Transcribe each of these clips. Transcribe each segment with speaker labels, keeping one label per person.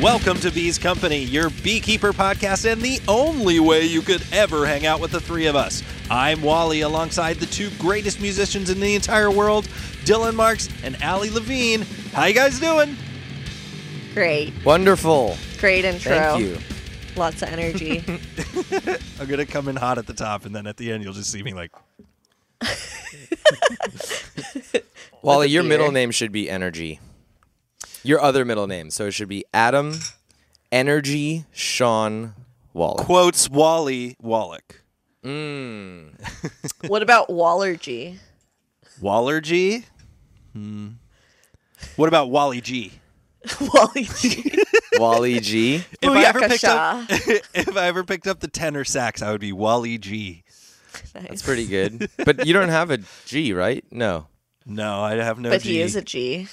Speaker 1: Welcome to Bees Company, your beekeeper podcast, and the only way you could ever hang out with the three of us. I'm Wally, alongside the two greatest musicians in the entire world, Dylan Marks and Allie Levine. How you guys doing?
Speaker 2: Great.
Speaker 3: Wonderful.
Speaker 2: Great intro.
Speaker 3: Thank you.
Speaker 2: Lots of energy.
Speaker 1: I'm gonna come in hot at the top, and then at the end, you'll just see me like
Speaker 3: Wally, your
Speaker 2: beer.
Speaker 3: middle name should be Energy. Your other middle name. So it should be Adam Energy Sean Wally.
Speaker 1: quotes Wally Wallach.
Speaker 2: what about Wallergy?
Speaker 1: Waller G. Hmm. What about Wally G?
Speaker 2: Wallergy.
Speaker 3: Wally G.
Speaker 1: If I ever
Speaker 2: Booyaka
Speaker 1: picked up, if I ever picked up the tenor sax, I would be Wally G.
Speaker 3: That's pretty good. But you don't have a G, right? No.
Speaker 1: No, I have no
Speaker 2: But
Speaker 1: G.
Speaker 2: he is a G.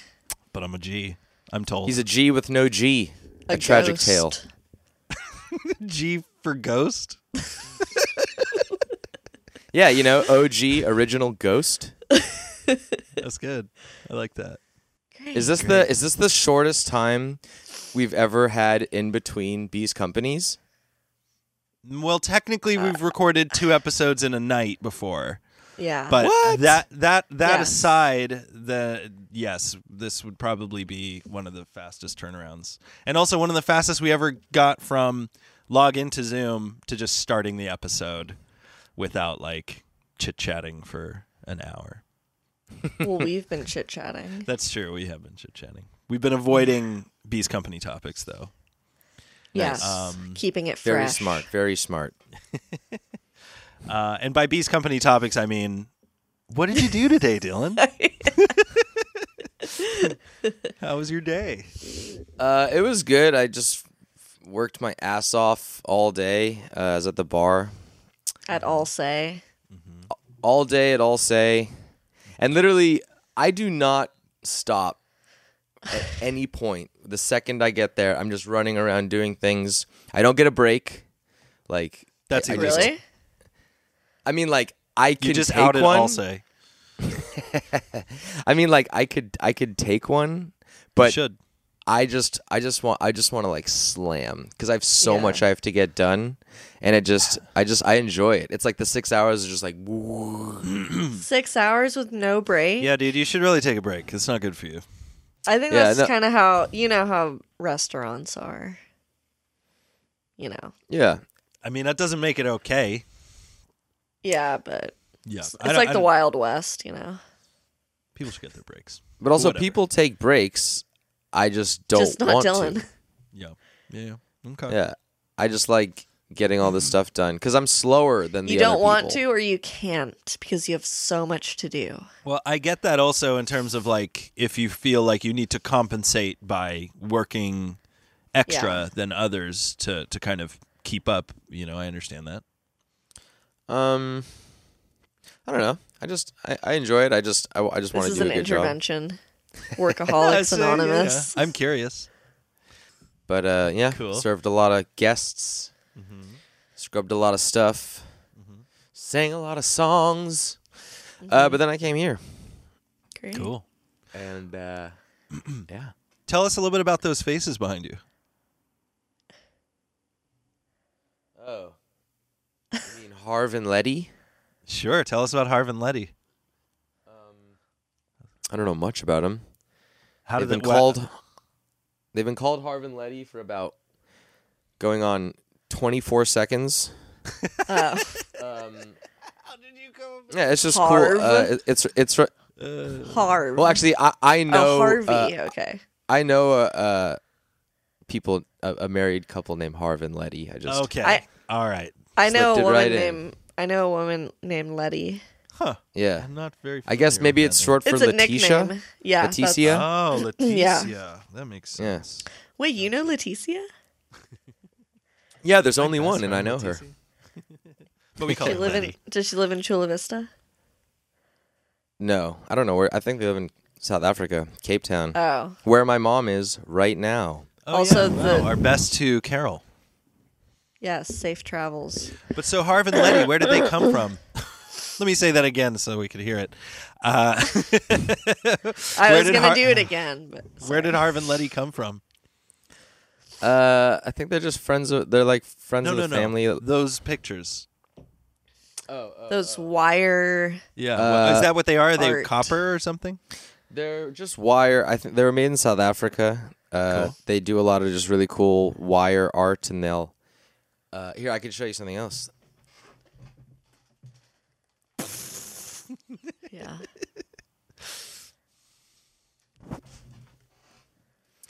Speaker 1: but I'm a G. I'm told.
Speaker 3: He's a G with no G.
Speaker 2: A
Speaker 3: tragic
Speaker 2: ghost.
Speaker 3: tale.
Speaker 1: G for ghost.
Speaker 3: Yeah, you know, OG, original ghost.
Speaker 1: That's good. I like that.
Speaker 3: Is this the is this the shortest time we've ever had in between B's companies?
Speaker 1: Well, technically, we've recorded two episodes in a night before,
Speaker 2: Yeah.
Speaker 1: but
Speaker 3: What?
Speaker 1: that that that
Speaker 2: Yeah.
Speaker 1: aside, the yes, this would probably be one of the fastest turnarounds, and also one of the fastest we ever got from log into Zoom to just starting the episode without like chit chatting for an hour.
Speaker 2: well, we've been chit chatting.
Speaker 1: That's true. We have been chit chatting. We've been avoiding Bees Company topics though.
Speaker 2: Yes.
Speaker 1: Um,
Speaker 2: Keeping it fresh.
Speaker 3: Very smart, very smart.
Speaker 1: Uh, and by Bees Company topics, I mean, what did you do today, Dylan? How was your day?
Speaker 3: Uh, it was good. I just f- worked my ass off all day. Uh, I was at the bar
Speaker 2: At all say.
Speaker 3: all day at All Say, and literally, I do not stop at any point. The second I get there, I'm just running around doing things. I don't get a break. Like
Speaker 1: That's
Speaker 3: I, I just-
Speaker 2: Really?
Speaker 3: I mean, like I could
Speaker 1: You just
Speaker 3: take
Speaker 1: outed
Speaker 3: one.
Speaker 1: all say.
Speaker 3: I mean, like I could I could take
Speaker 1: You
Speaker 3: one, but
Speaker 1: should.
Speaker 3: I just I just want I just want to like slam because I have so
Speaker 2: Yeah.
Speaker 3: much I have to get done, and it just I just I enjoy it. It's like the six hours is just like woo.
Speaker 2: Six hours with no break.
Speaker 1: Yeah, dude, you should really take a break. It's not good for you.
Speaker 2: I think
Speaker 3: Yeah,
Speaker 2: that's
Speaker 3: no-
Speaker 2: kind of how, you know, how restaurants are. You know.
Speaker 3: yeah.
Speaker 1: I mean, that doesn't make it okay.
Speaker 2: Yeah, but
Speaker 1: Yeah,
Speaker 2: it's like the Wild West, you know.
Speaker 1: People should get their breaks.
Speaker 3: But also
Speaker 1: Whatever.
Speaker 3: people take breaks. I just don't
Speaker 2: Just not
Speaker 3: want
Speaker 2: Dylan.
Speaker 3: to.
Speaker 1: Yeah, yeah, okay.
Speaker 3: Yeah, I just like getting all this stuff done because I'm slower than the
Speaker 2: You don't
Speaker 3: other
Speaker 2: want
Speaker 3: people.
Speaker 2: to or you can't because you have so much to do.
Speaker 1: Well, I get that also in terms of like if you feel like you need to compensate by working extra than others to to kind of keep up. You know, I understand that.
Speaker 3: Um, I don't know. I just I, I enjoy it. I just I, I
Speaker 2: This
Speaker 3: just want to
Speaker 2: is
Speaker 3: do a
Speaker 2: an
Speaker 3: good job.
Speaker 2: intervention.
Speaker 1: I
Speaker 2: Workaholics
Speaker 1: see, yeah.
Speaker 2: Anonymous.
Speaker 1: I'm curious.
Speaker 3: But uh, yeah,
Speaker 1: Cool. Mm-hmm.
Speaker 3: served a lot of guests, scrubbed a lot of stuff, sang a lot of songs. Uh,
Speaker 1: Mm-hmm.
Speaker 3: but then I came here,
Speaker 2: Great.
Speaker 1: Cool.
Speaker 3: and uh, yeah,
Speaker 1: Tell us a little bit about those faces behind you.
Speaker 3: oh, I mean Harv and Letty.
Speaker 1: Sure. Tell us about Harv and Letty.
Speaker 3: I don't know much about them.
Speaker 1: How
Speaker 3: they've
Speaker 1: did
Speaker 3: been
Speaker 1: it- wha-
Speaker 3: called? They've been called Harv and Letty for about going on twenty four seconds.
Speaker 2: Uh,
Speaker 3: Um, yeah, it's just
Speaker 2: Harv?
Speaker 3: cool. Uh, it- it's it's re-
Speaker 2: Harv.
Speaker 3: well, actually, I I know
Speaker 2: oh, Harvey.
Speaker 3: uh,
Speaker 2: okay.
Speaker 3: I know a, a people, a, a married couple named Harv and Letty. I just
Speaker 1: Okay.
Speaker 2: I-
Speaker 1: All right.
Speaker 2: I know a
Speaker 3: slipped it
Speaker 2: woman
Speaker 3: right in.
Speaker 2: named I know a woman named Letty.
Speaker 1: Huh.
Speaker 3: yeah.
Speaker 1: I'm not very.
Speaker 3: I guess
Speaker 1: familiar
Speaker 3: maybe
Speaker 1: with
Speaker 3: it's
Speaker 1: that
Speaker 3: short for
Speaker 2: It's a
Speaker 3: Letitia.
Speaker 2: nickname. Yeah. that's-
Speaker 3: Leticia?
Speaker 1: name. Oh,
Speaker 2: Yeah.
Speaker 1: Leticia. That makes
Speaker 3: Yeah.
Speaker 1: sense.
Speaker 2: Wait, you know Leticia?
Speaker 3: Yeah, there's only
Speaker 1: That's
Speaker 3: one, and
Speaker 1: right,
Speaker 3: I know her.
Speaker 1: Leticia. but we call
Speaker 2: She
Speaker 1: her
Speaker 2: live in
Speaker 1: Letty.
Speaker 2: does she live in Chula Vista?
Speaker 3: No, I don't know where. I think they live in South Africa, Cape Town,
Speaker 2: Oh.
Speaker 3: where my mom is right now.
Speaker 1: Oh,
Speaker 2: Also
Speaker 1: yeah.
Speaker 2: the-
Speaker 1: wow, our best to Carol.
Speaker 2: Yes, safe travels.
Speaker 1: But so Harv and Letty, where did they come from? Let me say that again so we could hear it. Uh,
Speaker 2: I
Speaker 1: Where
Speaker 2: was
Speaker 1: did
Speaker 2: gonna
Speaker 1: Har-
Speaker 2: do it again, but
Speaker 1: where did Harv and Letty come from?
Speaker 3: Uh, I think they're just friends. Of, they're like friends
Speaker 1: No,
Speaker 3: of
Speaker 1: no,
Speaker 3: the
Speaker 1: no.
Speaker 3: family.
Speaker 1: Those pictures.
Speaker 2: Those wire.
Speaker 1: Yeah.
Speaker 3: Uh,
Speaker 1: Is that what they are? Are they
Speaker 2: art.
Speaker 1: copper or something?
Speaker 3: They're just wire. I think they were made in South Africa. Uh, They do a lot of just really cool wire art, and they'll. Uh, here, I can show you something else.
Speaker 2: Yeah.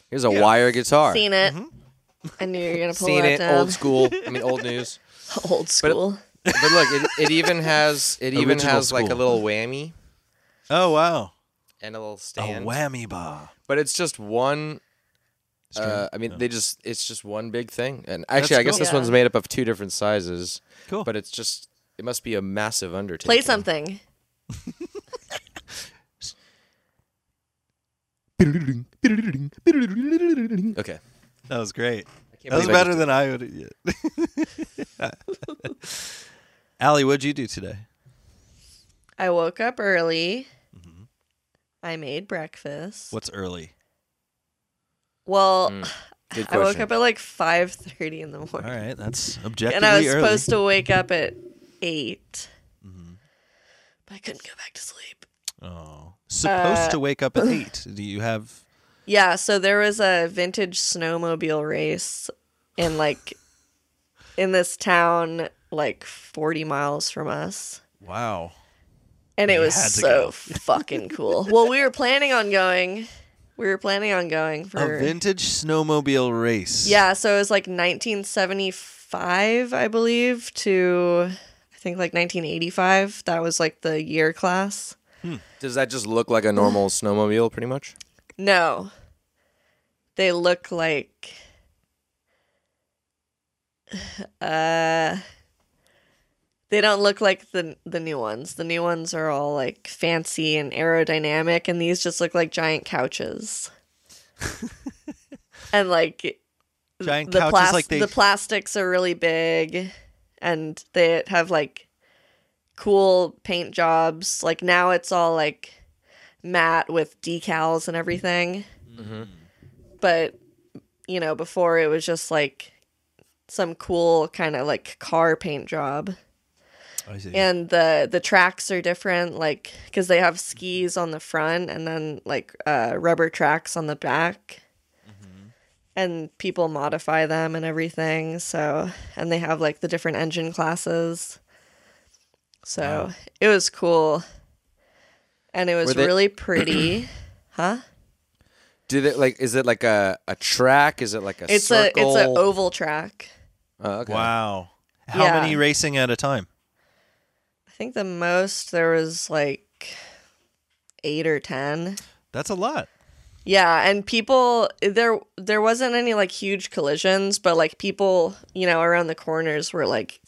Speaker 3: Here's a wire guitar.
Speaker 2: Seen it.
Speaker 1: Mm-hmm.
Speaker 2: I knew you were gonna pull
Speaker 3: Seen
Speaker 2: that
Speaker 3: it.
Speaker 2: down.
Speaker 3: Old school. I mean, old news.
Speaker 2: Old school.
Speaker 3: But look, it, it even has it even
Speaker 1: Original
Speaker 3: has like a
Speaker 1: school.
Speaker 3: little whammy
Speaker 1: Oh wow.
Speaker 3: and a little
Speaker 1: A
Speaker 3: stand.
Speaker 1: whammy bar.
Speaker 3: but it's just one. Uh, I mean, they just it's just one big thing, and actually, I guess
Speaker 1: cool.
Speaker 3: this
Speaker 2: Yeah.
Speaker 3: one's made up of two different sizes.
Speaker 1: Cool.
Speaker 3: But it's just it must be a massive undertaking.
Speaker 2: Play something.
Speaker 3: Okay.
Speaker 1: That was great.
Speaker 3: I can't
Speaker 1: That was
Speaker 3: believe I
Speaker 1: better
Speaker 3: just-
Speaker 1: than I would. Allie, what'd you do today?
Speaker 2: I woke up early.
Speaker 1: Mm-hmm.
Speaker 2: I made breakfast.
Speaker 1: What's early?
Speaker 2: Well,
Speaker 3: Mm, Good
Speaker 2: I woke
Speaker 3: question.
Speaker 2: up at like five thirty in the morning,
Speaker 1: All right, that's objectively
Speaker 2: and I was
Speaker 1: early. Mm-hmm.
Speaker 2: supposed to wake up at 8 but I couldn't go back to sleep.
Speaker 1: oh, supposed
Speaker 2: uh,
Speaker 1: to wake up at eight. Do you have?
Speaker 2: Yeah, so there was a vintage snowmobile race in like in this town like 40 miles from us.
Speaker 1: Wow.
Speaker 2: And it
Speaker 1: You
Speaker 2: was
Speaker 1: had to
Speaker 2: so
Speaker 1: go.
Speaker 2: fucking cool. Well, we were planning on going. We were planning on going for
Speaker 1: A vintage snowmobile race.
Speaker 2: Yeah, so it was like 1975, I believe, to I think like 1985. That was like the year class.
Speaker 3: Does that just look like a normal snowmobile, pretty much?
Speaker 2: No. They look like uh they don't look like the the new ones. The new ones are all like fancy and aerodynamic and these just look like giant couches. and like
Speaker 1: Giant
Speaker 2: the
Speaker 1: couches
Speaker 2: plas-
Speaker 1: like they.
Speaker 2: the plastics are really big and they have like cool paint jobs like now it's all like matte with decals and everything but you know before it was just like some cool kind of like car paint job
Speaker 1: I see.
Speaker 2: and the the tracks are different like because they have skis on the front and then like uh, rubber tracks on the back
Speaker 3: Mm-hmm.
Speaker 2: and people modify them and everything so and they have like the different engine classes so it was cool and it was
Speaker 3: Were they-
Speaker 2: really pretty huh
Speaker 3: Do they like? Is it like a, a track? Is it like a
Speaker 2: it's
Speaker 3: circle?
Speaker 2: a it's an oval track
Speaker 3: Oh, okay.
Speaker 1: Wow. How
Speaker 2: Yeah.
Speaker 1: many racing at a time?
Speaker 2: i think the most there was like eight or ten
Speaker 1: That's a lot.
Speaker 2: Yeah, and people there there wasn't any like huge collisions, but like people, you know, around the corners were like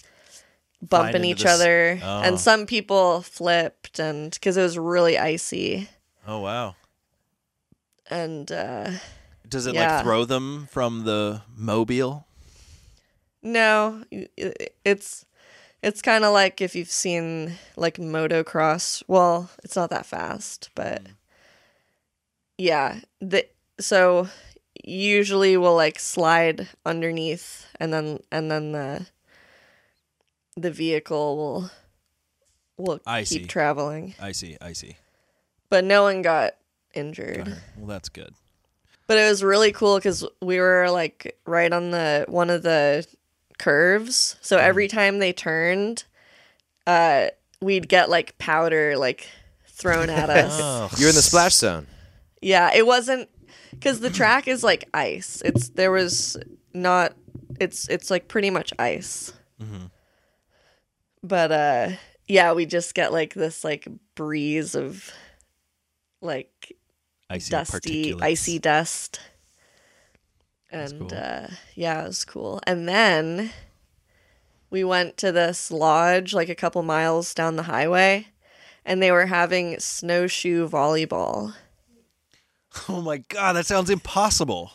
Speaker 2: bumping
Speaker 1: into
Speaker 2: each
Speaker 1: this-
Speaker 2: other
Speaker 1: Oh.
Speaker 2: and some people flipped and cuz it was really icy
Speaker 1: Oh wow.
Speaker 2: and uh
Speaker 1: Does it
Speaker 2: Yeah.
Speaker 1: like throw them from the mobile?
Speaker 2: no, i- i- it's it's kind of like if you've seen like motocross. Well, it's not that fast, but
Speaker 1: Mm.
Speaker 2: yeah. The so usually we'll like slide underneath, and then and then the the vehicle will will
Speaker 1: I
Speaker 2: keep
Speaker 1: see.
Speaker 2: traveling.
Speaker 1: I see. I see.
Speaker 2: But no one got
Speaker 1: Got
Speaker 2: injured.
Speaker 1: her. Well, that's good.
Speaker 2: But it was really cool because we were like right on the one of the curves. So every time they turned, uh, we'd get like powder like thrown at us.
Speaker 1: Oh,
Speaker 3: You're in the splash zone.
Speaker 2: yeah, it wasn't because the track is like ice. It's there was not. It's it's like pretty much ice.
Speaker 1: Mm-hmm.
Speaker 2: But uh, yeah, we just get like this like breeze of like
Speaker 1: icy
Speaker 2: dusty,
Speaker 1: particulates.
Speaker 2: icy dust.
Speaker 1: That's
Speaker 2: And
Speaker 1: cool.
Speaker 2: uh, yeah, it was cool. And then we went to this lodge like a couple miles down the highway, and they were having snowshoe volleyball.
Speaker 1: Oh my god, that sounds impossible.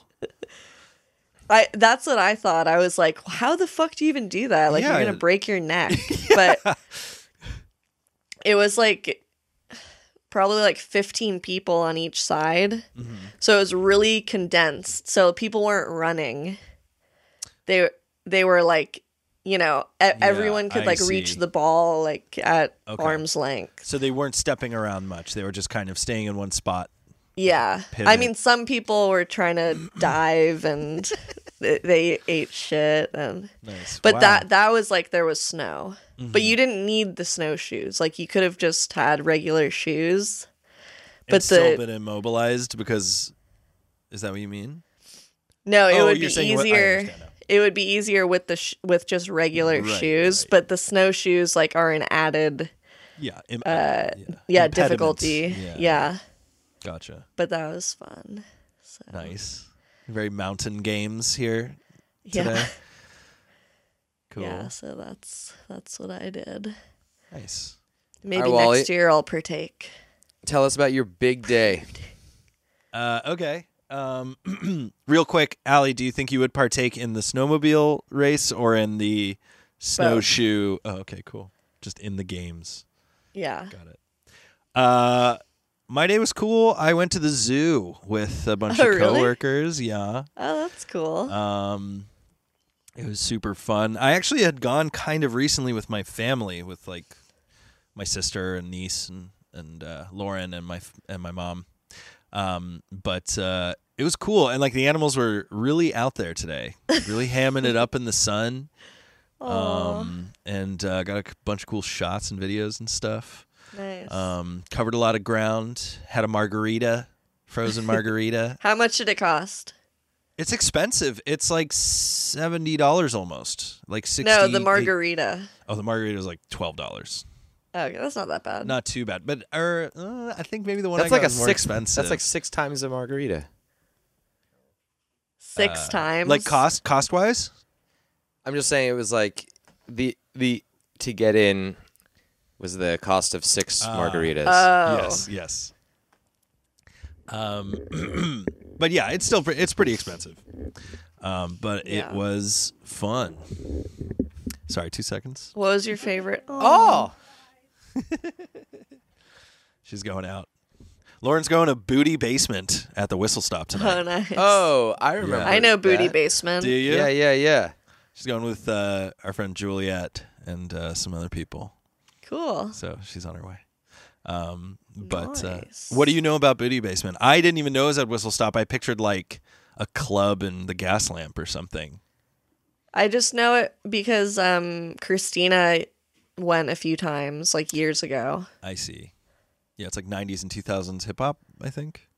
Speaker 2: I that's what I thought. I was like, how the fuck do you even do that? Like
Speaker 1: Yeah.
Speaker 2: you're gonna break your neck. But it was like probably like 15 people
Speaker 1: Mm-hmm.
Speaker 2: on each side. So it was really condensed. So people weren't running. they they were like you know e- everyone could
Speaker 1: I
Speaker 2: like reach
Speaker 1: see.
Speaker 2: the ball like at
Speaker 1: Okay.
Speaker 2: arm's length.
Speaker 1: So they weren't stepping around much. They were just kind of staying in one spot.
Speaker 2: Yeah, I
Speaker 1: Pivot.
Speaker 2: mean some people were trying to dive and they, they ate shit and
Speaker 1: Nice.
Speaker 2: but
Speaker 1: Wow. Mm-hmm.
Speaker 2: that that was like there was snow. But you didn't need the snowshoes. Like you could have just had regular shoes.
Speaker 1: And
Speaker 2: but
Speaker 1: still
Speaker 2: the-
Speaker 1: been immobilized because is that what you mean?
Speaker 2: No, it
Speaker 1: Oh,
Speaker 2: would be
Speaker 1: you're saying what- I
Speaker 2: easier.
Speaker 1: understand now.
Speaker 2: it would be easier with the sh- with just regular
Speaker 1: Right,
Speaker 2: shoes,
Speaker 1: right.
Speaker 2: but the snowshoes like are an added
Speaker 1: Yeah. Im- yeah.
Speaker 2: uh, yeah
Speaker 1: Impediment.
Speaker 2: difficulty. Yeah.
Speaker 1: Gotcha.
Speaker 2: but that was fun. So
Speaker 1: Nice. Very mountain games here
Speaker 2: yeah.
Speaker 1: today. Cool.
Speaker 2: Yeah, so that's that's what I did.
Speaker 1: Nice.
Speaker 2: Maybe
Speaker 3: Wally.
Speaker 2: next year I'll partake.
Speaker 3: Tell us about your big day.
Speaker 1: Uh, okay. Um, real quick, Allie, do you think you would partake in the snowmobile race or in the snowshoe? Oh, okay, cool. Just in the games.
Speaker 2: Yeah.
Speaker 1: Got it. Uh, my day was cool. I went to the zoo with a bunch
Speaker 2: Oh,
Speaker 1: of
Speaker 2: really?
Speaker 1: coworkers. Yeah.
Speaker 2: Oh, that's cool.
Speaker 1: Um, it was super fun. I actually had gone kind of recently with my family, with like my sister and niece and and uh, Lauren and my f- and my mom. Um, but uh, it was cool, and like the animals were really out there today, really hamming it up in the sun.
Speaker 2: Aw,
Speaker 1: Um, and uh, got a c- bunch of cool shots and videos and stuff.
Speaker 2: nice.
Speaker 1: Um, covered a lot of ground. Had a margarita, frozen margarita,
Speaker 2: How much did it cost?
Speaker 1: It's expensive. It's like seventy dollars almost. Like sixty.
Speaker 2: no, the margarita.
Speaker 1: Oh, the margarita was like twelve dollars.
Speaker 2: okay, that's not that bad.
Speaker 1: Not too bad, but or uh, I think maybe the one
Speaker 3: That's
Speaker 1: I
Speaker 3: like
Speaker 1: got
Speaker 3: a
Speaker 1: was more
Speaker 3: six.
Speaker 1: expensive.
Speaker 3: That's like six times a margarita.
Speaker 2: Six times.
Speaker 1: Uh, like cost cost wise.
Speaker 3: I'm just saying it was like the the to get in was the cost of six
Speaker 1: Uh,
Speaker 3: margaritas.
Speaker 2: Oh.
Speaker 1: Yes, yes. Um, but yeah, it's still pre- it's pretty expensive. Um, but
Speaker 2: Yeah.
Speaker 1: it was fun. Sorry, two seconds.
Speaker 2: What was your favorite?
Speaker 3: oh,
Speaker 1: She's going out. Lauren's going to Booty Basement at the Whistle Stop tonight.
Speaker 2: Oh, nice.
Speaker 3: oh, I remember.
Speaker 2: I know Booty
Speaker 3: that.
Speaker 2: Basement.
Speaker 1: Do you?
Speaker 3: Yeah, yeah, yeah.
Speaker 1: She's going with uh, our friend Juliet and uh, some other people.
Speaker 2: Cool.
Speaker 1: So she's on her way. Um, but
Speaker 2: Nice.
Speaker 1: uh, what do you know about Booty Basement? I didn't even know it was at Whistle Stop. I pictured like a club and the gas lamp or something.
Speaker 2: I just know it because um Christina went a few times like years ago.
Speaker 1: I see. Yeah, it's like 90s and 2000s hip hop, I think.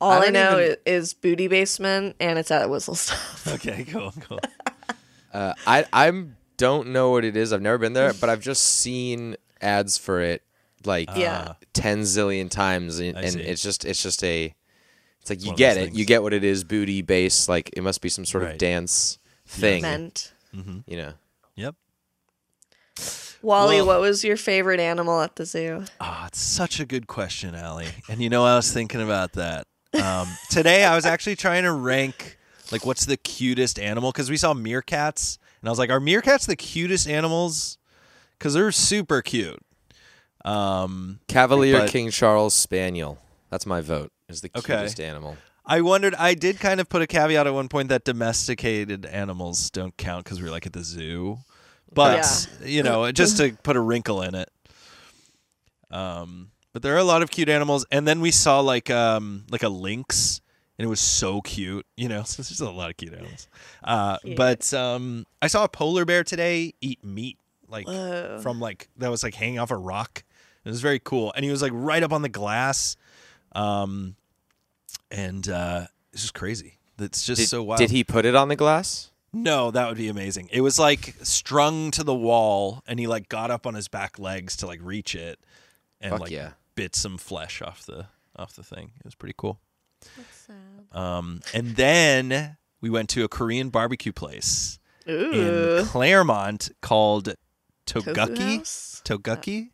Speaker 2: All
Speaker 3: I
Speaker 2: I,
Speaker 3: don't
Speaker 2: know
Speaker 3: even-
Speaker 2: i- is Booty Basement and it's at Whistle Stop.
Speaker 1: Okay, cool, cool.
Speaker 3: Uh, I I'm don't know what it is. I've never been there, but I've just seen ads for it like
Speaker 2: Yeah.
Speaker 3: ten zillion times, and,
Speaker 1: I
Speaker 3: and
Speaker 1: see.
Speaker 3: it's just it's just a. It's like you
Speaker 1: One of
Speaker 3: get
Speaker 1: those
Speaker 3: it, you
Speaker 1: things.
Speaker 3: get what it is. Booty bass, like it must be some sort
Speaker 1: Right.
Speaker 3: of dance thing,
Speaker 2: Meant.
Speaker 3: you know.
Speaker 1: yep.
Speaker 2: Wally,
Speaker 1: Well-
Speaker 2: what was your favorite animal at the zoo?
Speaker 1: Ah, it's such a good question, Allie. And you know, I was thinking about that. Um, today, I was actually trying to rank like what's the cutest animal because we saw meerkats, and I was like, are meerkats the cutest animals? Because they're super cute. Um,
Speaker 3: Cavalier
Speaker 1: But-
Speaker 3: King Charles Spaniel. That's my vote. Is the
Speaker 1: Okay.
Speaker 3: cutest animal.
Speaker 1: I wondered. I did kind of put a caveat at one point that domesticated animals don't count because we were like at the zoo, but you know, just to put a wrinkle in it. Um, but there are a lot of cute animals, and then we saw like um like a lynx, and it was so cute. You know, so there's just a lot of cute animals. Uh,
Speaker 2: Cute.
Speaker 1: but um, I saw a polar bear today eat meat like
Speaker 2: Whoa.
Speaker 1: from like that was like hanging off a rock. It was very cool, and he was like right up on the glass. Um, and uh, it's just crazy. That's just
Speaker 3: Did,
Speaker 1: so wild.
Speaker 3: did he put it on the glass?
Speaker 1: No, that would be amazing. It was like strung to the wall, and he like got up on his back legs to like reach it, and
Speaker 3: Fuck
Speaker 1: like
Speaker 3: yeah.
Speaker 1: bit some flesh off the off the thing. It was pretty cool.
Speaker 2: Sad.
Speaker 1: Um, and then we went to a Korean barbecue place
Speaker 2: Ooh.
Speaker 1: in Claremont called
Speaker 2: Tofu
Speaker 1: Toguki.
Speaker 2: house?
Speaker 1: Toguki.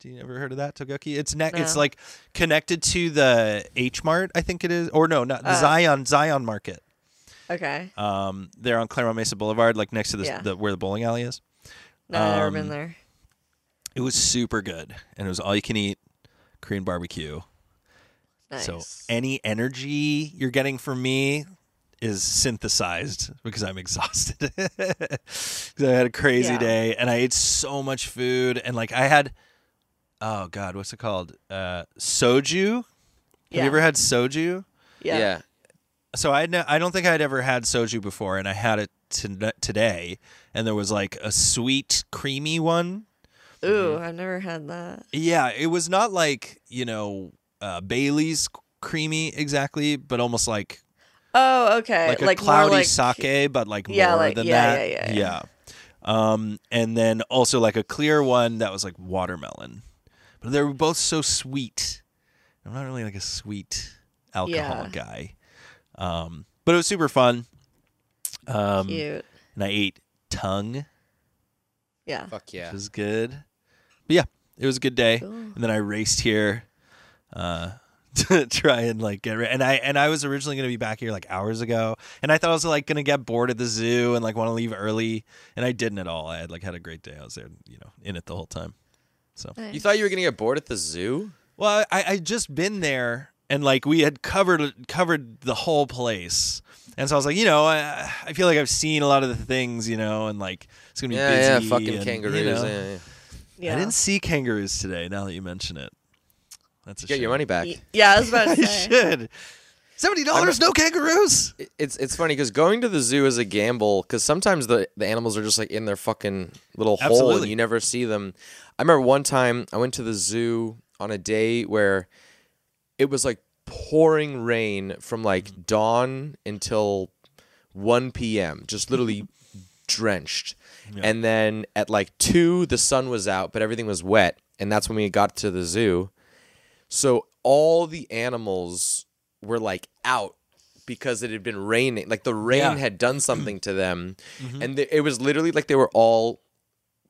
Speaker 1: Do you ever heard of that Toguki? It's ne- it's
Speaker 2: No.
Speaker 1: like connected to the H Mart, I think it is, or no, not the
Speaker 2: Oh.
Speaker 1: Zion Zion Market.
Speaker 2: Okay.
Speaker 1: Um, they're on Claremont Mesa Boulevard, like next to the,
Speaker 2: Yeah.
Speaker 1: the where the bowling alley is.
Speaker 2: No, I've never
Speaker 1: Um,
Speaker 2: been there.
Speaker 1: It was super good, and it was all you can eat Korean barbecue.
Speaker 2: Nice.
Speaker 1: So any energy you're getting from me is synthesized because I'm exhausted. 'Cause I had a crazy
Speaker 2: Yeah.
Speaker 1: day and I ate so much food and like I had oh god, what's it called? Uh soju? Have
Speaker 2: Yeah.
Speaker 1: you ever had soju?
Speaker 2: yeah.
Speaker 3: yeah.
Speaker 1: so I ne- I don't think I'd ever had soju before, and I had it to- today, and there was like a sweet, creamy one.
Speaker 2: Ooh,
Speaker 1: Mm-hmm.
Speaker 2: I've never had that.
Speaker 1: Yeah, it was not like you know uh, Bailey's creamy exactly, but almost like
Speaker 2: Oh, okay.
Speaker 1: like a
Speaker 2: like
Speaker 1: cloudy
Speaker 2: more like
Speaker 1: sake, but like
Speaker 2: Yeah,
Speaker 1: more
Speaker 2: like-
Speaker 1: than
Speaker 2: yeah,
Speaker 1: that.
Speaker 2: yeah, yeah,
Speaker 1: Um, and then also like a clear one that was like watermelon, but they were both so sweet. I'm not really like a sweet alcohol
Speaker 2: Yeah.
Speaker 1: guy, um, but it was super fun. Um,
Speaker 2: cute.
Speaker 1: and I ate tongue,
Speaker 2: Yeah.
Speaker 3: Fuck
Speaker 1: which
Speaker 3: yeah.
Speaker 1: was good. But yeah, it was a good day.
Speaker 2: Cool.
Speaker 1: And then I raced here uh, to try and like get ready. And I and I was originally going to be back here like hours ago, and I thought I was like going to get bored at the zoo and like want to leave early, and I didn't at all. I had like had a great day. I was there, you know, in it the whole time.
Speaker 3: You thought you were gonna get bored at the zoo?
Speaker 1: Well, I I I'd just been there and like we had covered covered the whole place. And so I was like, you know, I, I feel like I've seen a lot of the things, you know, and like it's gonna be
Speaker 3: Yeah,
Speaker 1: busy.
Speaker 3: yeah, fucking
Speaker 1: and,
Speaker 3: kangaroos.
Speaker 1: You know.
Speaker 3: yeah, yeah.
Speaker 2: Yeah.
Speaker 1: I didn't see kangaroos today. Now that you mention it, that's a
Speaker 3: Get
Speaker 1: shame.
Speaker 3: your money back.
Speaker 2: Y- yeah, I was about to
Speaker 1: You
Speaker 2: say.
Speaker 1: should. Seventy dollars, no kangaroos.
Speaker 3: It- It's it's funny because going to the zoo is a gamble because sometimes the, the animals are just like in their fucking little hole and
Speaker 1: Absolutely.
Speaker 3: you never see them. I remember one time I went to the zoo on a day where it was like pouring rain from like dawn until 1 p.m. just literally drenched. And then at like 2 the sun was out but everything was wet and that's when we got to the zoo. So all the animals were like out because it had been raining. Like the rain
Speaker 1: Yeah.
Speaker 3: had done something to them. And th- it was literally like they were all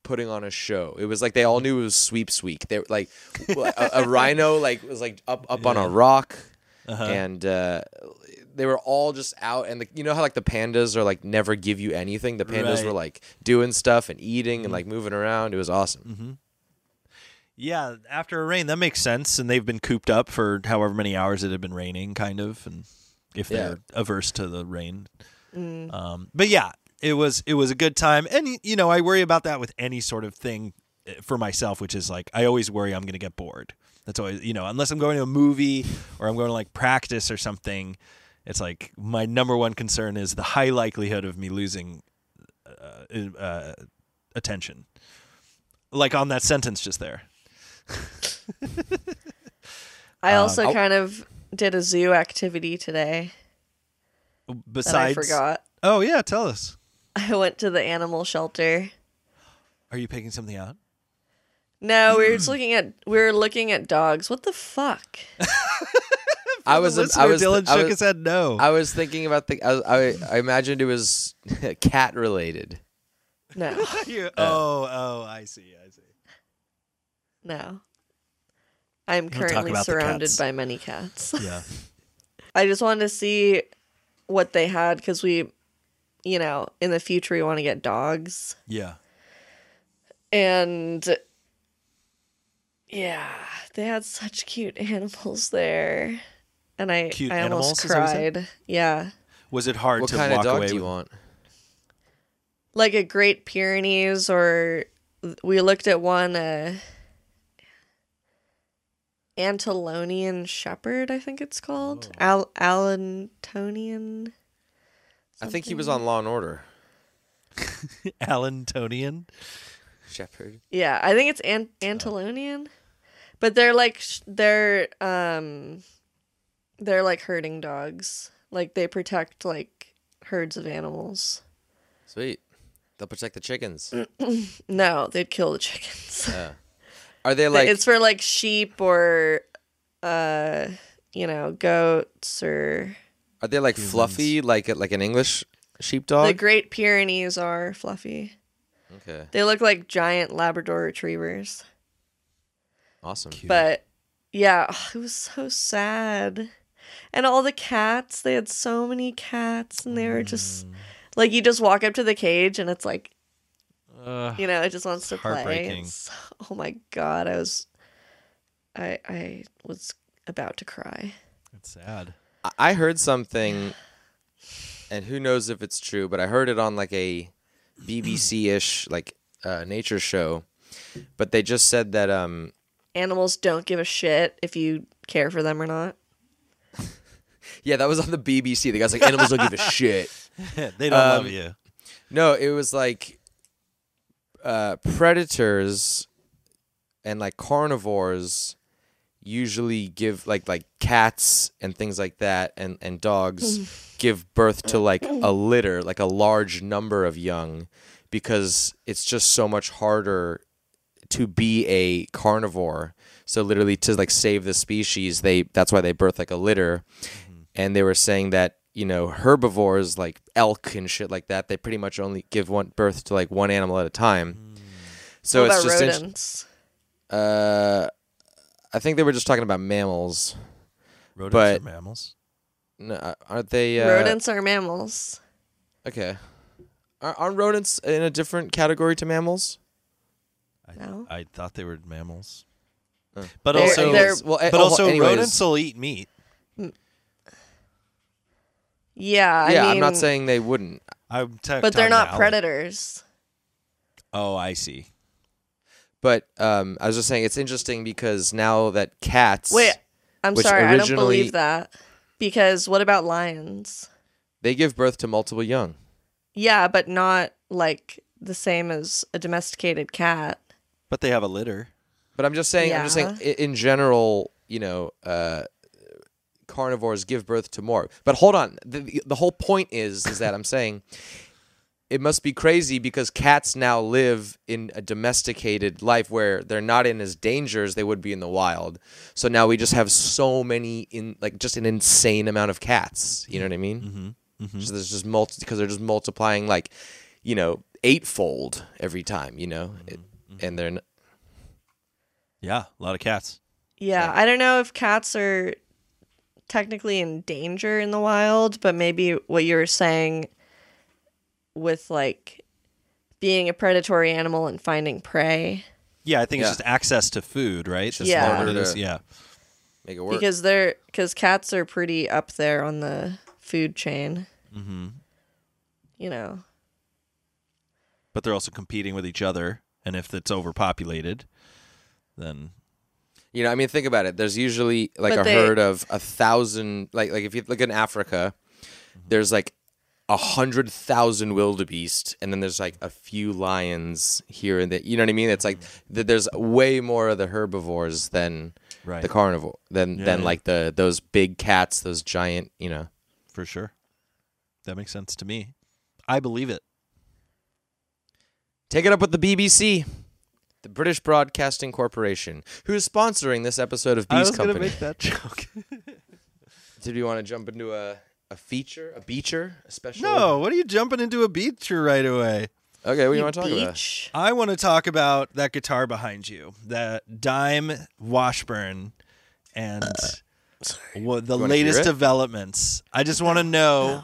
Speaker 3: putting on a show. It was like they all knew it was sweeps week. They were like a, a rhino like was like up up on a rock
Speaker 1: Uh-huh.
Speaker 3: and uh they were all just out and the, you know how like the pandas are like never give you anything. The pandas
Speaker 1: Right. Mm-hmm.
Speaker 3: were like doing stuff and eating and like moving around. It was awesome.
Speaker 1: Yeah, after a rain, that makes sense. And they've been cooped up for however many hours it had been raining, kind of. And if they're averse to the rain, um, but yeah, it was it was a good time. And y- you know, I worry about that with any sort of thing eh, for myself, which is like I always worry I'm going to get bored. That's always you know, unless I'm going to a movie or I'm going to like practice or something. It's like my number one concern is the high likelihood of me losing uh, uh, attention. Like on that sentence just there.
Speaker 2: I also
Speaker 1: Um,
Speaker 3: I'll-
Speaker 2: kind of did a zoo activity today that
Speaker 1: besides
Speaker 2: I forgot.
Speaker 1: oh yeah tell us
Speaker 2: I went to the animal shelter.
Speaker 1: are you picking something out
Speaker 2: No, we were
Speaker 1: Mm.
Speaker 2: just looking at we were looking at dogs. What the fuck?
Speaker 3: I was
Speaker 1: the
Speaker 3: I
Speaker 1: listener,
Speaker 3: was
Speaker 1: dylan
Speaker 3: I
Speaker 1: shook
Speaker 3: was,
Speaker 1: his head no
Speaker 3: I was thinking about the. I, I, I imagined it was cat related.
Speaker 2: No,
Speaker 3: Uh,
Speaker 1: You- oh oh i see i see
Speaker 2: no. I'm
Speaker 1: talk
Speaker 2: currently
Speaker 1: about the
Speaker 2: surrounded
Speaker 1: cats.
Speaker 2: by many cats.
Speaker 1: yeah
Speaker 2: I just wanted to see what they had because we, you know, in the future we want to get dogs.
Speaker 1: yeah
Speaker 2: And yeah, they had such cute animals there. And I,
Speaker 1: Cute
Speaker 2: I almost
Speaker 1: animals, is that what you said?
Speaker 2: cried. Yeah.
Speaker 1: was it hard
Speaker 3: What
Speaker 1: to
Speaker 3: kind of
Speaker 1: walk
Speaker 3: dog
Speaker 1: away
Speaker 3: do you
Speaker 1: with-
Speaker 3: want?
Speaker 2: Like a Great Pyrenees, or we looked at one, uh, Antelonian Shepherd, I think it's called.
Speaker 1: Oh.
Speaker 2: Al- Alantonian.
Speaker 3: I think he was on Law and Order.
Speaker 1: alan tonian
Speaker 3: Shepherd.
Speaker 2: Yeah, I think it's An- Antelonian, but they're like sh- they're um they're like herding dogs. Like they protect like herds of animals.
Speaker 3: Sweet. They'll protect the chickens.
Speaker 2: No, they'd kill the chickens.
Speaker 3: Yeah. Are they like?
Speaker 2: it's for like sheep or uh you know goats or
Speaker 3: are they like fluffy, like like an English
Speaker 2: the
Speaker 3: sheepdog?
Speaker 2: Great Pyrenees are fluffy.
Speaker 3: okay.
Speaker 2: They look like giant Labrador retrievers.
Speaker 3: Awesome.
Speaker 2: But yeah, it was so sad. And all the cats, they had so many cats, and they were just
Speaker 3: Mm.
Speaker 2: like, you just walk up to the cage and it's like,
Speaker 1: uh,
Speaker 2: you know, it just wants to play.
Speaker 1: heartbreaking.
Speaker 2: It's, oh my God, I was, I, I was about to cry.
Speaker 1: it's sad
Speaker 3: I- I heard something and who knows if it's true, but I heard it on like a BBC ish like uh, nature show. But they just said that um,
Speaker 2: Animals don't give a shit if you care for them or not.
Speaker 3: yeah, that was on the BBC. The guy's like, animals don't give a shit.
Speaker 1: they don't
Speaker 3: Um,
Speaker 1: love you.
Speaker 3: No, it was like uh, predators and like carnivores usually give like like cats and things like that and and dogs give birth to like a litter, like a large number of young because it's just so much harder to be a carnivore. So literally to like save the species, they that's why they birth like a litter. And they were saying that, you know, herbivores like elk and shit like that, they pretty much only give one birth to like one animal at a time. So
Speaker 2: what
Speaker 3: it's
Speaker 2: about
Speaker 3: just int-
Speaker 2: rodents?
Speaker 3: uh I think they were just talking about mammals.
Speaker 1: Rodents
Speaker 3: but-
Speaker 1: are mammals.
Speaker 3: No, aren't they uh,
Speaker 2: Rodents are mammals.
Speaker 3: Okay. Are, are rodents in a different category to mammals?
Speaker 1: I,
Speaker 2: No.
Speaker 1: I thought they were mammals.
Speaker 3: Uh.
Speaker 1: But
Speaker 2: They're-
Speaker 1: also,
Speaker 2: they're-
Speaker 3: well, eh,
Speaker 1: but also
Speaker 3: anyways,
Speaker 1: rodents will eat meat.
Speaker 2: Yeah, I
Speaker 3: yeah,
Speaker 2: mean,
Speaker 3: I'm not saying they wouldn't.
Speaker 1: I'm ta-
Speaker 2: but they're
Speaker 1: talking
Speaker 2: not
Speaker 1: about-
Speaker 2: predators.
Speaker 1: Oh, I see.
Speaker 3: But um, I was just saying it's interesting because now that cats,
Speaker 2: Wait, I'm
Speaker 3: which
Speaker 2: sorry, I don't
Speaker 3: originally-
Speaker 2: believe that. Because what about lions?
Speaker 3: they give birth to multiple young.
Speaker 2: Yeah, but not like the same as a domesticated cat.
Speaker 1: But they have a litter.
Speaker 3: But I'm just saying, I'm just saying,
Speaker 2: Yeah.
Speaker 3: i- in general, you know, uh, carnivores give birth to more. But hold on, the, the whole point is, is that I'm saying it must be crazy because cats now live in a domesticated life where they're not in as danger as they would be in the wild. So now we just have so many in, like, just an insane amount of cats. You know what I mean?
Speaker 1: Mm-hmm.
Speaker 3: So there's just multi because they're just multiplying like, you know, eightfold every time. You know, It- and they're. n-
Speaker 1: Yeah, a lot of cats.
Speaker 2: Yeah, I don't know if cats are technically in danger in the wild, but maybe what you were saying with like being a predatory animal and finding prey
Speaker 1: Yeah, I think
Speaker 3: Yeah.
Speaker 1: it's just access to food, right? Just
Speaker 2: Yeah.
Speaker 1: harder to-
Speaker 3: Yeah.
Speaker 1: yeah.
Speaker 3: Make it work.
Speaker 2: because they're because cats are pretty up there on the food chain.
Speaker 3: Mm-hmm.
Speaker 1: hmm
Speaker 2: You know,
Speaker 1: But they're also competing with each other, and if it's overpopulated, then
Speaker 3: You know, I mean, think about it. There's usually like
Speaker 2: But
Speaker 3: a
Speaker 2: they-
Speaker 3: herd of a thousand, like like if you look in Africa, there's like a hundred thousand wildebeest, and then there's like a few lions here and there. You know what I mean? It's like
Speaker 1: Mm-hmm.
Speaker 3: th- there's way more of the herbivores than
Speaker 1: right
Speaker 3: the carnivore than
Speaker 1: Yeah,
Speaker 3: than
Speaker 1: yeah.
Speaker 3: like the those big cats, those giant. You know,
Speaker 1: for sure. That makes sense to me. I believe it.
Speaker 3: take it up with the BBC. The British Broadcasting Corporation, who is sponsoring this episode of
Speaker 1: I
Speaker 3: Bees
Speaker 1: was gonna
Speaker 3: Company.
Speaker 1: make that joke.
Speaker 3: Did you want to jump into a, a feature, a beacher, a special?
Speaker 1: no, what are you jumping into a beat to right away?
Speaker 3: Okay, what do you
Speaker 2: You
Speaker 3: want to talk about?
Speaker 2: beach.
Speaker 1: I want to talk about that guitar behind you, that Dime Washburn, and wha- the
Speaker 3: You wanna hear
Speaker 1: latest
Speaker 3: it?
Speaker 1: developments. I just want to know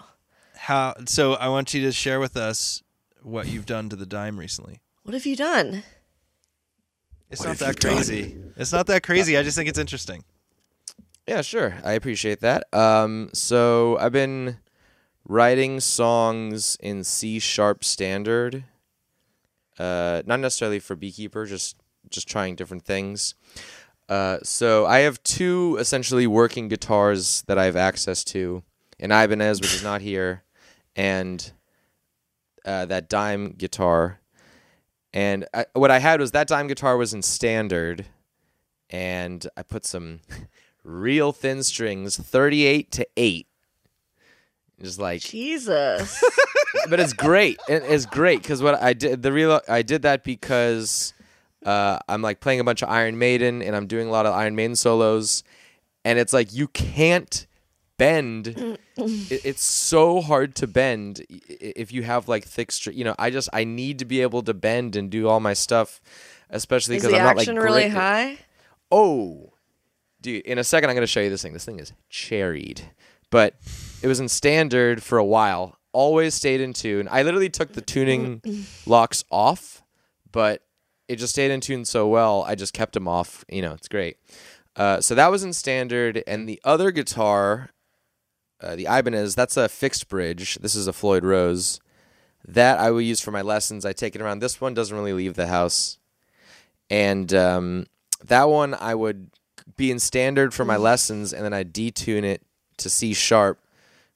Speaker 1: how. So I want you to share with us what you've done to the Dime recently.
Speaker 2: What have you done?
Speaker 1: It's not that crazy. It's not that crazy. I just think it's interesting.
Speaker 3: Yeah, sure. I appreciate that. Um, so I've been writing songs in C sharp standard. Uh, not necessarily for Beekeeper, just just trying different things. Uh, so I have two essentially working guitars that I have access to, an Ibanez which is not here, and uh, that dime guitar. And I, what I had was that dime guitar was in standard, and I put some real thin strings, 38 to 8. Just like,
Speaker 2: Jesus.
Speaker 3: but it's great. It- It's great because what I did, the real, I did that because uh, I'm like playing a bunch of Iron Maiden and I'm doing a lot of Iron Maiden solos, and it's like you can't bend. it, it's so hard to bend i- i- if you have like thick, str- you know. I just I need to be able to bend and do all my stuff, especially
Speaker 2: Is
Speaker 3: because
Speaker 2: the
Speaker 3: I'm not like
Speaker 2: action really
Speaker 3: great-
Speaker 2: high?
Speaker 3: Oh, dude! In a second, I'm gonna show you this thing. This thing is cherried, but it was in standard for a while. Always stayed in tune. I literally took the tuning locks off, but it just stayed in tune so well. I just kept them off. You know, it's great. Uh, so that was in standard, and the other guitar uh, the Ibanez, that's a fixed bridge. This is a Floyd Rose. That I will use for my lessons. I take it around. This one doesn't really leave the house. And um, that one I would be in standard for my lessons, and then I detune it to C sharp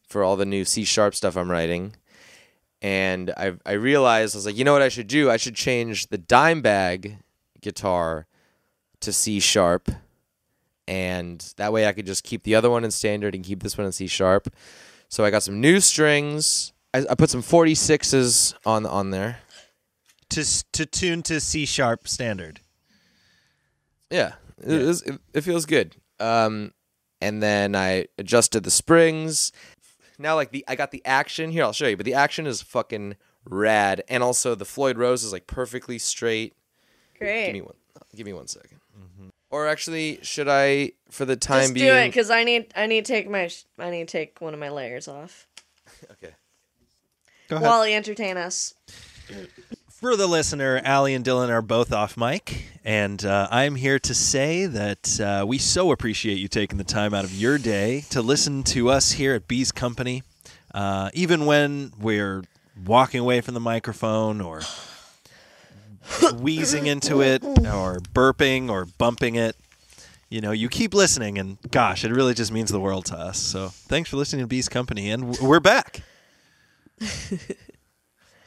Speaker 3: for all the new C sharp stuff I'm writing. And I, I realized, I was like, you know what I should do? I should change the dime bag guitar to C sharp and that way I could just keep the other one in standard and keep this one in C sharp. So I got some new strings. I, I put some 46s on on there.
Speaker 1: to s- to tune to C sharp standard.
Speaker 3: Yeah, it, is- it, it feels good. Um, and then I adjusted the springs. Now, like the I got the action here. I'll show you, but the action is fucking rad, and also the Floyd Rose is like perfectly straight. Give me
Speaker 2: Great.
Speaker 3: one. Give me one second. Or actually, should I for the time
Speaker 2: Just
Speaker 3: being?
Speaker 2: do it because I need I need to take my sh- I need to take one of my layers off.
Speaker 3: Okay.
Speaker 1: Go ahead.
Speaker 2: Wally, entertain us.
Speaker 1: For the listener, Allie and Dylan are both off mic, and uh, I'm here to say that uh, we so appreciate you taking the time out of your day to listen to us here at Bee's Company, uh, even when we're walking away from the microphone or wheezing into it or burping or bumping it. You know, you keep listening, and gosh, it really just means the world to us. So, thanks for listening to Bee's Company, and w- we're back.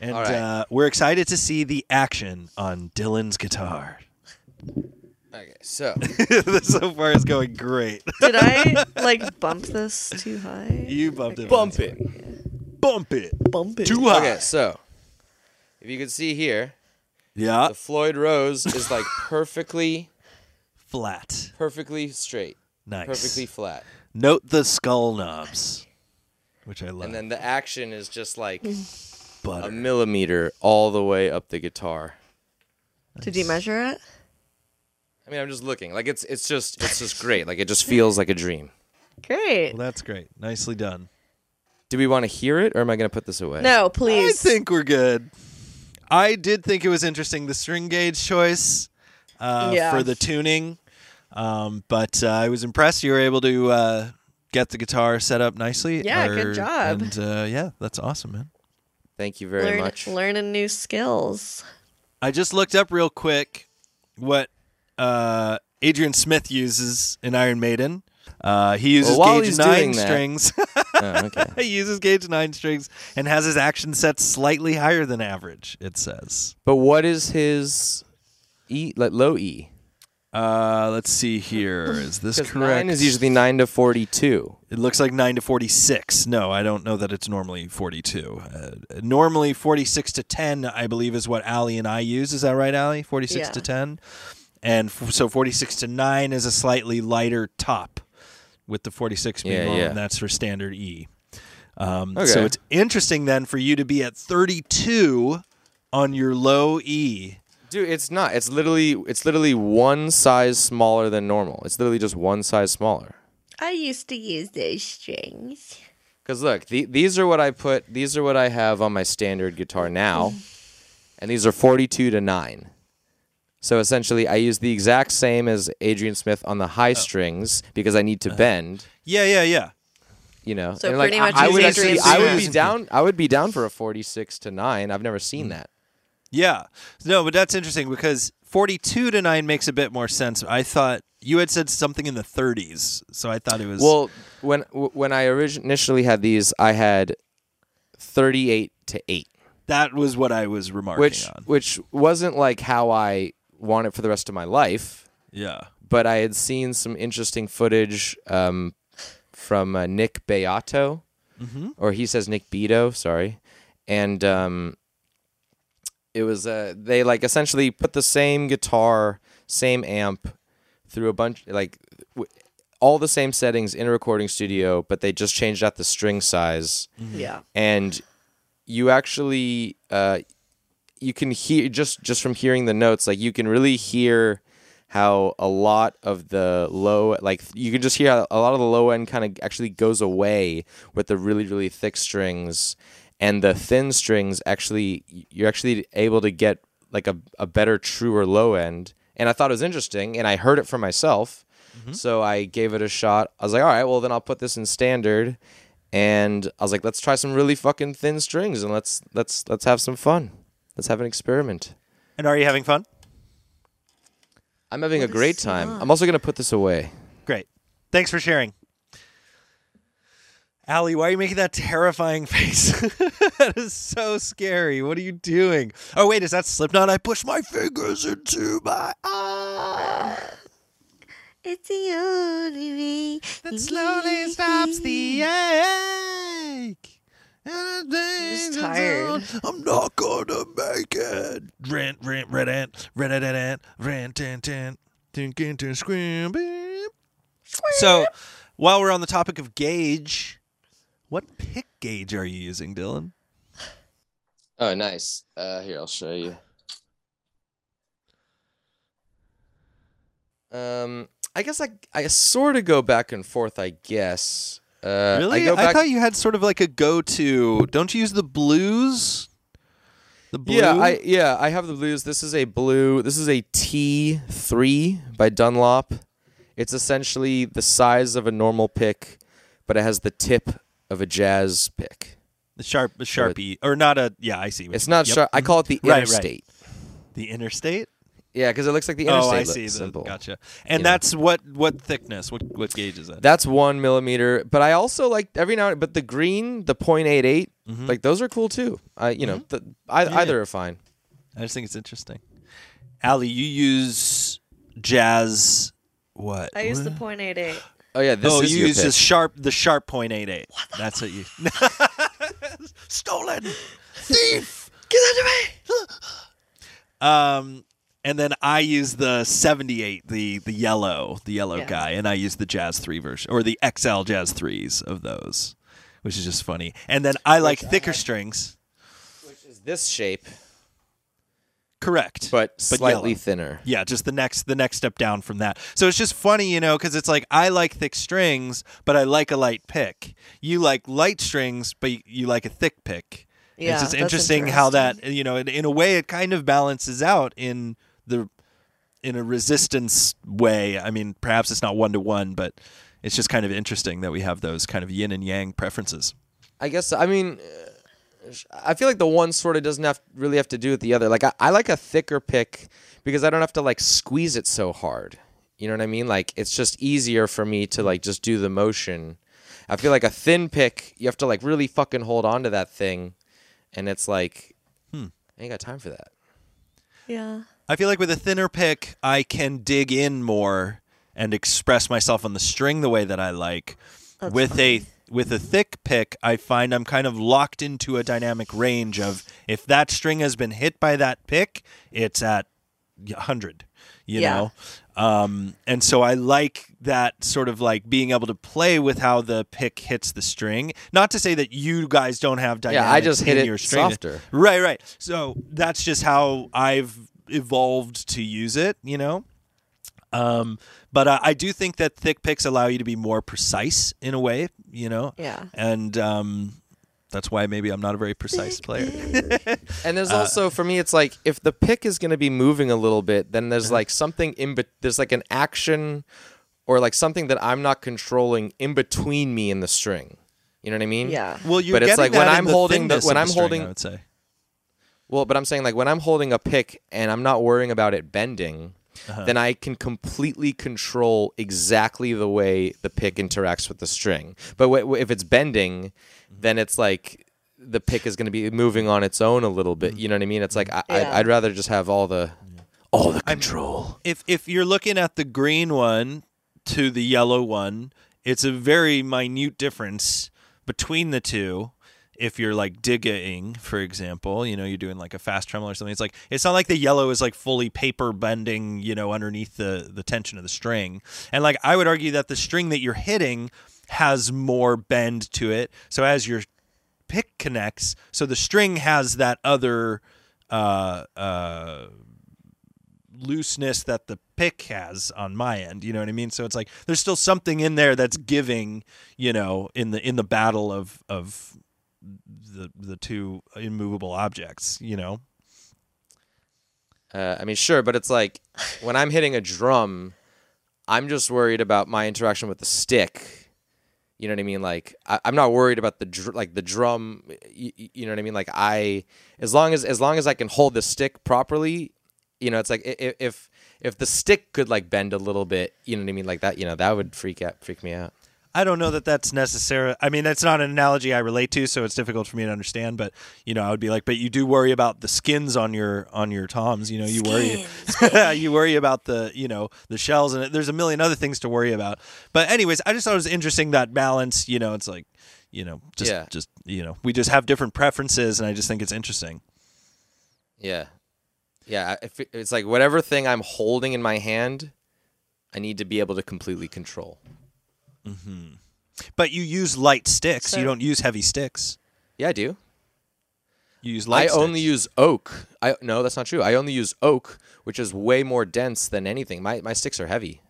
Speaker 1: And
Speaker 3: All right.
Speaker 1: uh, we're excited to see the action on Dylan's guitar.
Speaker 3: Okay. So.
Speaker 1: so far is going great.
Speaker 2: Did I like bump this too high?
Speaker 1: You bumped it.
Speaker 3: Bump it.
Speaker 1: Bump it.
Speaker 2: bump it.
Speaker 1: Too high.
Speaker 3: Okay, so if you can see here,
Speaker 1: Yeah.
Speaker 3: the Floyd Rose is like perfectly,
Speaker 1: Flat.
Speaker 3: perfectly straight,
Speaker 1: Nice.
Speaker 3: perfectly flat,
Speaker 1: Note the skull knobs, which I love.
Speaker 3: and then the action is just like a
Speaker 1: Butter.
Speaker 3: millimeter all the way up the guitar.
Speaker 2: Did you measure it?
Speaker 3: I mean, I'm just looking like it's it's just it's just great. Like it just feels like a dream.
Speaker 2: Great.
Speaker 1: Well, that's great. Nicely done.
Speaker 3: Do we want to hear it, or am I gonna put this away?
Speaker 2: No, please.
Speaker 1: I think we're good. I did think it was interesting the string gauge choice uh,
Speaker 2: Yeah.
Speaker 1: for the tuning, um, but uh, I was impressed you were able to uh, get the guitar set up nicely.
Speaker 2: Yeah, good job.
Speaker 1: And uh, yeah, that's awesome, man.
Speaker 3: Thank you very
Speaker 2: learn,
Speaker 3: much.
Speaker 2: Learning new skills.
Speaker 1: I just looked up real quick what uh, Adrian Smith uses in Iron Maiden. Uh, he uses
Speaker 3: Well, while
Speaker 1: gauge
Speaker 3: he's
Speaker 1: nine
Speaker 3: doing that-
Speaker 1: strings.
Speaker 3: Oh, okay.
Speaker 1: he uses gauge nine strings and has his action set slightly higher than average. It says.
Speaker 3: But what is his E like low E?
Speaker 1: Uh, let's see here. Is this
Speaker 3: 'Cause
Speaker 1: correct?
Speaker 3: Nine is usually nine to forty-two.
Speaker 1: It looks like nine to forty-six. No, I don't know that it's normally forty-two. Uh, normally forty-six to ten, I believe, is what Allie and I use. Is that right, Allie? Forty-six
Speaker 2: Yeah.
Speaker 1: to ten, and f- so forty-six to nine is a slightly lighter top, with the forty-six being
Speaker 3: Yeah,
Speaker 1: on.
Speaker 3: yeah.
Speaker 1: and That's for standard E. Um, So
Speaker 3: Okay.
Speaker 1: it's interesting then for you to be at thirty-two on your low E.
Speaker 3: Dude, it's not. It's literally it's literally one size smaller than normal. It's literally just one size smaller.
Speaker 2: I used to use those strings.
Speaker 3: Cuz look, the, these are what I put these are what I have on my standard guitar now. And these are 42 to 9. So essentially I use the exact same as Adrian Smith on the high strings because I need to bend,
Speaker 1: Yeah, yeah, yeah.
Speaker 3: you know.
Speaker 2: So
Speaker 3: and
Speaker 2: pretty much
Speaker 3: like, I, I
Speaker 2: use
Speaker 3: would
Speaker 2: Adrian
Speaker 3: actually I would be
Speaker 1: Smith.
Speaker 3: down I would be down for a 46 to 9. I've never seen that.
Speaker 1: Yeah. No, but that's interesting because 42 to 9 makes a bit more sense. I thought you had said something in the 30s, so I thought it was
Speaker 3: Well, when when I origi- initially had these, I had 38 to 8.
Speaker 1: that was what I was remarking
Speaker 3: which
Speaker 1: on.
Speaker 3: which wasn't like how I want it for the rest of my life,
Speaker 1: Yeah.
Speaker 3: but I had seen some interesting footage um, from uh, Nick Beato, or he says Nick Beato, sorry, and um, it was uh, they like essentially put the same guitar, same amp, through a bunch like w- all the same settings in a recording studio, but they just changed out the string size
Speaker 2: Yeah.
Speaker 3: and you actually uh, you can hear just just from hearing the notes like you can really hear how a lot of the low like you can just hear how a lot of the low end kind of actually goes away with the really really thick strings and the thin strings actually you're actually able to get like a, a better truer low end and i thought it was interesting and i heard it for myself so i gave it a shot i was like all right well then i'll put this in standard and I was like, let's try some really fucking thin strings and let's let's let's have some fun. Let's have an experiment.
Speaker 1: And are you having fun?
Speaker 3: I'm having
Speaker 2: What
Speaker 3: a
Speaker 2: a
Speaker 3: great time.
Speaker 2: song.
Speaker 3: I'm also gonna put this away.
Speaker 1: Great. Thanks for sharing. Allie, why are you making that terrifying face? that is so scary. What are you doing? Oh, wait, is that Slipknot? I push my fingers into my eye.
Speaker 2: It's the only way
Speaker 1: That slowly stops the ache. And I'm
Speaker 2: tired.
Speaker 1: I'm not gonna make it. Rent, rent, red ant, red ant, ant, rent, ant, ant, thinking to scream. beep. So, while we're on the topic of gauge, what pick gauge are you using, Dylan?
Speaker 3: Oh nice. Uh here I'll show you. Um I guess I I sort of go back and forth, I guess. Uh, I,
Speaker 1: really? I,
Speaker 3: go back,
Speaker 1: thought you had sort of like a go-to. Don't you use the blues? The blue?
Speaker 3: Yeah, I yeah, I have the blues. This is a blue. This is a T3 by Dunlop. It's essentially the size of a normal pick, but it has the tip of a jazz pick.
Speaker 1: the sharp, the sharpie, or not a? Yeah, I see. what
Speaker 3: It's
Speaker 1: you-
Speaker 3: not
Speaker 1: yep.
Speaker 3: sharp. I call it the
Speaker 1: Right, right.
Speaker 3: interstate.
Speaker 1: The interstate.
Speaker 3: Yeah, because it looks like the interstate.
Speaker 1: Oh, I
Speaker 3: look-
Speaker 1: see. The,
Speaker 3: symbol.
Speaker 1: gotcha. And
Speaker 3: You know.
Speaker 1: that's what what thickness? What what gauge is that?
Speaker 3: That's one millimeter. But I also like every now and but the green, the .88,
Speaker 1: Mm-hmm.
Speaker 3: like those are cool too. I you know the, I, either are fine.
Speaker 1: I just think it's interesting. Ali, you use jazz. What?
Speaker 2: I use the
Speaker 1: What?
Speaker 2: point eight eight.
Speaker 3: Oh yeah, this
Speaker 1: oh,
Speaker 3: is
Speaker 1: you
Speaker 3: your
Speaker 1: use
Speaker 3: pick.
Speaker 1: the sharp the sharp point eight eight. That's what you. Stolen thief.
Speaker 2: Get that away.
Speaker 1: Um, and then I use the seventy eight, the the yellow, the yellow
Speaker 2: Yeah.
Speaker 1: guy, and I use the jazz three version or the XL jazz threes of those, which is just funny. And then I like thicker strings.
Speaker 3: Which is this shape,
Speaker 1: Correct,
Speaker 3: but,
Speaker 1: yellow.
Speaker 3: slightly thinner.
Speaker 1: yeah just the next the next step down from that so it's just funny you know because it's like i like thick strings but i like a light pick you like light strings but you, you like a thick pick And
Speaker 2: Yeah,
Speaker 1: it's just
Speaker 2: that's
Speaker 1: interesting, how that
Speaker 2: interesting.
Speaker 1: you know in, in a way it kind of balances out in the in a resistance way i mean perhaps it's not one-to-one but it's just kind of interesting that we have those kind of yin and yang preferences
Speaker 3: I guess I mean, uh, I feel like the one sort of doesn't have really have to do with the other. Like I, I like a thicker pick because I don't have to like squeeze it so hard. You know what I mean? Like it's just easier for me to like just do the motion. I feel like a thin pick, you have to like really fucking hold on to that thing, and it's like, I ain't got time for that.
Speaker 2: Yeah.
Speaker 1: I feel like with a thinner pick, I can dig in more and express myself on the string the way that I like. with a with a thick pick, I find I'm kind of locked into a dynamic range of if that string has been hit by that pick, it's at 100, you
Speaker 2: Yeah.
Speaker 1: know. Um, and so I like that sort of like being able to play with how the pick hits the string. Not to say that you guys don't have dynamics.
Speaker 3: I just hit
Speaker 1: in
Speaker 3: it
Speaker 1: your string.
Speaker 3: softer.
Speaker 1: Right, right. So that's just how I've evolved to use it, you know? Um, but uh, I do think that thick picks allow you to be more precise in a way, you know?
Speaker 2: Yeah.
Speaker 1: And um, that's why maybe I'm not a very precise player.
Speaker 3: And there's
Speaker 1: Uh,
Speaker 3: also for me, it's like if the pick is going to be moving a little bit, then
Speaker 1: Mm-hmm.
Speaker 3: there's like something in. bet there's like an action, or like something that I'm not controlling in between me and the string. You know what I mean?
Speaker 2: Yeah.
Speaker 1: Well, you're
Speaker 3: But it's
Speaker 1: getting
Speaker 3: like when
Speaker 1: that in
Speaker 3: I'm
Speaker 1: the
Speaker 3: holding the-
Speaker 1: thickness
Speaker 3: when
Speaker 1: of
Speaker 3: I'm
Speaker 1: string,
Speaker 3: holding-
Speaker 1: I would say.
Speaker 3: Well, but I'm saying like when I'm holding a pick and I'm not worrying about it bending, then I can completely control exactly the way the pick interacts with the string. But w- w- if it's bending, then it's like the pick is going to be moving on its own a little bit. You know what I mean? It's like I-
Speaker 2: Yeah.
Speaker 3: I- I'd rather just have all the all the control.
Speaker 1: if if you're looking at the green one to the yellow one, it's a very minute difference between the two. If you're like digging, for example, you know, you're doing like a fast tremolo or something, it's like it's not like the yellow is like fully paper bending, you know, underneath the the tension of the string. And like I would argue that the string that you're hitting has more bend to it. So as your pick connects, so the string has that other uh uh looseness that the pick has on my end you know what i mean so it's like there's still something in there that's giving you know in the in the battle of of the the two immovable objects you know
Speaker 3: Uh, I mean, sure, but it's like when I'm hitting a drum, I'm just worried about my interaction with the stick. You know what I mean? Like I, I'm not worried about the dr- like the drum. You, you know what I mean? Like I, as long as as long as I can hold the stick properly, you know, it's like i- i- if if the stick could like bend a little bit, you know what I mean? Like that, you know, that would freak out freak me out.
Speaker 1: I don't know that that's necessary. I mean, that's not an analogy I relate to, so it's difficult for me to understand. But you know, I would be like, but you do worry about the skins on your on your toms. You know, you worry, you worry about the you know the shells, and there's a million other things to worry about. But anyways, I just thought it was interesting that balance. You know, it's like, you know, just
Speaker 3: Yeah.
Speaker 1: just you know, we just have different preferences, and I just think it's interesting.
Speaker 3: Yeah, yeah. I- If it- it's like whatever thing I'm holding in my hand, I need to be able to completely control.
Speaker 1: But you use light sticks.
Speaker 2: So-
Speaker 1: you don't use heavy sticks.
Speaker 3: Yeah, I do.
Speaker 1: You use light.
Speaker 3: I only
Speaker 1: sticks.
Speaker 3: use oak. I no, that's not true. I only use oak, which is way more dense than anything. My my sticks are heavy.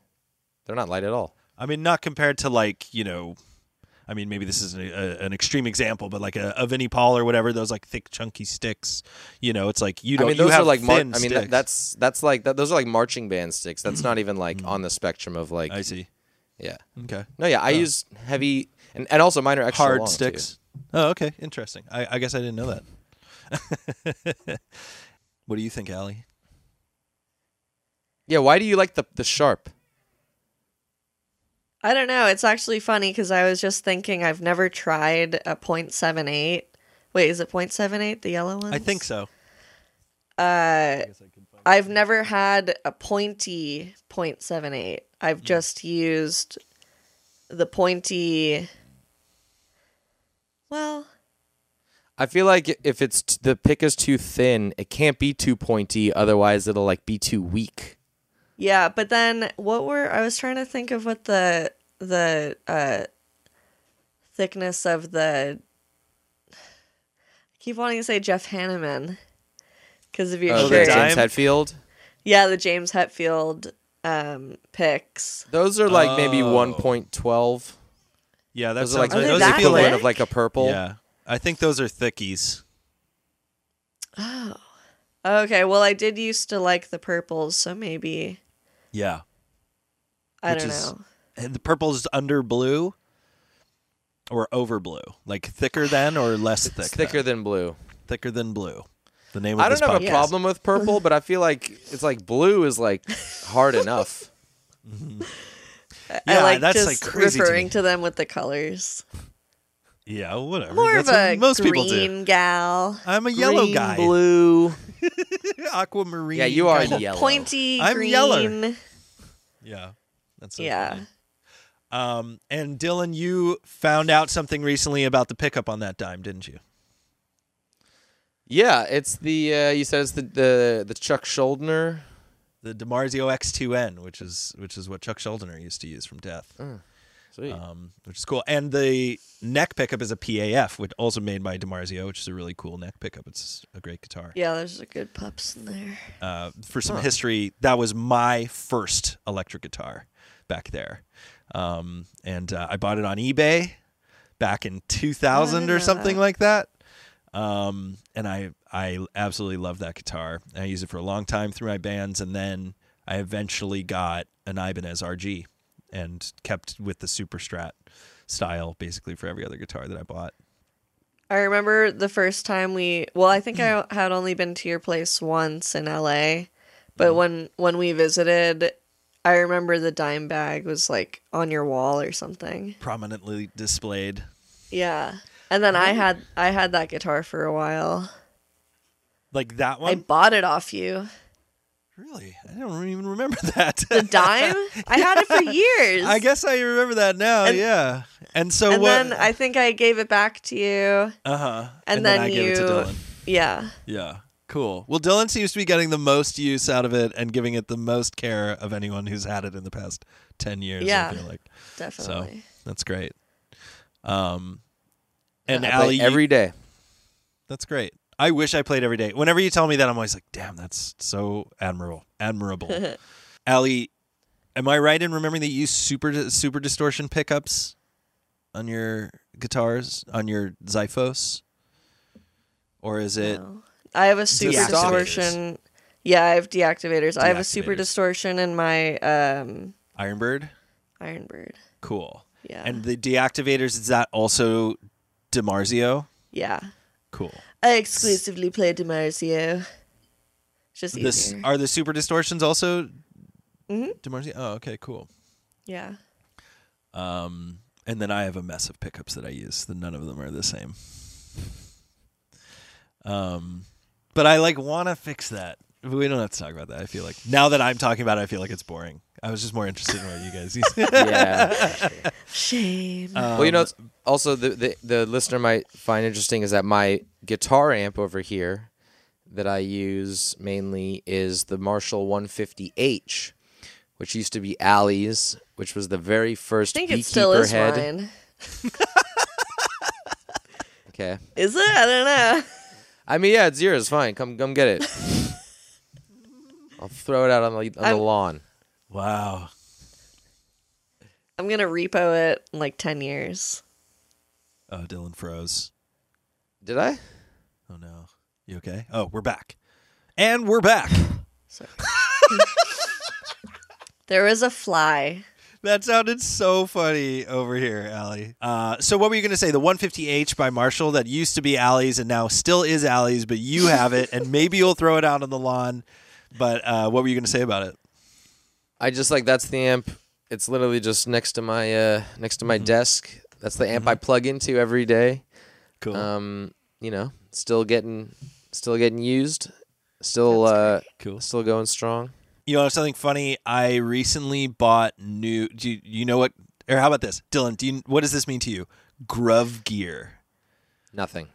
Speaker 3: They're not light at all.
Speaker 1: I mean, not compared to like you know, I mean, maybe this is an, a, an extreme example, but like a, a Vinnie Paul or whatever, those like thick, chunky sticks. You know, it's like you
Speaker 3: I
Speaker 1: don't.
Speaker 3: mean,
Speaker 1: you
Speaker 3: those
Speaker 1: have
Speaker 3: are like mar- I
Speaker 1: thin
Speaker 3: mean, tha-
Speaker 1: sticks.
Speaker 3: that's that's like that, those are like marching band sticks. That's not even like on the spectrum of like
Speaker 1: I see.
Speaker 3: yeah.
Speaker 1: Okay,
Speaker 3: No, yeah, I use heavy and, and also mine are extra
Speaker 1: hard
Speaker 3: long, too.
Speaker 1: sticks. Oh, okay, interesting. I, I guess I didn't know that. what do you think, Allie?
Speaker 3: Yeah, why do you like the the sharp?
Speaker 2: I don't know. It's actually funny because I was just thinking I've never tried a .78. Wait, is it .78 the yellow one?
Speaker 1: I think so.
Speaker 2: Uh, I've never had a pointy .78. I've just used the pointy. Well,
Speaker 3: I feel like if it's t- the pick is too thin, it can't be too pointy. Otherwise, it'll like be too weak.
Speaker 2: yeah, but then what were I was trying to think of what the the uh thickness of the I keep wanting to say Jeff Hanneman because of your
Speaker 3: Uh,
Speaker 1: Oh,
Speaker 2: shirt.
Speaker 1: the
Speaker 3: the
Speaker 1: dime?
Speaker 3: James Hetfield.
Speaker 2: Yeah, the James Hetfield um picks.
Speaker 3: Those are like maybe
Speaker 1: Oh.
Speaker 3: one point twelve.
Speaker 1: Yeah, that's
Speaker 3: Those are like
Speaker 2: Are they
Speaker 3: the
Speaker 2: that
Speaker 3: equivalent
Speaker 2: thick?
Speaker 3: of like a purple.
Speaker 1: Yeah, I think those are thickies.
Speaker 2: Oh. Okay, well I did used to like the purples, so maybe
Speaker 1: Yeah,
Speaker 2: I
Speaker 1: Which
Speaker 2: don't
Speaker 1: is-
Speaker 2: know.
Speaker 1: and the purple is under blue. Or over blue, like thicker than or less thick.
Speaker 3: It's thicker than blue.
Speaker 1: thicker than blue. The name of
Speaker 3: I
Speaker 1: this
Speaker 3: don't have a
Speaker 1: podcast.
Speaker 2: Yes.
Speaker 3: problem with purple, but I feel like it's like blue is like hard enough.
Speaker 1: Yeah,
Speaker 2: I like
Speaker 1: that's, like,
Speaker 2: just
Speaker 1: crazy to
Speaker 2: referring
Speaker 1: me.
Speaker 2: to, them with the colors.
Speaker 1: Yeah, whatever.
Speaker 2: More
Speaker 1: That's
Speaker 2: of a
Speaker 1: what most
Speaker 2: green
Speaker 1: people do.
Speaker 2: gal.
Speaker 1: I'm a yellow
Speaker 3: Green,
Speaker 1: guy.
Speaker 3: Blue.
Speaker 1: Aquamarine.
Speaker 3: Yeah, you are
Speaker 1: kind of-
Speaker 3: yellow.
Speaker 2: Pointy
Speaker 1: I'm
Speaker 2: green.
Speaker 1: yeller. Yeah. That's so
Speaker 2: Yeah.
Speaker 1: funny. Um, and Dylan, you found out something recently about the pickup on that dime, didn't you?
Speaker 3: Yeah, it's the uh, you said it's the the, the Chuck Schuldner.
Speaker 1: The DiMarzio X2N, which is which is what Chuck Schuldiner used to use from Death,
Speaker 3: Sweet.
Speaker 1: um, which is cool. And the neck pickup is a PAF, which also made by DiMarzio, which is a really cool neck pickup. It's a great guitar.
Speaker 2: Yeah, there's a good pups in there.
Speaker 1: uh, for some history, that was my first electric guitar back there. Um, and uh, I bought it on eBay back in 2000 or
Speaker 2: know
Speaker 1: something
Speaker 2: that.
Speaker 1: like that. Um, and I, I absolutely love that guitar. I used it for a long time through my bands. And then I eventually got an Ibanez RG and kept with the Super Strat style basically for every other guitar that I bought.
Speaker 2: I remember the first time we well, I think I had only been to your place once in LA,
Speaker 1: Mm-hmm.
Speaker 2: but when when we visited, I remember the dime bag was like on your wall or something.
Speaker 1: Prominently displayed.
Speaker 2: Yeah. And then I had I had that guitar for a while.
Speaker 1: Like that
Speaker 2: I
Speaker 1: one?
Speaker 2: bought it off you.
Speaker 1: really? I don't even remember that.
Speaker 2: The dime? I had it for years.
Speaker 1: I guess I remember that now.
Speaker 2: And-
Speaker 1: yeah. And so
Speaker 2: and
Speaker 1: what?
Speaker 2: then I think I gave it back to you.
Speaker 1: uh huh.
Speaker 2: Uh-huh. and
Speaker 1: then,
Speaker 2: then
Speaker 1: I give it to
Speaker 2: you-
Speaker 1: Dylan.
Speaker 2: Yeah.
Speaker 1: Yeah. Cool. Well, Dylan seems to be getting the most use out of it and giving it the most care of anyone who's had it in the past ten years.
Speaker 2: Yeah.
Speaker 1: I feel like so.
Speaker 2: Definitely.
Speaker 1: That's great. Um, and
Speaker 3: I play
Speaker 1: Allie, you-
Speaker 3: every day.
Speaker 1: that's great. I wish I played every day. Whenever you tell me that, I'm always like, damn, that's so admirable. Admirable. Allie, am I right in remembering that you use super super distortion pickups on your guitars on your Zyphos, or is it?
Speaker 2: No. I have a super
Speaker 1: Deactivators.
Speaker 2: distortion. Yeah, I have deactivators. I have a super
Speaker 1: Deactivators.
Speaker 2: distortion in my um
Speaker 1: Ironbird?
Speaker 2: Ironbird.
Speaker 1: Cool.
Speaker 2: Yeah.
Speaker 1: And the deactivators is that also DiMarzio?
Speaker 2: yeah.
Speaker 1: Cool.
Speaker 2: I exclusively play DiMarzio. It's just easier. Mm-hmm.
Speaker 1: This are the super distortions also DiMarzio. Oh, okay, cool.
Speaker 2: yeah.
Speaker 1: Um, and then I have a mess of pickups that I use. That none of them are the same. Um, but I like want to fix that. But we don't have to talk about that. I feel like now that I'm talking about it, I feel like it's boring. I was just more interested in what you guys use.
Speaker 3: yeah.
Speaker 2: Shame.
Speaker 3: well, you know, it's also the, the the listener might find interesting is that my guitar amp over here that I use mainly is the Marshall 150H, which used to be Allie's, which was the very first
Speaker 2: I think
Speaker 3: beekeeper
Speaker 2: it still is
Speaker 3: head.
Speaker 2: mine.
Speaker 3: Okay.
Speaker 2: Is it? I don't know.
Speaker 3: I mean, yeah, it's yours. Fine. Come, come get it. I'll throw it out on the on
Speaker 2: I'm-
Speaker 3: the lawn.
Speaker 1: wow.
Speaker 2: I'm gonna repo it in like ten years.
Speaker 1: Oh, Dylan froze.
Speaker 3: Did I?
Speaker 1: Oh no. You okay? Oh, we're back. And we're back.
Speaker 2: There was a fly.
Speaker 1: That sounded so funny over here, Allie. Uh, so, what were you going to say? The 150H by Marshall that used to be Allie's and now still is Allie's, but you have it, and maybe you'll throw it out on the lawn. But uh, what were you going to say about it?
Speaker 3: I just like that's the amp. It's literally just next to my uh next to my
Speaker 2: Mm-hmm.
Speaker 3: desk. That's the amp I plug into every day.
Speaker 1: Cool.
Speaker 3: Um, you know, still getting still getting used. Still uh
Speaker 1: Cool.
Speaker 3: still going strong.
Speaker 1: You know something funny? I recently bought new. Do you, you know what? Or how about this, Dylan? Do you? What does this mean to you? Grove gear,
Speaker 3: Nothing.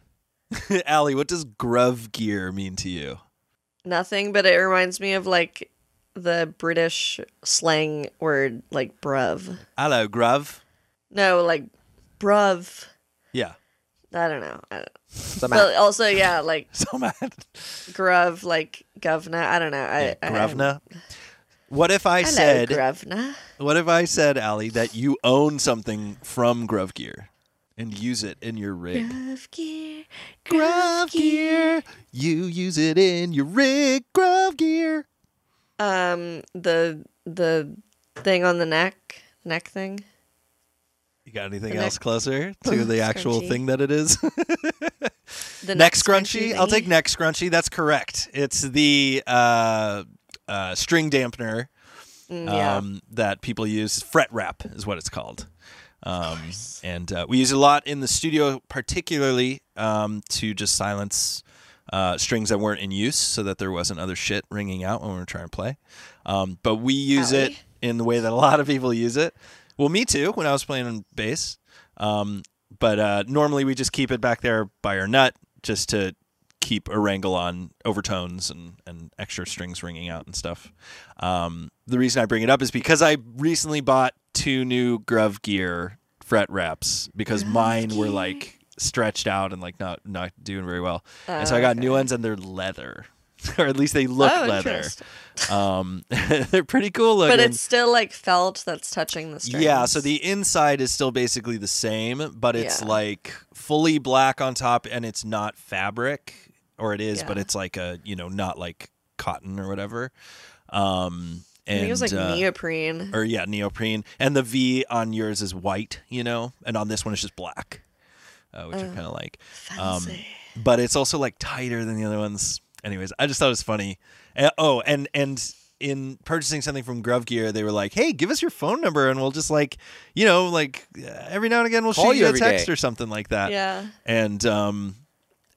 Speaker 1: Allie. What does grove gear mean to you?
Speaker 2: Nothing, but it reminds me of like the British slang word like bruv.
Speaker 1: Hello, grove.
Speaker 2: No, like bruv.
Speaker 1: Yeah.
Speaker 2: I don't know. I don't,
Speaker 3: Some
Speaker 2: but also, yeah, like
Speaker 1: So mad.
Speaker 2: gruv, like govna. I don't know. I, I-
Speaker 1: Grovna. What if I
Speaker 2: Hello,
Speaker 1: said?
Speaker 2: grovna.
Speaker 1: What if I said, Allie, that you own something from Grove Gear and use it in your rig?
Speaker 2: Gruv gear.
Speaker 1: Grove Gear, you use it in your rig. Grove Gear.
Speaker 2: Um, the the thing on the neck, neck thing.
Speaker 1: You got anything
Speaker 2: The
Speaker 1: else
Speaker 2: neck-
Speaker 1: closer to the actual
Speaker 2: Scrunchy.
Speaker 1: thing that it is?
Speaker 2: The
Speaker 1: neck scrunchie. I'll
Speaker 2: thingy.
Speaker 1: take neck scrunchie. That's correct. It's the uh, uh, string dampener
Speaker 2: Mm, yeah.
Speaker 1: um, that people use. Fret wrap is what it's called. Um, and uh, we use it a lot in the studio, particularly um, to just silence uh, strings that weren't in use so that there wasn't other shit ringing out when we were trying to play. Um, but we use it
Speaker 2: Allie?
Speaker 1: in the way that a lot of people use it. Well, me too, when I was playing on bass. Um, but uh, normally we just keep it back there by our nut just to keep a wrangle on overtones and, and extra strings ringing out and stuff. Um, the reason I bring it up is because I recently bought two new Grove Gear fret wraps because mine were like stretched out and like not not doing very well. and so I got new ones and they're leather. or at least they look
Speaker 2: Oh,
Speaker 1: leather.
Speaker 2: interesting.
Speaker 1: Um, they're pretty cool looking.
Speaker 2: But it's still like felt that's touching the strings.
Speaker 1: Yeah, so the inside is still basically the same, but it's
Speaker 2: Yeah.
Speaker 1: like fully black on top and it's not fabric or it is, but
Speaker 2: Yeah.
Speaker 1: it's like a, you know, not like cotton or whatever. Um
Speaker 2: I
Speaker 1: and
Speaker 2: think it was like
Speaker 1: uh,
Speaker 2: neoprene.
Speaker 1: or yeah, neoprene. And the V on yours is white, you know, and on this one it's just black, uh, which I kind of like. Um,
Speaker 2: Fancy.
Speaker 1: but it's also like tighter than the other ones. Anyways, I just thought it was funny. And, oh, and and in purchasing something from Grove Gear, they were like, "Hey, give us your phone number, and we'll just like, you know, like uh, every now and again we'll
Speaker 3: Call
Speaker 1: shoot
Speaker 3: you
Speaker 1: you a
Speaker 3: every
Speaker 1: text
Speaker 3: day."
Speaker 1: or something like that."
Speaker 2: yeah.
Speaker 1: And um,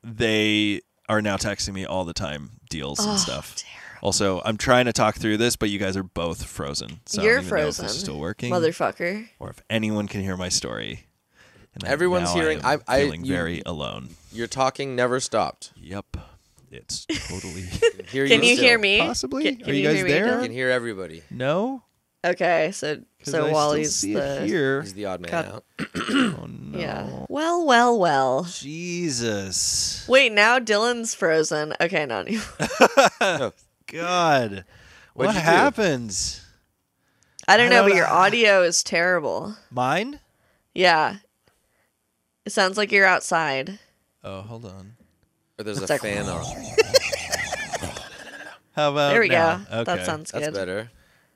Speaker 1: they are now texting me all the time, deals
Speaker 2: Oh,
Speaker 1: and stuff. Also, I'm trying to talk through this, but you guys are both frozen. So I
Speaker 2: You're
Speaker 1: don't even know if this
Speaker 2: frozen.
Speaker 1: is still working
Speaker 2: Motherfucker.
Speaker 1: or if anyone can hear my story. And that
Speaker 3: Everyone's
Speaker 1: now
Speaker 3: hearing-
Speaker 1: I am
Speaker 3: I- I-
Speaker 1: feeling
Speaker 3: you-
Speaker 1: very alone.
Speaker 3: Your talking never stopped.
Speaker 1: Yep, it's totally
Speaker 3: Hear
Speaker 2: Can you
Speaker 3: still.
Speaker 2: hear me?
Speaker 1: possibly.
Speaker 2: Can- can
Speaker 1: Are you,
Speaker 2: you
Speaker 1: guys
Speaker 2: hear me,
Speaker 1: there?
Speaker 3: I can hear everybody.
Speaker 1: No,
Speaker 2: Okay, so
Speaker 1: 'Cause I
Speaker 2: so
Speaker 1: still
Speaker 2: Wally's
Speaker 1: see it
Speaker 2: the
Speaker 1: here.
Speaker 3: He's the odd man
Speaker 2: Cut.
Speaker 3: out.
Speaker 1: Oh no!
Speaker 2: yeah. Well, well, well.
Speaker 1: Jesus,
Speaker 2: Wait, now Dylan's frozen. Okay, not anymore.
Speaker 1: God,
Speaker 3: What'd
Speaker 1: what
Speaker 3: you do?
Speaker 1: happens?
Speaker 2: I don't
Speaker 1: I
Speaker 2: know,
Speaker 1: don't
Speaker 2: but your
Speaker 1: know.
Speaker 2: audio is terrible.
Speaker 1: Mine?
Speaker 2: Yeah. It sounds like you're outside.
Speaker 1: Oh, hold on.
Speaker 3: Or there's a
Speaker 2: It's like-
Speaker 3: fan on.
Speaker 1: How about
Speaker 2: There we
Speaker 1: now?
Speaker 2: go. That
Speaker 1: Oh, Okay.
Speaker 2: sounds
Speaker 3: That's
Speaker 2: good.
Speaker 3: better.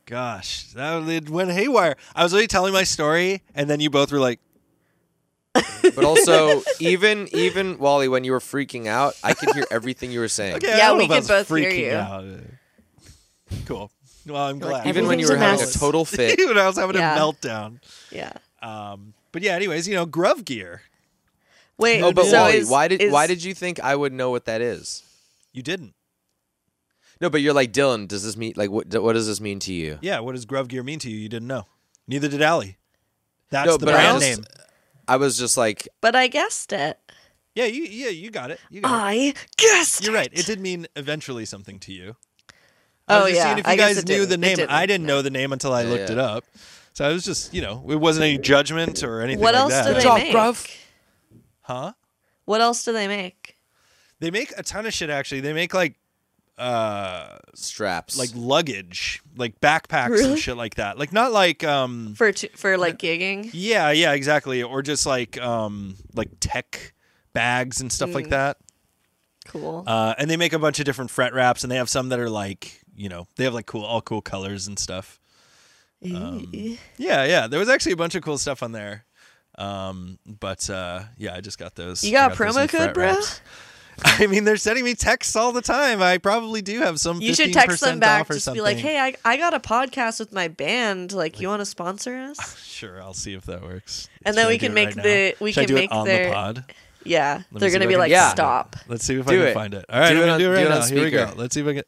Speaker 1: Gosh, that it went haywire. I was already telling my story, and then you both were like,
Speaker 3: But also, even even Wally, when you were freaking out, I could hear everything you were saying.
Speaker 1: "Okay, I
Speaker 2: Yeah,
Speaker 1: don't know
Speaker 2: we
Speaker 1: if
Speaker 2: could
Speaker 1: I was
Speaker 2: both hear
Speaker 1: freaking
Speaker 2: you.
Speaker 1: Out. Cool. Well, I'm
Speaker 2: You're like,
Speaker 1: glad.
Speaker 3: Even when you
Speaker 2: Everything's
Speaker 3: were
Speaker 2: a
Speaker 3: having a
Speaker 2: mess.
Speaker 3: total fit.
Speaker 1: Even when I was having
Speaker 2: Yeah.
Speaker 1: a meltdown.
Speaker 2: Yeah.
Speaker 1: Um, but yeah, anyways, you know, Grove Gear.
Speaker 2: Wait.
Speaker 3: Oh, but
Speaker 2: so
Speaker 3: Wally,
Speaker 2: is-
Speaker 3: why did
Speaker 2: is-
Speaker 3: why did you think I would know what that is?
Speaker 1: You didn't.
Speaker 3: No, but you're like Dylan. Does this mean like what? What does this mean to you?
Speaker 1: Yeah, what does Grove Gear mean to you? You didn't know. Neither did Allie. That's
Speaker 3: No,
Speaker 1: the
Speaker 3: but
Speaker 2: I
Speaker 1: brand
Speaker 3: just-
Speaker 1: name.
Speaker 3: I was just like,
Speaker 2: But I guessed it.
Speaker 1: Yeah, you yeah, you got it. You got it.
Speaker 2: I guessed.
Speaker 1: You're right. It did mean eventually something to you. I was
Speaker 2: Oh,
Speaker 1: just
Speaker 2: yeah.
Speaker 1: seeing if you
Speaker 2: I guess
Speaker 1: guys
Speaker 2: it
Speaker 1: knew
Speaker 2: didn't.
Speaker 1: the
Speaker 2: It
Speaker 1: name. I
Speaker 2: didn't,
Speaker 1: didn't know the name until I
Speaker 3: Yeah,
Speaker 1: looked
Speaker 3: yeah.
Speaker 1: it up. So I was just, you know, it wasn't any judgment or anything
Speaker 2: What
Speaker 1: like
Speaker 2: else
Speaker 1: that.
Speaker 2: do they
Speaker 3: Drop
Speaker 2: make?
Speaker 3: Grove.
Speaker 1: Huh?
Speaker 2: What else do they make?
Speaker 1: They make a ton of shit actually. They make like uh
Speaker 3: straps.
Speaker 1: like luggage, like backpacks
Speaker 2: Really?
Speaker 1: and shit like that. Like not like um
Speaker 2: For t- for like gigging?
Speaker 1: yeah, yeah, exactly. Or just like um like tech bags and stuff
Speaker 2: Mm.
Speaker 1: like that.
Speaker 2: Cool.
Speaker 1: Uh, and they make a bunch of different fret wraps, and they have some that are like, you know, they have like cool, all cool colors and stuff. Um,
Speaker 2: Eee.
Speaker 1: Yeah, yeah. There was actually a bunch of cool stuff on there. Um, but uh, yeah, I just got those.
Speaker 2: You
Speaker 1: I
Speaker 2: got a
Speaker 1: those
Speaker 2: promo
Speaker 1: new fret
Speaker 2: code, bro?
Speaker 1: wraps. I mean, they're sending me texts all the time. I probably do have some.
Speaker 2: you should
Speaker 1: 15%
Speaker 2: text them back.
Speaker 1: off or
Speaker 2: Just
Speaker 1: something.
Speaker 2: be like, hey, I, I got a podcast with my band. Like, you want to sponsor us?
Speaker 1: Sure, I'll see if that works.
Speaker 2: And then
Speaker 1: Should
Speaker 2: we
Speaker 1: I do
Speaker 2: can
Speaker 1: it
Speaker 2: make
Speaker 1: now?
Speaker 2: the- we
Speaker 1: Should I
Speaker 2: can
Speaker 1: do
Speaker 2: make
Speaker 1: it on
Speaker 2: their-
Speaker 1: the pod.
Speaker 2: Yeah.
Speaker 1: Let me
Speaker 2: They're
Speaker 1: see
Speaker 2: going to
Speaker 1: if I
Speaker 2: be
Speaker 1: can
Speaker 2: like,
Speaker 3: find it.
Speaker 2: stop.
Speaker 1: Let's see if
Speaker 3: Do
Speaker 1: I can
Speaker 3: it.
Speaker 1: find it. All right,
Speaker 3: Do
Speaker 1: I'm
Speaker 3: it
Speaker 1: gonna
Speaker 3: on-
Speaker 1: do it
Speaker 3: do
Speaker 1: right
Speaker 3: it on
Speaker 1: now. Here we go.
Speaker 3: speaker.
Speaker 1: Let's see if I can.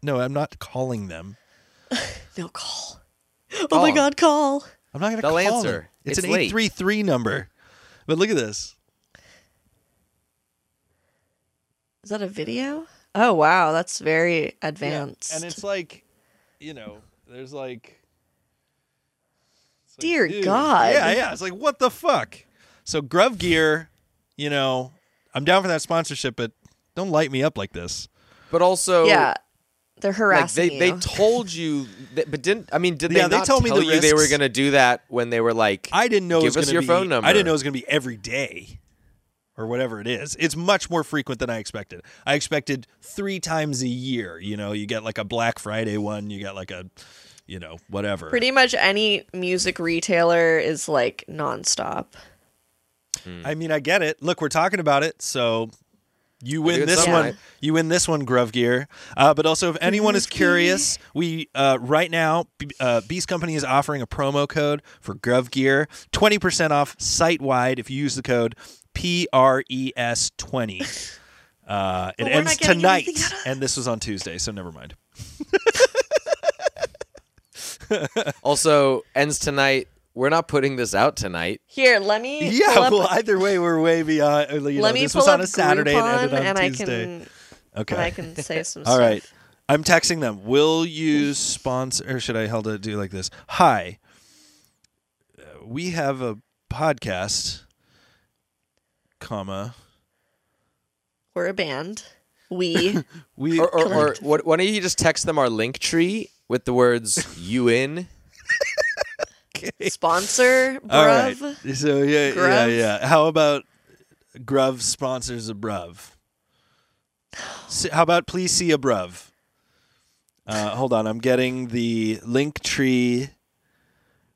Speaker 1: No, I'm not calling them.
Speaker 2: No, call. Oh
Speaker 3: Call
Speaker 2: my
Speaker 3: 'em.
Speaker 2: God, call.
Speaker 1: I'm not gonna
Speaker 3: They'll
Speaker 1: call them.
Speaker 3: answer.
Speaker 1: It's,
Speaker 3: It's
Speaker 1: an
Speaker 3: late.
Speaker 1: eight three three number. But look at this.
Speaker 2: Is that a video? Oh wow, that's very advanced.
Speaker 1: And it's like, you know, there's like. it's like,
Speaker 2: Dear
Speaker 1: dude.
Speaker 2: God.
Speaker 1: Yeah, yeah. It's like what the fuck. So Grub Gear, you know, I'm down for that sponsorship, but don't light me up like this.
Speaker 3: but also,
Speaker 2: yeah, they're
Speaker 3: like
Speaker 2: harassing
Speaker 3: they, they
Speaker 2: you.
Speaker 3: told you, that, but didn't I mean? Did
Speaker 1: Yeah,
Speaker 3: they
Speaker 1: they
Speaker 3: not
Speaker 1: told me
Speaker 3: tell
Speaker 1: the
Speaker 3: you they were
Speaker 1: risks.
Speaker 3: gonna do that when they were like?
Speaker 1: I didn't know.
Speaker 3: Give
Speaker 1: it was
Speaker 3: us
Speaker 1: gonna
Speaker 3: your
Speaker 1: be-
Speaker 3: phone number.
Speaker 1: I didn't know it was going to be every day, or whatever it is. It's much more frequent than I expected. I expected three times a year. You know, you get like a Black Friday one. You get like a, you know, whatever.
Speaker 2: Pretty much any music retailer is like nonstop.
Speaker 1: I mean, I get it. Look, we're talking about it, so you
Speaker 3: do
Speaker 1: win
Speaker 3: it
Speaker 1: this
Speaker 3: some
Speaker 1: one.
Speaker 3: night.
Speaker 1: You win this one, Grove Gear. Uh, but also, if anyone is curious, we uh, right now B- uh, Beast Company is offering a promo code for Grove Gear, twenty percent off site wide if you use the code PRES twenty. Uh, it
Speaker 2: But we're
Speaker 1: ends
Speaker 2: not getting
Speaker 1: tonight,
Speaker 2: anything out
Speaker 1: and this was on Tuesday, so never mind.
Speaker 3: also, ends tonight. We're not putting this out tonight.
Speaker 2: Here, let me
Speaker 1: Yeah,
Speaker 2: pull up,
Speaker 1: well, either way, we're way beyond. You know,
Speaker 2: let me
Speaker 1: this
Speaker 2: pull
Speaker 1: was on
Speaker 2: up
Speaker 1: a Saturday and
Speaker 2: Groupon
Speaker 1: ended on
Speaker 2: and
Speaker 1: Tuesday.
Speaker 2: I can
Speaker 1: okay,
Speaker 2: and I can say some
Speaker 1: All
Speaker 2: stuff.
Speaker 1: right. I'm texting them. Will you sponsor? Or should I hold it do like this? Hi. uh, We have a podcast, comma.
Speaker 2: We're a band. We
Speaker 1: We
Speaker 3: Or, or, or what, why don't you just text them our link tree with the words "you in"?
Speaker 2: sponsor
Speaker 1: all right.
Speaker 2: bruv.
Speaker 1: So yeah, yeah,
Speaker 2: Gruv?
Speaker 1: yeah. How about Gruv sponsors a Bruv? S- How about please see a Bruv? Uh, hold on, I'm getting the link tree,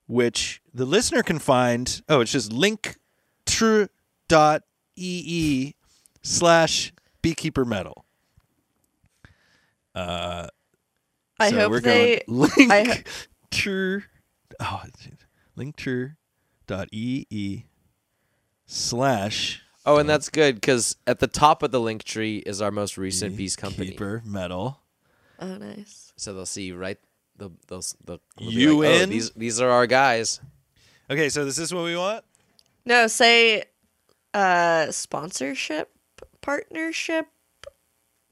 Speaker 1: which the listener can find. Oh, it's just link dot ee slash beekeeper metal. Uh,
Speaker 2: I
Speaker 1: so
Speaker 2: hope
Speaker 1: we're
Speaker 2: they
Speaker 1: going link
Speaker 2: I ho-
Speaker 1: true. Oh, link dot ee slash
Speaker 3: Oh, and that's good because at the top of the link tree is our most recent Beast Company.
Speaker 1: Keeper Metal.
Speaker 2: Oh nice.
Speaker 3: So they'll see right. They'll, they'll, they'll, they'll be
Speaker 1: You
Speaker 3: like, "Oh,
Speaker 1: in?"
Speaker 3: these these are our guys.
Speaker 1: Okay, so this is what we want.
Speaker 2: No, say uh sponsorship partnership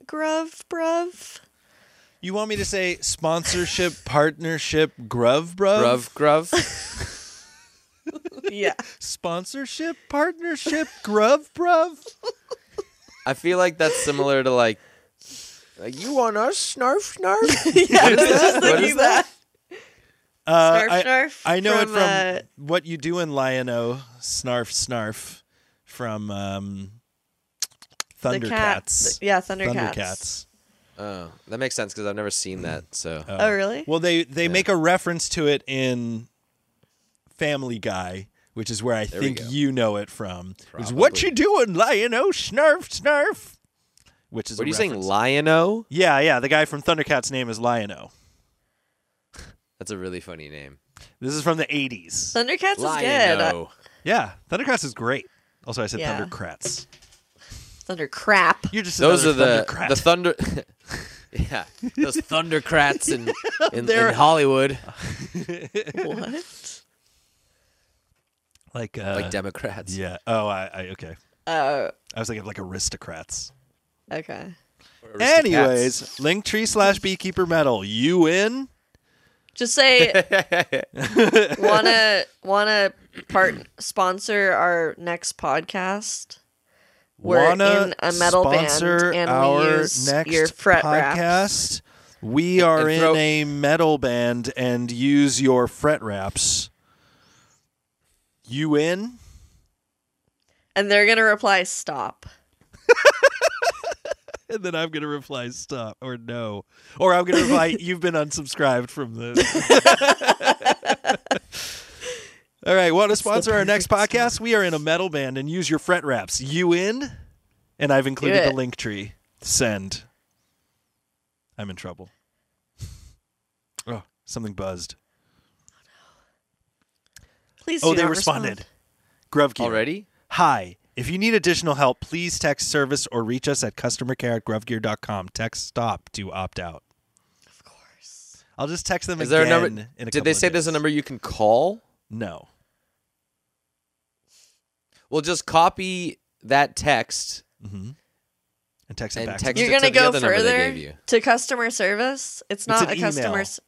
Speaker 2: gruv bruv.
Speaker 1: You want me to say sponsorship, partnership, grub, bro?
Speaker 3: Gruv, gruv.
Speaker 2: Yeah.
Speaker 1: Sponsorship, partnership, grub, bruv.
Speaker 3: I feel like that's similar to like, like you want us snarf snarf.
Speaker 2: yeah, I was just
Speaker 3: What is
Speaker 2: thinking that.
Speaker 1: Uh,
Speaker 2: Snarf,
Speaker 1: I,
Speaker 2: snarf
Speaker 1: I know
Speaker 2: from,
Speaker 1: it
Speaker 2: uh,
Speaker 1: from what you do in Lion-O, snarf, snarf, from um,
Speaker 2: The cat-
Speaker 1: Thundercats.
Speaker 2: yeah, Thundercats.
Speaker 1: Thundercats.
Speaker 3: Oh, that makes sense because I've never seen that. So
Speaker 1: Uh,
Speaker 2: Oh, really?
Speaker 1: Well, they they make a reference to it in Family Guy, which is where I
Speaker 3: we
Speaker 1: think
Speaker 3: go.
Speaker 1: you know it from. It's what you doing, lion? Oh, snarf, snarf. Which is
Speaker 3: what
Speaker 1: a
Speaker 3: are you saying,
Speaker 1: reference.
Speaker 3: Lion-O?
Speaker 1: yeah, yeah. The guy from Thundercats' name is Lion-O.
Speaker 3: That's a really funny name.
Speaker 1: This is from the '80s.
Speaker 2: Thundercats is good. Uh,
Speaker 3: Lion-O.
Speaker 1: Yeah, Thundercats is great. Also, I said
Speaker 2: Yeah.
Speaker 1: Thundercrats.
Speaker 2: Thunder crap.
Speaker 1: You're just
Speaker 3: Those are
Speaker 1: another
Speaker 3: the
Speaker 1: Thundercrat.
Speaker 3: the thunder. yeah, those thundercrats in in,
Speaker 1: They're-
Speaker 3: in Hollywood,
Speaker 2: what?
Speaker 1: like uh,
Speaker 3: like Democrats.
Speaker 1: yeah. Oh, I, I okay.
Speaker 2: Oh,
Speaker 1: I was thinking of like aristocrats.
Speaker 2: okay.
Speaker 3: Or aristocrats.
Speaker 1: Anyways, Linktree slash Beekeeper Metal. You in?
Speaker 2: Just say wanna wanna part sponsor our next podcast. We're
Speaker 1: Wanna
Speaker 2: in a metal band
Speaker 1: sponsor
Speaker 2: and we
Speaker 1: our
Speaker 2: use
Speaker 1: next
Speaker 2: your fret
Speaker 1: podcast?
Speaker 2: wraps.
Speaker 1: We are
Speaker 3: and throw-
Speaker 1: in a metal band and use your fret wraps. You in?
Speaker 2: And they're gonna reply stop.
Speaker 1: And then I'm gonna reply stop or no, or I'm gonna reply you've been unsubscribed from this. All right, want to sponsor our next podcast? We are in a metal band and use your fret wraps. You in? And I've included the
Speaker 2: it.
Speaker 1: link tree. Send. I'm in trouble. Oh, something buzzed.
Speaker 2: Please
Speaker 1: Oh,
Speaker 2: do
Speaker 1: they
Speaker 2: not
Speaker 1: responded.
Speaker 2: respond.
Speaker 1: Grubgear.
Speaker 3: already.
Speaker 1: Hi. If you need additional help, please text service or reach us at customercare at grubgear.com. Text stop to opt out.
Speaker 2: Of course.
Speaker 1: I'll just text them
Speaker 3: Is there
Speaker 1: again.
Speaker 3: a number?
Speaker 1: in a
Speaker 3: Did
Speaker 1: couple
Speaker 3: they
Speaker 1: of
Speaker 3: say there's a
Speaker 1: days.
Speaker 3: number you can call?
Speaker 1: No.
Speaker 3: Well, just copy that text.
Speaker 1: Mm-hmm. And text it
Speaker 3: And
Speaker 1: back.
Speaker 3: text
Speaker 1: to
Speaker 2: You're
Speaker 1: them.
Speaker 3: it
Speaker 2: gonna
Speaker 3: to the
Speaker 2: go
Speaker 3: other number they
Speaker 2: further
Speaker 3: gave you.
Speaker 2: to customer service. It's not
Speaker 1: an
Speaker 2: a
Speaker 1: email.
Speaker 2: customer, s-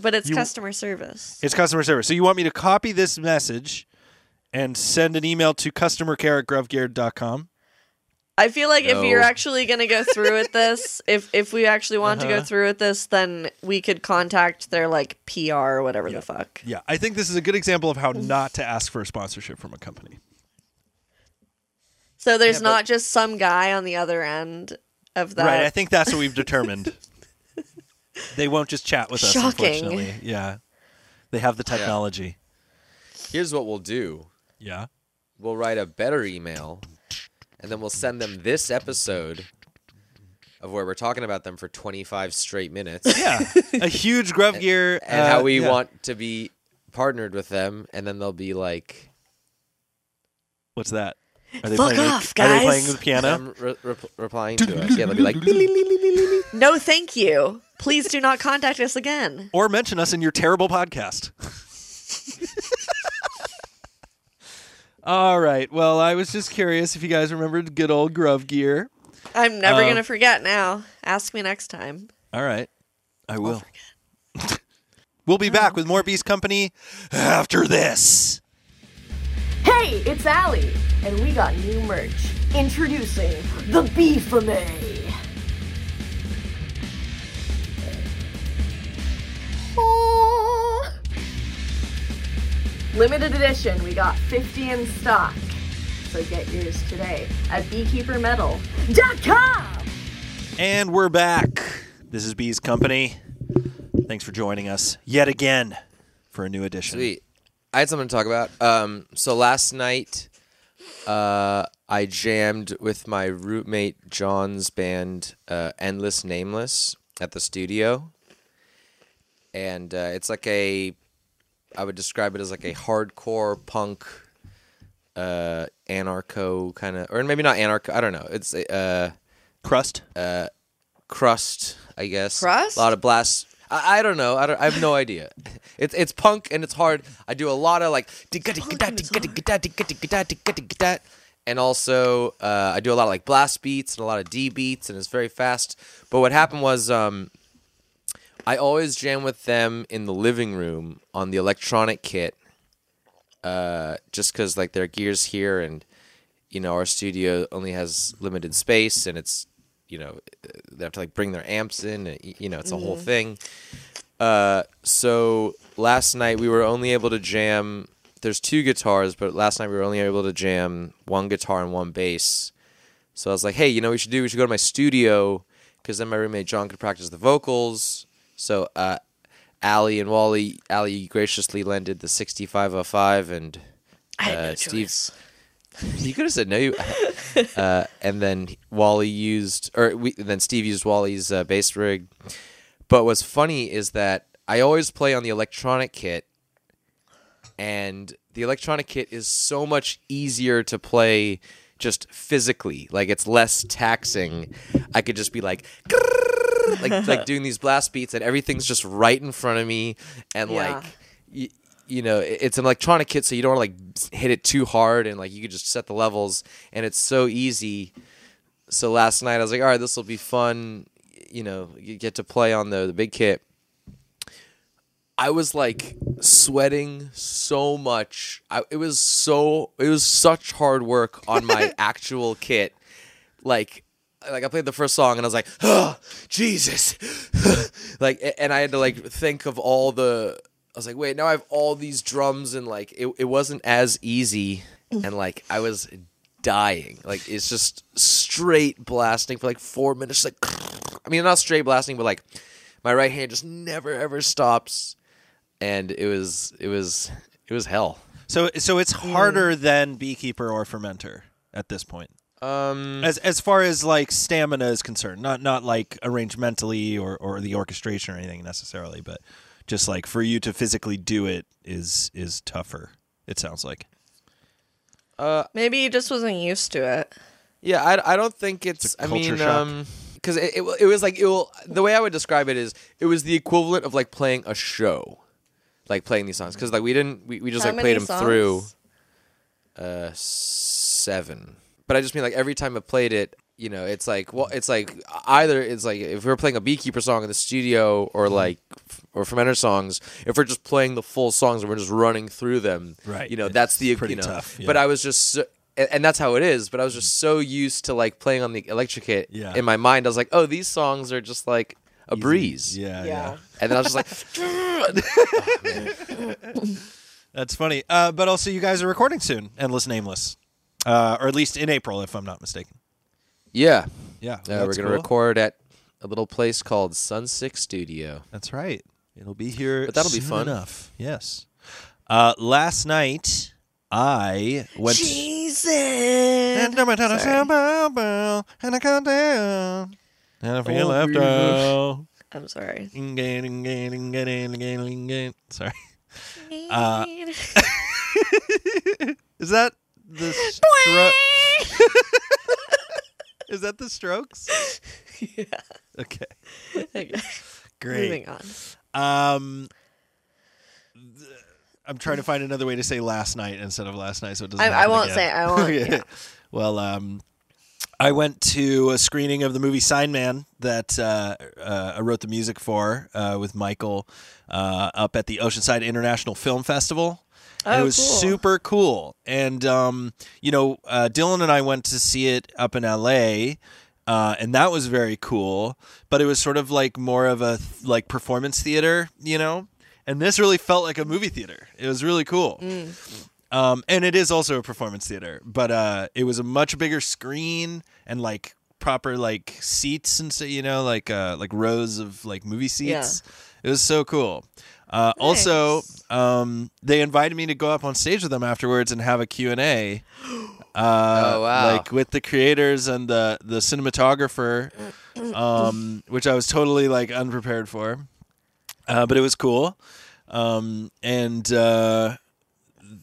Speaker 2: but it's
Speaker 1: You-
Speaker 2: customer service.
Speaker 1: It's customer service. So you want me to copy this message and send an email to customercare at grubgear.com?
Speaker 2: I feel like
Speaker 3: No.
Speaker 2: if you're actually going to go through with this, if if we actually want
Speaker 3: Uh-huh.
Speaker 2: to go through with this, then we could contact their like PR or whatever the fuck.
Speaker 1: Yeah, I think this is a good example of how not to ask for a sponsorship from a company.
Speaker 2: So there's
Speaker 1: Yeah, but-
Speaker 2: not just some guy on the other end of that.
Speaker 1: Right. I think that's what we've determined. they won't just chat with us,
Speaker 2: Shocking.
Speaker 1: unfortunately. Yeah. They have the technology.
Speaker 3: Here's what we'll do.
Speaker 1: Yeah.
Speaker 3: We'll write a better email, and then we'll send them this episode of where we're talking about them for 25 straight minutes.
Speaker 1: Yeah. a huge Grub Gear.
Speaker 3: and
Speaker 1: uh,
Speaker 3: how we
Speaker 1: yeah.
Speaker 3: want to be partnered with them, and then they'll be like,
Speaker 1: What's that? Are they
Speaker 2: Fuck
Speaker 1: playing? the-
Speaker 2: off,
Speaker 1: Are
Speaker 2: guys.
Speaker 1: they playing the piano?
Speaker 3: them re- rep- replying to us. Yeah, they'll be like,
Speaker 2: No, thank you. Please do not contact us again.
Speaker 1: Or mention us in your terrible podcast. All right. Well, I was just curious if you guys remembered good old Grub Gear.
Speaker 2: I'm never
Speaker 3: Uh,
Speaker 1: Um,
Speaker 2: going to forget now. Ask me next time.
Speaker 1: All right. I will. we'll be back with more Beast Company after this.
Speaker 4: Hey, it's Allie, and we got new merch. Introducing the Beefame. Aw. Limited edition, we got 50 in stock. So get yours today at beekeepermetal.com.
Speaker 1: And we're back. This is Bees Company. Thanks for joining us yet again for a new edition.
Speaker 3: sweet. I had something to talk about. Um, so last night, uh, I jammed with my roommate John's band, uh, Endless Nameless, at the studio, and uh, it's like a, I would describe it as like a hardcore punk, uh, anarcho kind of, or maybe not anarcho. I don't know. It's a. Uh,
Speaker 1: Crust.
Speaker 3: crust, I guess.
Speaker 2: Crust?
Speaker 3: A lot of blast. I, I don't know. I, don't, I have no idea. It's it's punk and it's hard. I do a lot of like and also uh, I do a lot of like blast beats and a lot of D beats and it's very fast. But what happened was um, I always jam with them in the living room on the electronic kit, uh, just because like their gears here and you know our studio only has limited space and it's you know they have to like bring their amps in. and, y- You know it's a whole thing. Uh, so last night we were only able to jam. There's two guitars, but last night we were only able to jam one guitar and one bass. So I was like, hey, you know, what we should do. We should go to my studio because then my roommate John could practice the vocals. So uh, Allie and Wally, Allie graciously lended the 6505 and
Speaker 2: I had no
Speaker 3: uh, Steve.
Speaker 2: choice.
Speaker 3: You could have said no. You, uh, and then Wally used, or we, then Steve used Wally's uh, bass rig. But what's funny is that I always play on the electronic kit, and the electronic kit is so much easier to play just physically. Like it's less taxing. I could just be like. "Grrrr," like like doing these blast beats and everything's just right in front of me and
Speaker 2: Yeah.
Speaker 3: like y- you know it- it's an electronic kit so you don't want to like hit it too hard and like you could just set the levels and it's so easy so last night i was like all right this will be fun you know you get to play on the, the big kit i was like sweating so much I, it was so it was such hard work on my actual kit like like I played the first song and I was like, oh, Jesus, like, a- and I had to like think of all the. I was like, wait, now I have all these drums and like it, it wasn't as easy and like I was dying. Like it's just straight blasting for like four minutes. Like, I mean, not straight blasting, but like my right hand just never ever stops, and it was it was it was hell.
Speaker 1: So so it's harder than beekeeper or fermenter at this point.
Speaker 3: Um,
Speaker 1: As as far as like stamina is concerned, not not like arrangementally or or the orchestration or anything necessarily, but just like for you to physically do it is is tougher. It sounds like.
Speaker 2: Maybe he just wasn't used to it.
Speaker 3: Yeah, I, I don't think it's.
Speaker 1: a
Speaker 3: I
Speaker 1: culture
Speaker 3: mean,
Speaker 1: shock.
Speaker 3: um, because it, it wa- it was like it will, the way I would describe it is it was the equivalent of like playing a show, like playing these songs because like we didn't we, we just
Speaker 2: How
Speaker 3: like played
Speaker 2: many
Speaker 3: them through
Speaker 2: songs?
Speaker 3: uh seven. But I just mean like every time I played it, you know, it's like well, it's like either it's like if we were playing a beekeeper song in the studio
Speaker 1: Mm-hmm.
Speaker 3: or like f- or fermenter songs, if we're just playing the full songs and we're just running through them,
Speaker 1: Right.
Speaker 3: You know,
Speaker 1: It's
Speaker 3: that's the
Speaker 1: pretty
Speaker 3: you know,
Speaker 1: tough,
Speaker 3: But
Speaker 1: yeah.
Speaker 3: I was just. So, and and that's how it is, but I was just so used to like playing on the electric kit
Speaker 1: Yeah.
Speaker 3: in my mind. I was like, "Oh, these songs are just like a breeze,"
Speaker 1: Yeah, yeah.
Speaker 3: and then I was just like,
Speaker 1: That's funny. Uh, but also, you guys are recording soon, Endless Nameless, uh, or at least in April, if I'm not mistaken.
Speaker 3: "Yeah,
Speaker 1: Yeah,
Speaker 3: yeah, we're
Speaker 1: that's
Speaker 3: gonna
Speaker 1: cool.
Speaker 3: record at a little place called Sun Six Studio."
Speaker 1: That's right. It'll be here.
Speaker 3: But that'll be
Speaker 1: soon
Speaker 3: fun.
Speaker 1: enough. Yes. Uh, last night I went.
Speaker 2: Jesus.
Speaker 1: And I'm a ton of sambal, and I got down, and I
Speaker 2: Oh,
Speaker 1: feel left oh, out.
Speaker 2: I'm sorry.
Speaker 1: Ding, ding, ding, ding, ding, ding, ding, ding, ding. Sorry. Uh, Is that the stro- Is that the Strokes?
Speaker 2: yeah.
Speaker 1: Okay. Great.
Speaker 2: Moving on.
Speaker 1: Um, th- I'm trying to find another way to say last night instead of last night, so it doesn't.
Speaker 2: I, I
Speaker 1: happen
Speaker 2: won't
Speaker 1: again.
Speaker 2: say. I won't.
Speaker 1: Okay.
Speaker 2: yeah.
Speaker 1: Well, um, I went to a screening of the movie Sign Man that uh, uh, I wrote the music for uh, with Michael uh, up at the Oceanside International Film Festival. And it
Speaker 2: Oh,
Speaker 1: was
Speaker 2: cool.
Speaker 1: super cool. And, um, you know, uh, Dylan and I went to see it up in LA. Uh, and that was very cool, but it was sort of like more of a th- like performance theater, you know. And this really felt like a movie theater. It was really
Speaker 2: Mm.
Speaker 1: cool. Um, and it is also a performance theater, but uh, it was a much bigger screen and like proper like seats and so you know like uh, like rows of like movie seats. It was so cool. Uh, Also, um, they invited me to go up on stage with them afterwards and have a Q and A. Uh,
Speaker 3: Oh, wow.
Speaker 1: Like with the creators and the the cinematographer, um, which I was totally like unprepared for, uh, but it was cool. Um, and uh,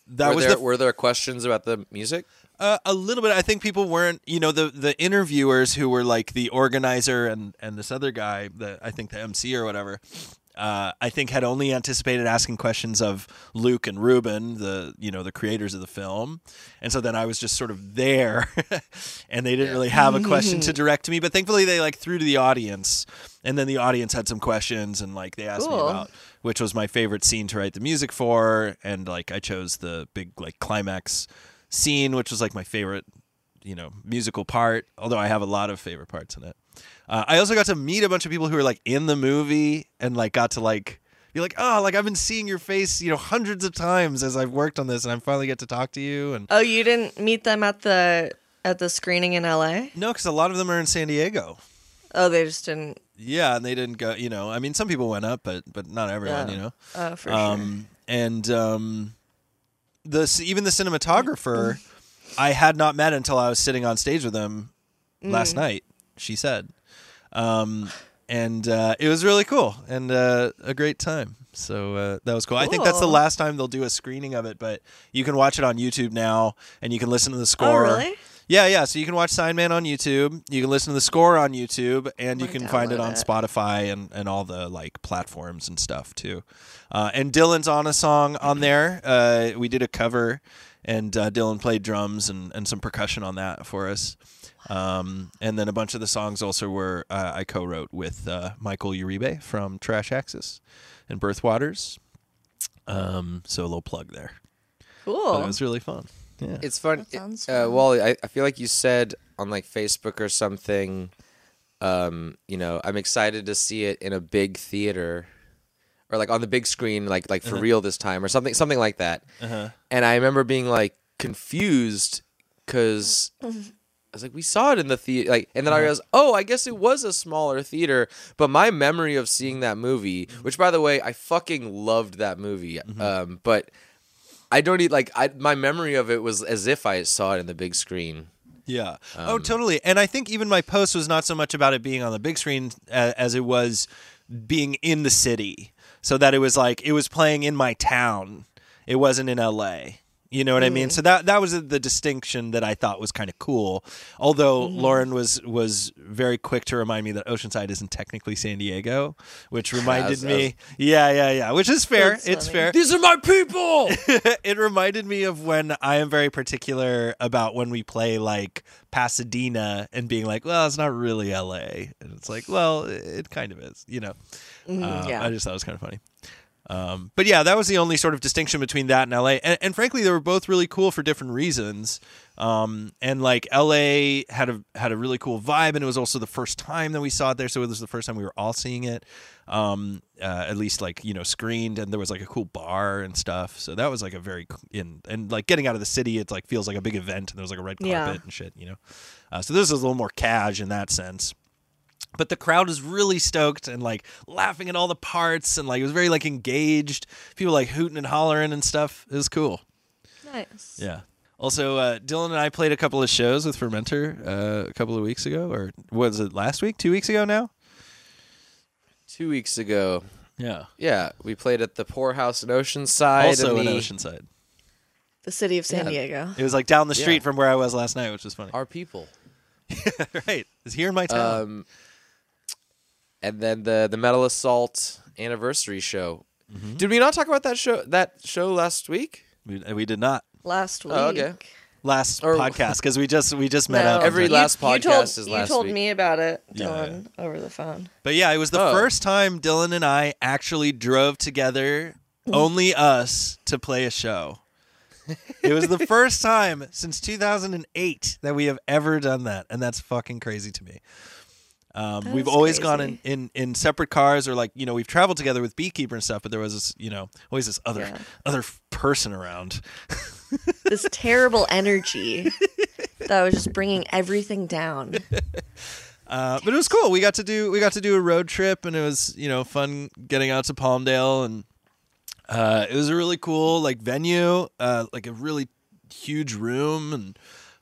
Speaker 1: that
Speaker 3: were
Speaker 1: was
Speaker 3: there
Speaker 1: the
Speaker 3: were there questions about the music?
Speaker 1: uh, a little bit. I think people weren't, you know, the the interviewers who were like the organizer and and this other guy, the I think the MC or whatever. Uh, I think had only anticipated asking questions of Luke and Ruben, the you know the creators of the film, and so then I was just sort of there, and they didn't really have a question to direct to me. But thankfully, they like threw to the audience, and then the audience had some questions, and like they asked me
Speaker 2: Cool.
Speaker 1: about uh, which was my favorite scene to write the music for and like i chose the big like climax scene which was like my favorite you know musical part although i have a lot of favorite parts in it uh, i also got to meet a bunch of people who were like in the movie and like got to like be like oh like i've been seeing your face you know hundreds of times as i've worked on this and i finally get to talk to you and
Speaker 2: Oh, you didn't meet them at the at the screening in LA?
Speaker 1: no because a lot of them are in san diego
Speaker 2: Oh, they just didn't.
Speaker 1: Yeah, and they didn't go. You know, I mean, some people went up, but but not everyone.
Speaker 2: Yeah.
Speaker 1: You know,
Speaker 2: Oh, for sure.
Speaker 1: um, and um, the c- even the cinematographer I had not met until I was sitting on stage with him
Speaker 2: Mm.
Speaker 1: last night. She said, um, and uh, it was really cool and uh, a great time. So uh, that was cool. I think that's the
Speaker 2: Cool.
Speaker 1: last time they'll do a screening of it, but you can watch it on YouTube now, and you can listen to the
Speaker 2: Oh,
Speaker 1: score.
Speaker 2: really?
Speaker 1: Yeah, yeah. So you can watch Signman on YouTube. You can listen to the score on YouTube, and you
Speaker 2: I'm gonna
Speaker 1: can find it
Speaker 2: download
Speaker 1: on
Speaker 2: it.
Speaker 1: Spotify and, and all the like platforms and stuff too. Uh, and Dylan's on a song on there. Uh, we did a cover, and uh, Dylan played drums and, and some percussion on that for us. Um, and then a bunch of the songs also were uh, I co-wrote with uh, Michael Uribe from Trash Axis and Birth Waters. Um, so a little plug there. But
Speaker 2: Cool.
Speaker 1: it was really fun. Yeah.
Speaker 3: It's fun.
Speaker 2: That sounds
Speaker 3: Uh,
Speaker 2: fun.
Speaker 3: Wally, I, I feel like you said on like Facebook or something, um, you know, I'm excited to see it in a big theater or like on the big screen, like like for real this time or something, something like that. And I remember being like confused because I was like, we saw it in the theater, like, and then I realized, oh, I guess it was a smaller theater. But my memory of seeing that movie, which by the way, I fucking loved that movie, um, but. I don't eat like I my memory of it was as if I saw it in the big screen.
Speaker 1: Yeah. oh, totally. And I think even my post was not so much about it being on the big screen as, as it was being in the city. So that it was like it was playing in my town. It wasn't in LA. You know what I mean? So that that was the distinction that I thought was kind of cool. Although Lauren was was very quick to remind me that Oceanside isn't technically San Diego, which reminded
Speaker 3: was- I
Speaker 1: me,
Speaker 3: was-
Speaker 1: yeah, yeah, yeah, which is fair.
Speaker 2: That's
Speaker 1: it's
Speaker 2: funny.
Speaker 1: fair.
Speaker 3: These are my people.
Speaker 1: it reminded me of when I am very particular about when we play like Pasadena and being like, well, it's not really LA. And it's like, well, it kind of is, you know. Uh,
Speaker 2: yeah.
Speaker 1: I just thought it was kind of funny. Um, but yeah, that was the only sort of distinction between that and LA. And, and frankly, they were both really cool for different reasons. Um, and like LA had a had a really cool vibe, and it was also the first time that we saw it there, so it was the first time we were all seeing it. Um, uh, at least like you know screened, and there was like a cool bar and stuff. So that was like a very c- in and like getting out of the city, it like feels like a big event, and there was like a red carpet
Speaker 2: Yeah.
Speaker 1: and shit, you know. Uh, so this is a little more cash in that sense but the crowd was really stoked and like laughing at all the parts and like it was very like engaged people like hooting and hollering and stuff it was cool
Speaker 2: Nice.
Speaker 1: yeah also uh, dylan and i played a couple of shows with fermenter uh, a couple of weeks ago or was it last week two weeks ago now
Speaker 3: Two weeks ago,
Speaker 1: yeah
Speaker 3: yeah, we played at the poorhouse in Oceanside.
Speaker 1: also
Speaker 3: and
Speaker 1: in
Speaker 3: the-
Speaker 1: oceanside
Speaker 2: The city of San
Speaker 3: Yeah.
Speaker 2: Diego.
Speaker 1: it was like down the street
Speaker 3: Yeah.
Speaker 1: from where i was last night which was funny
Speaker 3: Our people.
Speaker 1: right it's here in my town
Speaker 3: Um, and then the the metal assault anniversary show.
Speaker 1: Mm-hmm.
Speaker 3: Did we not talk about that show that show last week?
Speaker 1: we, we did not
Speaker 2: Last week.
Speaker 3: Oh, okay.
Speaker 1: last
Speaker 3: Or-
Speaker 1: podcast because we just we just met
Speaker 2: No.
Speaker 1: up and
Speaker 3: Every
Speaker 1: talked.
Speaker 2: You-
Speaker 3: last
Speaker 2: you
Speaker 3: podcast
Speaker 2: told,
Speaker 3: is
Speaker 2: You
Speaker 3: last
Speaker 2: told
Speaker 3: week.
Speaker 2: me about it,
Speaker 1: Yeah,
Speaker 2: Dylan, over the phone.
Speaker 1: But yeah, it was the
Speaker 3: Oh.
Speaker 1: first time Dylan and I actually drove together, only us, to play a show. it was the first time since 2008 that we have ever done that, and that's fucking crazy to me. Um,
Speaker 2: That
Speaker 1: we've
Speaker 2: is
Speaker 1: always gone in,
Speaker 2: crazy.
Speaker 1: in in separate cars, or like you know, we've traveled together with Beekeeper and stuff. But there was this, you know, always this other
Speaker 2: Yeah.
Speaker 1: other f- person around.
Speaker 2: This terrible energy that was just bringing everything down.
Speaker 1: Uh, but it was cool. We got to do we got to do a road trip, and it was you know fun getting out to Palmdale, and uh, it was a really cool like venue, uh, like a really huge room, and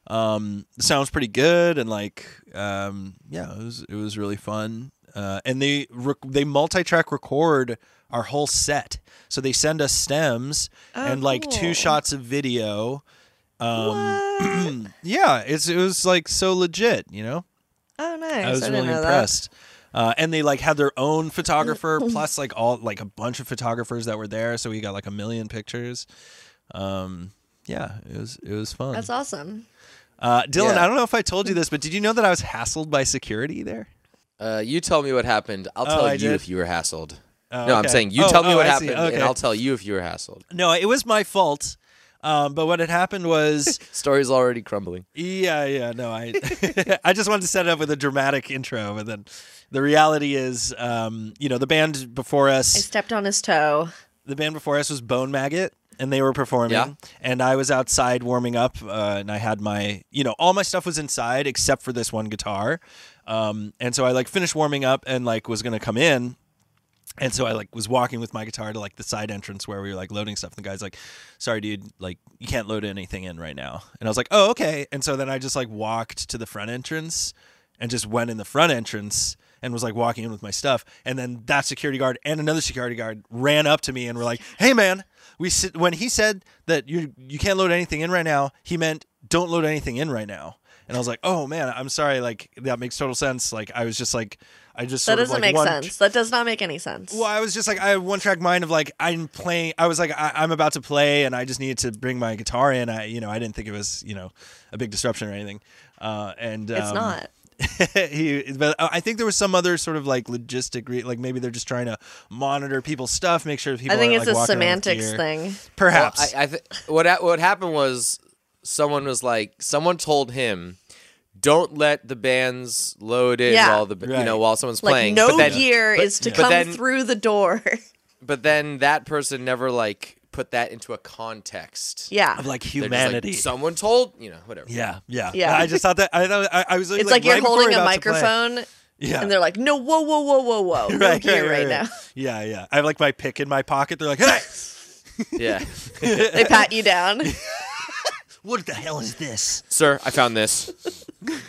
Speaker 1: um, the sounds pretty good, and like um, yeah, it was it was really fun. Uh, and they rec- they multi-track record our whole set, so they send us stems and like two
Speaker 2: Oh, cool.
Speaker 1: shots of video. Um,
Speaker 2: What?
Speaker 1: Yeah, it's it was like so legit, you know.
Speaker 2: Oh, nice.
Speaker 1: I was
Speaker 2: didn't
Speaker 1: really
Speaker 2: know that.
Speaker 1: impressed. Uh, and they like had their own photographer plus like all like a bunch of photographers that were there, so we got like a million pictures. Um, yeah, it was it was fun.
Speaker 2: That's awesome.
Speaker 1: uh, Dylan,
Speaker 3: Yeah.
Speaker 1: I don't know if I told you this, but did you know that I was hassled by security there?
Speaker 3: Uh, you tell me what happened. I'll
Speaker 1: Oh,
Speaker 3: tell
Speaker 1: I
Speaker 3: you
Speaker 1: did?
Speaker 3: if you were hassled.
Speaker 1: Oh,
Speaker 3: no, I'm
Speaker 1: okay.
Speaker 3: saying you
Speaker 1: Oh,
Speaker 3: tell me
Speaker 1: oh,
Speaker 3: what
Speaker 1: I see.
Speaker 3: happened,
Speaker 1: Okay.
Speaker 3: and I'll tell you if you were hassled.
Speaker 1: No, it was my fault. Um, but what had happened was,
Speaker 3: Story's already crumbling.
Speaker 1: yeah, yeah, no, I, I just wanted to set it up with a dramatic intro, but then the reality is, um, you know, the band before us,
Speaker 2: I stepped on his toe.
Speaker 1: the band before us was Bone Maggot, and they were performing.
Speaker 3: Yeah.
Speaker 1: And I was outside warming up, uh, and I had my, you know, all my stuff was inside except for this one guitar. Um, and so I like finished warming up and like was gonna come in, and so I like was walking with my guitar to like the side entrance where we were like loading stuff. And the guy's like, "Sorry, dude, like you can't load anything in right now." And I was like, "Oh, okay." And so then I just like walked to the front entrance and just went in the front entrance and was like walking in with my stuff. And then that security guard and another security guard ran up to me and were like, "Hey, man, we s- when he said that you you can't load anything in right now, he meant don't load anything in right now." And I was like, "Oh man, I'm sorry. Like that makes total sense. Like I was just like." I just
Speaker 2: That
Speaker 1: sort of,
Speaker 2: doesn't
Speaker 1: like,
Speaker 2: make
Speaker 1: one-
Speaker 2: sense. That does not make any sense.
Speaker 1: well, I was just like I had one track mind of like I'm playing. I was like I, I'm about to play, and I just needed to bring my guitar in. I you know I didn't think it was you know a big disruption or anything. Uh, and
Speaker 2: it's
Speaker 1: um,
Speaker 2: not.
Speaker 1: he, but I think there was some other sort of like logistic, re- like maybe they're just trying to monitor people's stuff, make sure that people.
Speaker 2: I think
Speaker 1: aren't,
Speaker 2: it's
Speaker 1: like,
Speaker 2: a
Speaker 1: walking around with
Speaker 2: semantics
Speaker 1: gear.
Speaker 2: thing.
Speaker 1: Perhaps.
Speaker 3: Well, I, I th- what ha- what happened was someone was like someone told him, "Don't let the bands load in
Speaker 2: Yeah.
Speaker 3: while the b- you
Speaker 1: Right.
Speaker 3: know while someone's
Speaker 2: Like
Speaker 3: playing."
Speaker 2: no
Speaker 3: but then,
Speaker 2: gear
Speaker 3: but-
Speaker 2: is to
Speaker 3: but
Speaker 2: come
Speaker 3: then-
Speaker 2: through the door.
Speaker 3: But then that person never like put that into a context.
Speaker 2: yeah.
Speaker 1: of like
Speaker 3: They're just like,
Speaker 1: humanity.
Speaker 3: someone told you know whatever.
Speaker 1: yeah, yeah,
Speaker 2: Yeah.
Speaker 1: I just thought that I thought I, I was.
Speaker 2: it's
Speaker 1: right
Speaker 2: like, you're
Speaker 1: before
Speaker 2: holding
Speaker 1: we're
Speaker 2: a
Speaker 1: about to play.
Speaker 2: microphone
Speaker 1: Yeah.
Speaker 2: and they're like, no, whoa, whoa, whoa, whoa, whoa. No gear right, now.
Speaker 1: Yeah, yeah. I have like my pick in my pocket. They're like, hey,
Speaker 3: yeah.
Speaker 2: They pat you down.
Speaker 1: what the hell is this?
Speaker 3: Sir, I found this.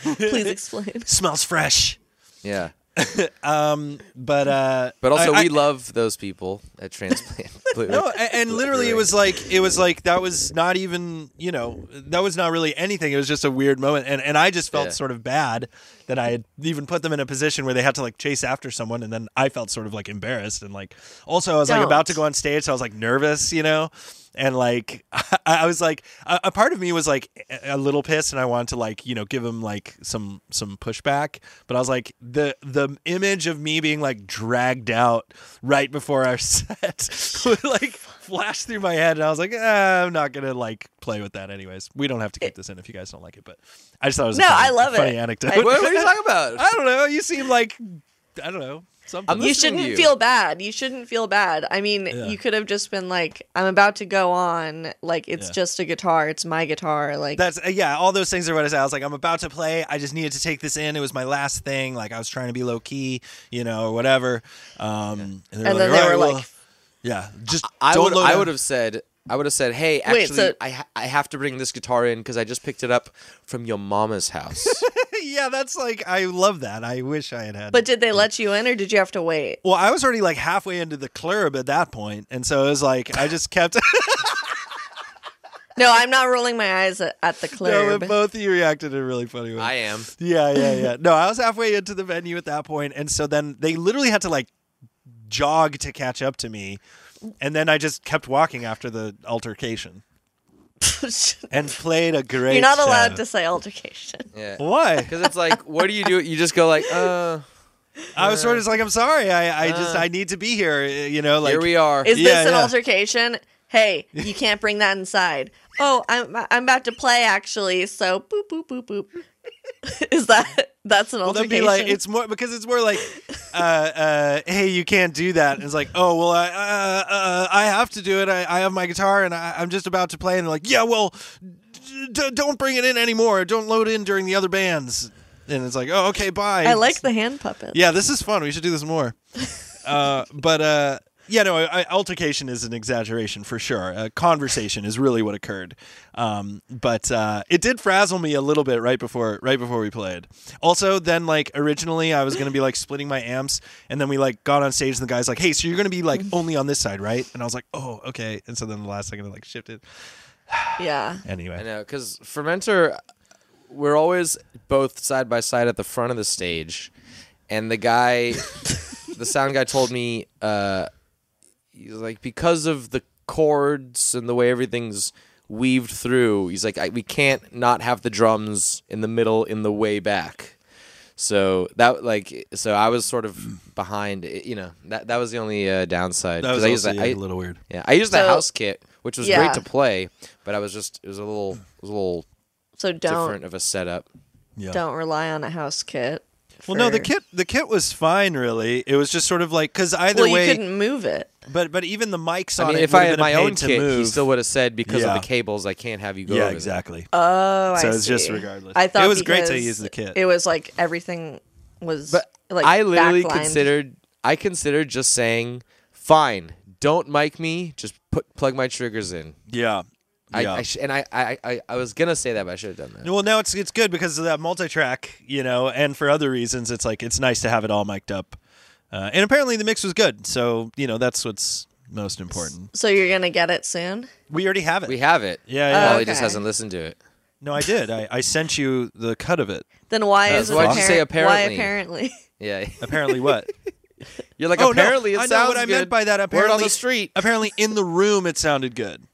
Speaker 2: Please explain.
Speaker 1: Smells fresh.
Speaker 3: Yeah.
Speaker 1: But uh
Speaker 3: But also,
Speaker 1: I- I-
Speaker 3: we love those people at Transplant.
Speaker 1: no, a- and, literally it was like it was like that was not even you know that was not really anything. It was just a weird moment, and and I just felt
Speaker 3: Yeah.
Speaker 1: sort of bad that I had even put them in a position where they had to like chase after someone, and then I felt sort of like embarrassed and like also I was like about to
Speaker 2: Don't.
Speaker 1: go on stage, so I was like nervous, you know. And like I, I was like a, a part of me was like a- a little pissed, and I wanted to like you know give him like some some pushback, but I was like the the image of me being like dragged out right before our set would like flash through my head, and I was like ah, I'm not gonna like play with that anyways. We don't have to keep this in if you guys don't like it, but I just thought it was a
Speaker 2: No,
Speaker 1: funny-
Speaker 2: I love
Speaker 1: funny
Speaker 2: it.
Speaker 1: anecdote.
Speaker 2: I-
Speaker 3: What, what are you talking about?
Speaker 1: I don't know. You seem like I don't know something.
Speaker 3: I'm
Speaker 2: You
Speaker 3: listening to
Speaker 2: shouldn't
Speaker 3: you.
Speaker 2: feel bad. You shouldn't feel bad. I mean, you could have just been like, I'm about to go on. Like, it's
Speaker 1: Yeah.
Speaker 2: just a guitar. It's my guitar. Like,
Speaker 1: That's uh, yeah. All those things are what I said. I was like, I'm about to play. I just needed to take this in. It was my last thing. Like I was trying to be low key, you know, or whatever. Um, and,
Speaker 2: And then they
Speaker 1: "All
Speaker 2: were
Speaker 1: well,
Speaker 2: like-
Speaker 1: yeah, just
Speaker 3: I
Speaker 1: don't
Speaker 3: would,
Speaker 1: load
Speaker 3: I
Speaker 1: up."
Speaker 3: would have said, I would have said, hey, actually,
Speaker 2: so-
Speaker 3: I, ha- I have to bring this guitar in because I just picked it up from your mama's house.
Speaker 1: yeah, that's like I love that. I wish I had had.
Speaker 2: but did they let you in or did you have to wait?
Speaker 1: well, I was already like halfway into the club at that point, and so it was like I just kept.
Speaker 2: No, I'm not rolling my eyes at, at the
Speaker 1: no,
Speaker 2: club.
Speaker 1: but both of you reacted in a really funny way.
Speaker 3: I am.
Speaker 1: Yeah, yeah, yeah. No, I was halfway into the venue at that point, and so then they literally had to like jog to catch up to me, and then I just kept walking after the altercation and played a great.
Speaker 2: You're not allowed
Speaker 1: show.
Speaker 2: to say altercation.
Speaker 3: Yeah.
Speaker 1: Why?
Speaker 3: Because it's like, what do you do? You just go like, uh,
Speaker 1: I was sort of just like, I'm sorry. I, I
Speaker 2: Uh,
Speaker 1: just I need to be here. You know, like
Speaker 3: here we are.
Speaker 2: Is
Speaker 1: Yeah,
Speaker 2: this an
Speaker 1: yeah.
Speaker 2: altercation? Hey, you can't bring that inside. Oh, I'm I'm about to play actually. So boop boop boop boop. Is that that's an
Speaker 1: Well, that'd be
Speaker 2: altercation?
Speaker 1: like it's more because it's more like, uh, uh, hey, you can't do that. And it's like, oh well, I uh, uh, I have to do it. I, I have my guitar and I, I'm just about to play. And they're like, yeah, well, d- d- don't bring it in anymore. Don't load in during the other bands. And it's like, oh, okay, bye.
Speaker 2: I like the hand puppet.
Speaker 1: Yeah, this is fun. We should do this more. uh, but uh, yeah, no, I, I- altercation is an exaggeration for sure. Uh, conversation is really what occurred. Um, but uh, it did frazzle me a little bit right before right before we played. Also, then like originally I was gonna be like splitting my amps, and then we like got on stage and the guy's like, "Hey, so you're gonna be like only on this side, right?" And I was like, "Oh, okay." And so then the last second I like shifted.
Speaker 2: Yeah.
Speaker 3: I
Speaker 1: Anyway,
Speaker 3: know, because Fermenter, we're always both side by side at the front of the stage, and the guy, the sound guy, told me, uh, he's like, because of the chords and the way everything's weaved through, he's like, I, we can't not have the drums in the middle in the way back. So that like so I was sort of behind you know that that was the only uh, downside
Speaker 1: that was
Speaker 3: 'Cause I used
Speaker 1: also,
Speaker 3: that-
Speaker 1: yeah,
Speaker 3: I-
Speaker 1: a little weird.
Speaker 3: yeah, I used the
Speaker 2: So-
Speaker 3: house kit, which was
Speaker 2: Yeah.
Speaker 3: great to play, but I was just it was a little it was a little
Speaker 2: So don't
Speaker 3: different of a setup.
Speaker 1: Yeah.
Speaker 2: don't rely on a house kit.
Speaker 1: Well, no, the
Speaker 2: for-
Speaker 1: kit the kit was fine. Really, it was just sort of like because either
Speaker 2: Well, you
Speaker 1: way.
Speaker 2: couldn't move it.
Speaker 1: But but even the mics on
Speaker 3: I mean,
Speaker 1: it
Speaker 3: if
Speaker 1: would've
Speaker 3: I had
Speaker 1: been
Speaker 3: my
Speaker 1: a pain
Speaker 3: own
Speaker 1: to
Speaker 3: kit, he
Speaker 1: move.
Speaker 3: still would have said because
Speaker 1: Yeah.
Speaker 3: of the cables, I can't have you go.
Speaker 1: yeah,
Speaker 3: over there."
Speaker 1: exactly.
Speaker 2: Oh,
Speaker 1: So
Speaker 2: I
Speaker 1: it's just
Speaker 2: see.
Speaker 1: regardless.
Speaker 2: I thought
Speaker 1: It was great to
Speaker 2: because
Speaker 1: use the kit.
Speaker 2: It was like everything was.
Speaker 3: But
Speaker 2: like
Speaker 3: I literally
Speaker 2: backlined.
Speaker 3: considered I considered just saying, "Fine, don't mic me. Just put plug my triggers in."
Speaker 1: yeah. yeah.
Speaker 3: I, I sh- and I, I I I was gonna say that, but I should have done that.
Speaker 1: well, now it's it's good because of that multi-track, you know, and for other reasons, it's like it's nice to have it all mic'd up. Uh, and apparently the mix was good, so you know that's what's most important.
Speaker 2: So you're gonna get it soon.
Speaker 1: We already have it.
Speaker 3: We have it.
Speaker 1: Yeah, yeah.
Speaker 3: Molly just
Speaker 2: Okay.
Speaker 3: hasn't listened to it.
Speaker 1: no, I did. I, I sent you the cut of it.
Speaker 2: Then why
Speaker 3: That's
Speaker 2: is it
Speaker 3: why'd you say
Speaker 2: Why
Speaker 3: apparently?
Speaker 2: apparently?
Speaker 3: Yeah,
Speaker 1: Apparently, what?
Speaker 3: you're like
Speaker 1: oh
Speaker 3: apparently
Speaker 1: no,
Speaker 3: it
Speaker 1: I know
Speaker 3: sounds
Speaker 1: what I
Speaker 3: good.
Speaker 1: meant by that.
Speaker 3: Word
Speaker 1: Apparently
Speaker 3: on the street.
Speaker 1: Apparently, in the room, it sounded good.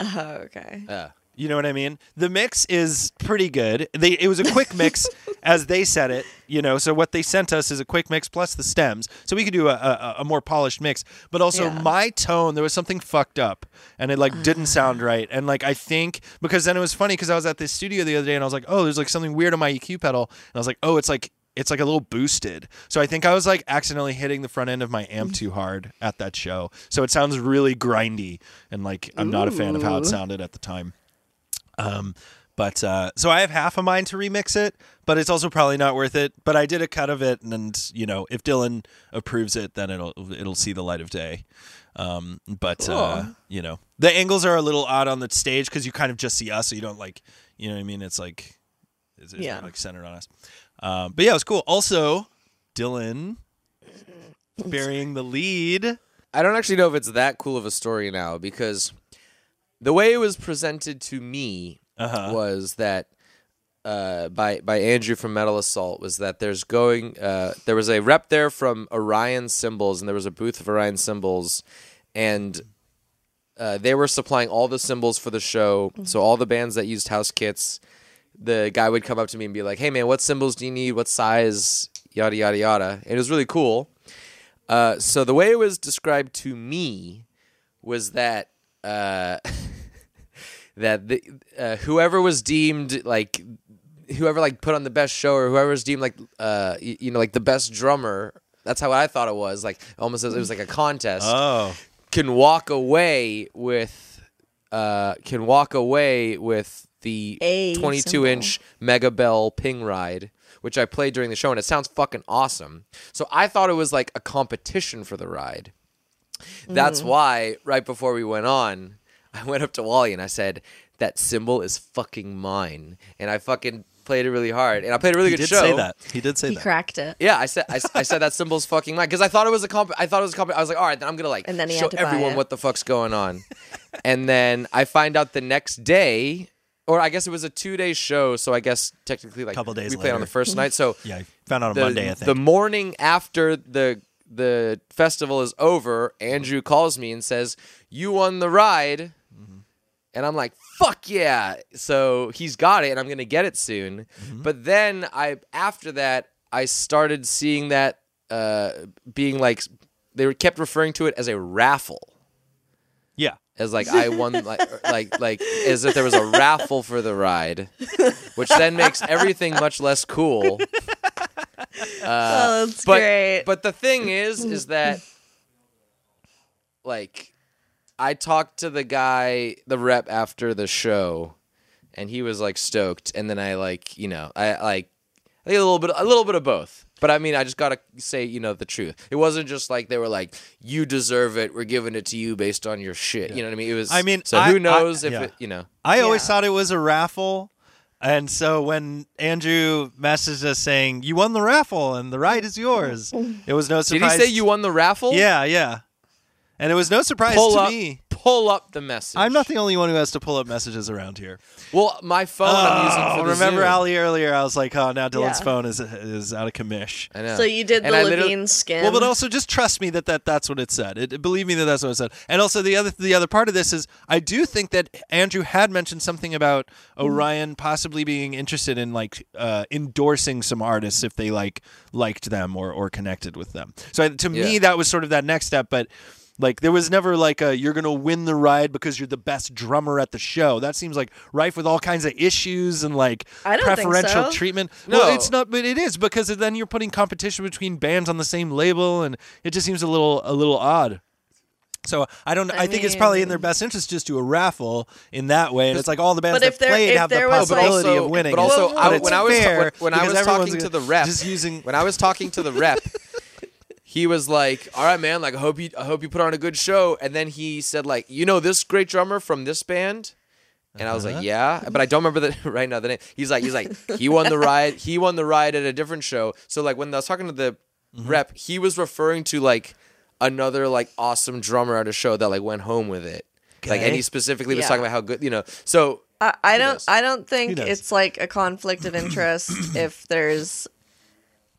Speaker 2: oh, okay.
Speaker 3: Yeah.
Speaker 1: You know what I mean? The mix is pretty good. They it was a quick mix as they said it, you know. So what they sent us is a quick mix plus the stems. So we could do a, a, a more polished mix. But also
Speaker 2: Yeah.
Speaker 1: my tone, there was something fucked up and it like didn't sound right. And like I think because then it was funny because I was at this studio the other day and I was like, Oh, there's like something weird on my EQ pedal. And I was like, Oh, it's like it's like a little boosted. So I think I was like accidentally hitting the front end of my amp too hard at that show. So it sounds really grindy and like I'm not a fan of how it sounded at the time. Um, but uh, so I have half of mine to remix it, but it's also probably not worth it. But I did a cut of it, and, and you know, if Dylan approves it, then it'll it'll see the light of day. Um, but uh, you know, the angles are a little odd on the stage because you kind of just see us, so you don't like, you know, what I mean, it's like, it's, it's
Speaker 2: Yeah.
Speaker 1: not like centered on us. Um, but yeah, it was cool. Also, Dylan burying the lead.
Speaker 3: I don't actually know if it's that cool of a story now because the way it was presented to me
Speaker 1: Uh-huh.
Speaker 3: was that uh, by by Andrew from Metal Assault was that there's going uh, there was a rep there from Orion Symbols and there was a booth of Orion Symbols and uh, they were supplying all the symbols for the show so all the bands that used house kits the guy would come up to me and be like hey man what symbols do you need what size yada yada yada it was really cool uh, so the way it was described to me was that uh, that the, uh, whoever was deemed like whoever like put on the best show or whoever was deemed like uh, y- you know like the best drummer. That's how I thought it was. Like almost as it was like a contest.
Speaker 1: Oh,
Speaker 3: can walk away with uh, can walk away with the
Speaker 2: A
Speaker 3: 22
Speaker 2: symbol.
Speaker 3: inch Mega Bell Ping Ride, which I played during the show, and it sounds fucking awesome. So I thought it was like a competition for the ride. That's
Speaker 2: Mm.
Speaker 3: why right before we went on, I went up to Wally and I said, "That symbol is fucking mine," and I fucking played it really hard, and I played a really
Speaker 1: he
Speaker 3: good
Speaker 1: did
Speaker 3: show.
Speaker 1: say that. He did say
Speaker 2: He
Speaker 1: that.
Speaker 2: cracked it.
Speaker 3: Yeah, I said I, s- I said that symbol's fucking mine because I thought it was a comp. I thought it was a comp. I was like, all right, then I'm gonna like
Speaker 2: And then he
Speaker 3: show
Speaker 2: had to buy
Speaker 3: everyone
Speaker 2: it.
Speaker 3: what the fuck's going on. and then I find out the next day, or I guess it was a two day show, so I guess technically like
Speaker 1: Couple days
Speaker 3: we played on the
Speaker 1: later.
Speaker 3: first night. So
Speaker 1: Yeah, I found out on
Speaker 3: the,
Speaker 1: Monday. I think
Speaker 3: the morning after the the festival is over, Andrew calls me and says, "You won the ride."
Speaker 1: Mm-hmm.
Speaker 3: And I'm like, fuck yeah. So he's got it and I'm going to get it soon.
Speaker 1: Mm-hmm.
Speaker 3: But then I, after that, I started seeing that uh, being like, they were kept referring to it as a raffle.
Speaker 1: yeah.
Speaker 3: As like I won, like like like as if there was a raffle for the ride, which then makes everything much less cool
Speaker 2: oh, that's
Speaker 3: Uh, but
Speaker 2: great.
Speaker 3: but the thing is is that like I talked to the guy the rep after the show and he was like stoked and then I like you know I like I think a little bit a little bit of both but I mean I just got to say you know the truth it wasn't just like they were like you deserve it we're giving it to you based on your shit you know what I mean it was
Speaker 1: I mean,
Speaker 3: so
Speaker 1: I- I-
Speaker 3: who knows if
Speaker 1: yeah.
Speaker 3: it you know
Speaker 1: I always
Speaker 2: Yeah.
Speaker 1: thought it was a raffle. And so when Andrew messaged us saying, You won the raffle and the ride is yours, it was no
Speaker 3: did he
Speaker 1: surprise.
Speaker 3: say you won the raffle
Speaker 1: Yeah, yeah. And it was no surprise
Speaker 3: pull
Speaker 1: to
Speaker 3: up
Speaker 1: me.
Speaker 3: pull up the message
Speaker 1: I'm not the only one who has to pull up messages around here.
Speaker 3: well my phone I'm using
Speaker 1: Oh,
Speaker 3: for the
Speaker 1: remember
Speaker 3: Zoom.
Speaker 1: Ali earlier? I was like, oh, now Dylan's
Speaker 2: Yeah.
Speaker 1: phone is is out of commish.
Speaker 3: I know.
Speaker 2: so you did the
Speaker 3: And I literally-
Speaker 2: Levine skin.
Speaker 1: Well, but also just trust me that, that that's what it said. It, believe me that that's what it said. And also the other the other part of this is I do think that Andrew had mentioned something about Orion possibly being interested in like uh, endorsing some artists if they like liked them or or connected with them. So I- to me
Speaker 3: Yeah.
Speaker 1: that was sort of that next step, but. Like there was never like a you're gonna win the ride because you're the best drummer at the show. That seems like rife with all kinds of issues and like
Speaker 2: I don't think
Speaker 1: preferential
Speaker 2: so.
Speaker 1: treatment.
Speaker 3: No.
Speaker 1: well, it's not, but it is because then you're putting competition between bands on the same label, and it just seems a little a little odd. So I don't. I,
Speaker 2: I
Speaker 1: think it's probably in
Speaker 2: mean-
Speaker 1: their best interest just do a raffle in that way, and it's like all the bands
Speaker 2: But if
Speaker 1: that
Speaker 2: there-
Speaker 1: played
Speaker 2: if
Speaker 1: have the
Speaker 2: there was, like-
Speaker 1: possibility
Speaker 2: But
Speaker 3: also-
Speaker 1: of winning.
Speaker 3: But also,
Speaker 2: Well,
Speaker 1: it.
Speaker 2: no,
Speaker 3: I-
Speaker 1: But it's
Speaker 3: when I was ta-
Speaker 1: fair
Speaker 3: when I
Speaker 1: because
Speaker 3: was
Speaker 1: everyone's
Speaker 3: talking to the
Speaker 1: gonna-
Speaker 3: rep,
Speaker 1: just using
Speaker 3: when I was talking to the rep, he was like, "All right, man. Like, I hope you, I hope you put on a good show." And then he said, "Like, you know this great drummer from this band." And I was
Speaker 1: Uh-huh.
Speaker 3: like, "Yeah," but I don't remember the right now. The name. He's like, he's like, he won the ride. He won the ride at a different show. So like when I was talking to the
Speaker 1: Mm-hmm.
Speaker 3: rep, he was referring to like another like awesome drummer at a show that like went home with it. Like, and
Speaker 1: Okay.
Speaker 3: he specifically was
Speaker 2: Yeah.
Speaker 3: talking about how good you know. So
Speaker 2: I, I don't
Speaker 3: knows?
Speaker 2: I don't think
Speaker 1: knows?
Speaker 2: it's like a conflict of interest if there's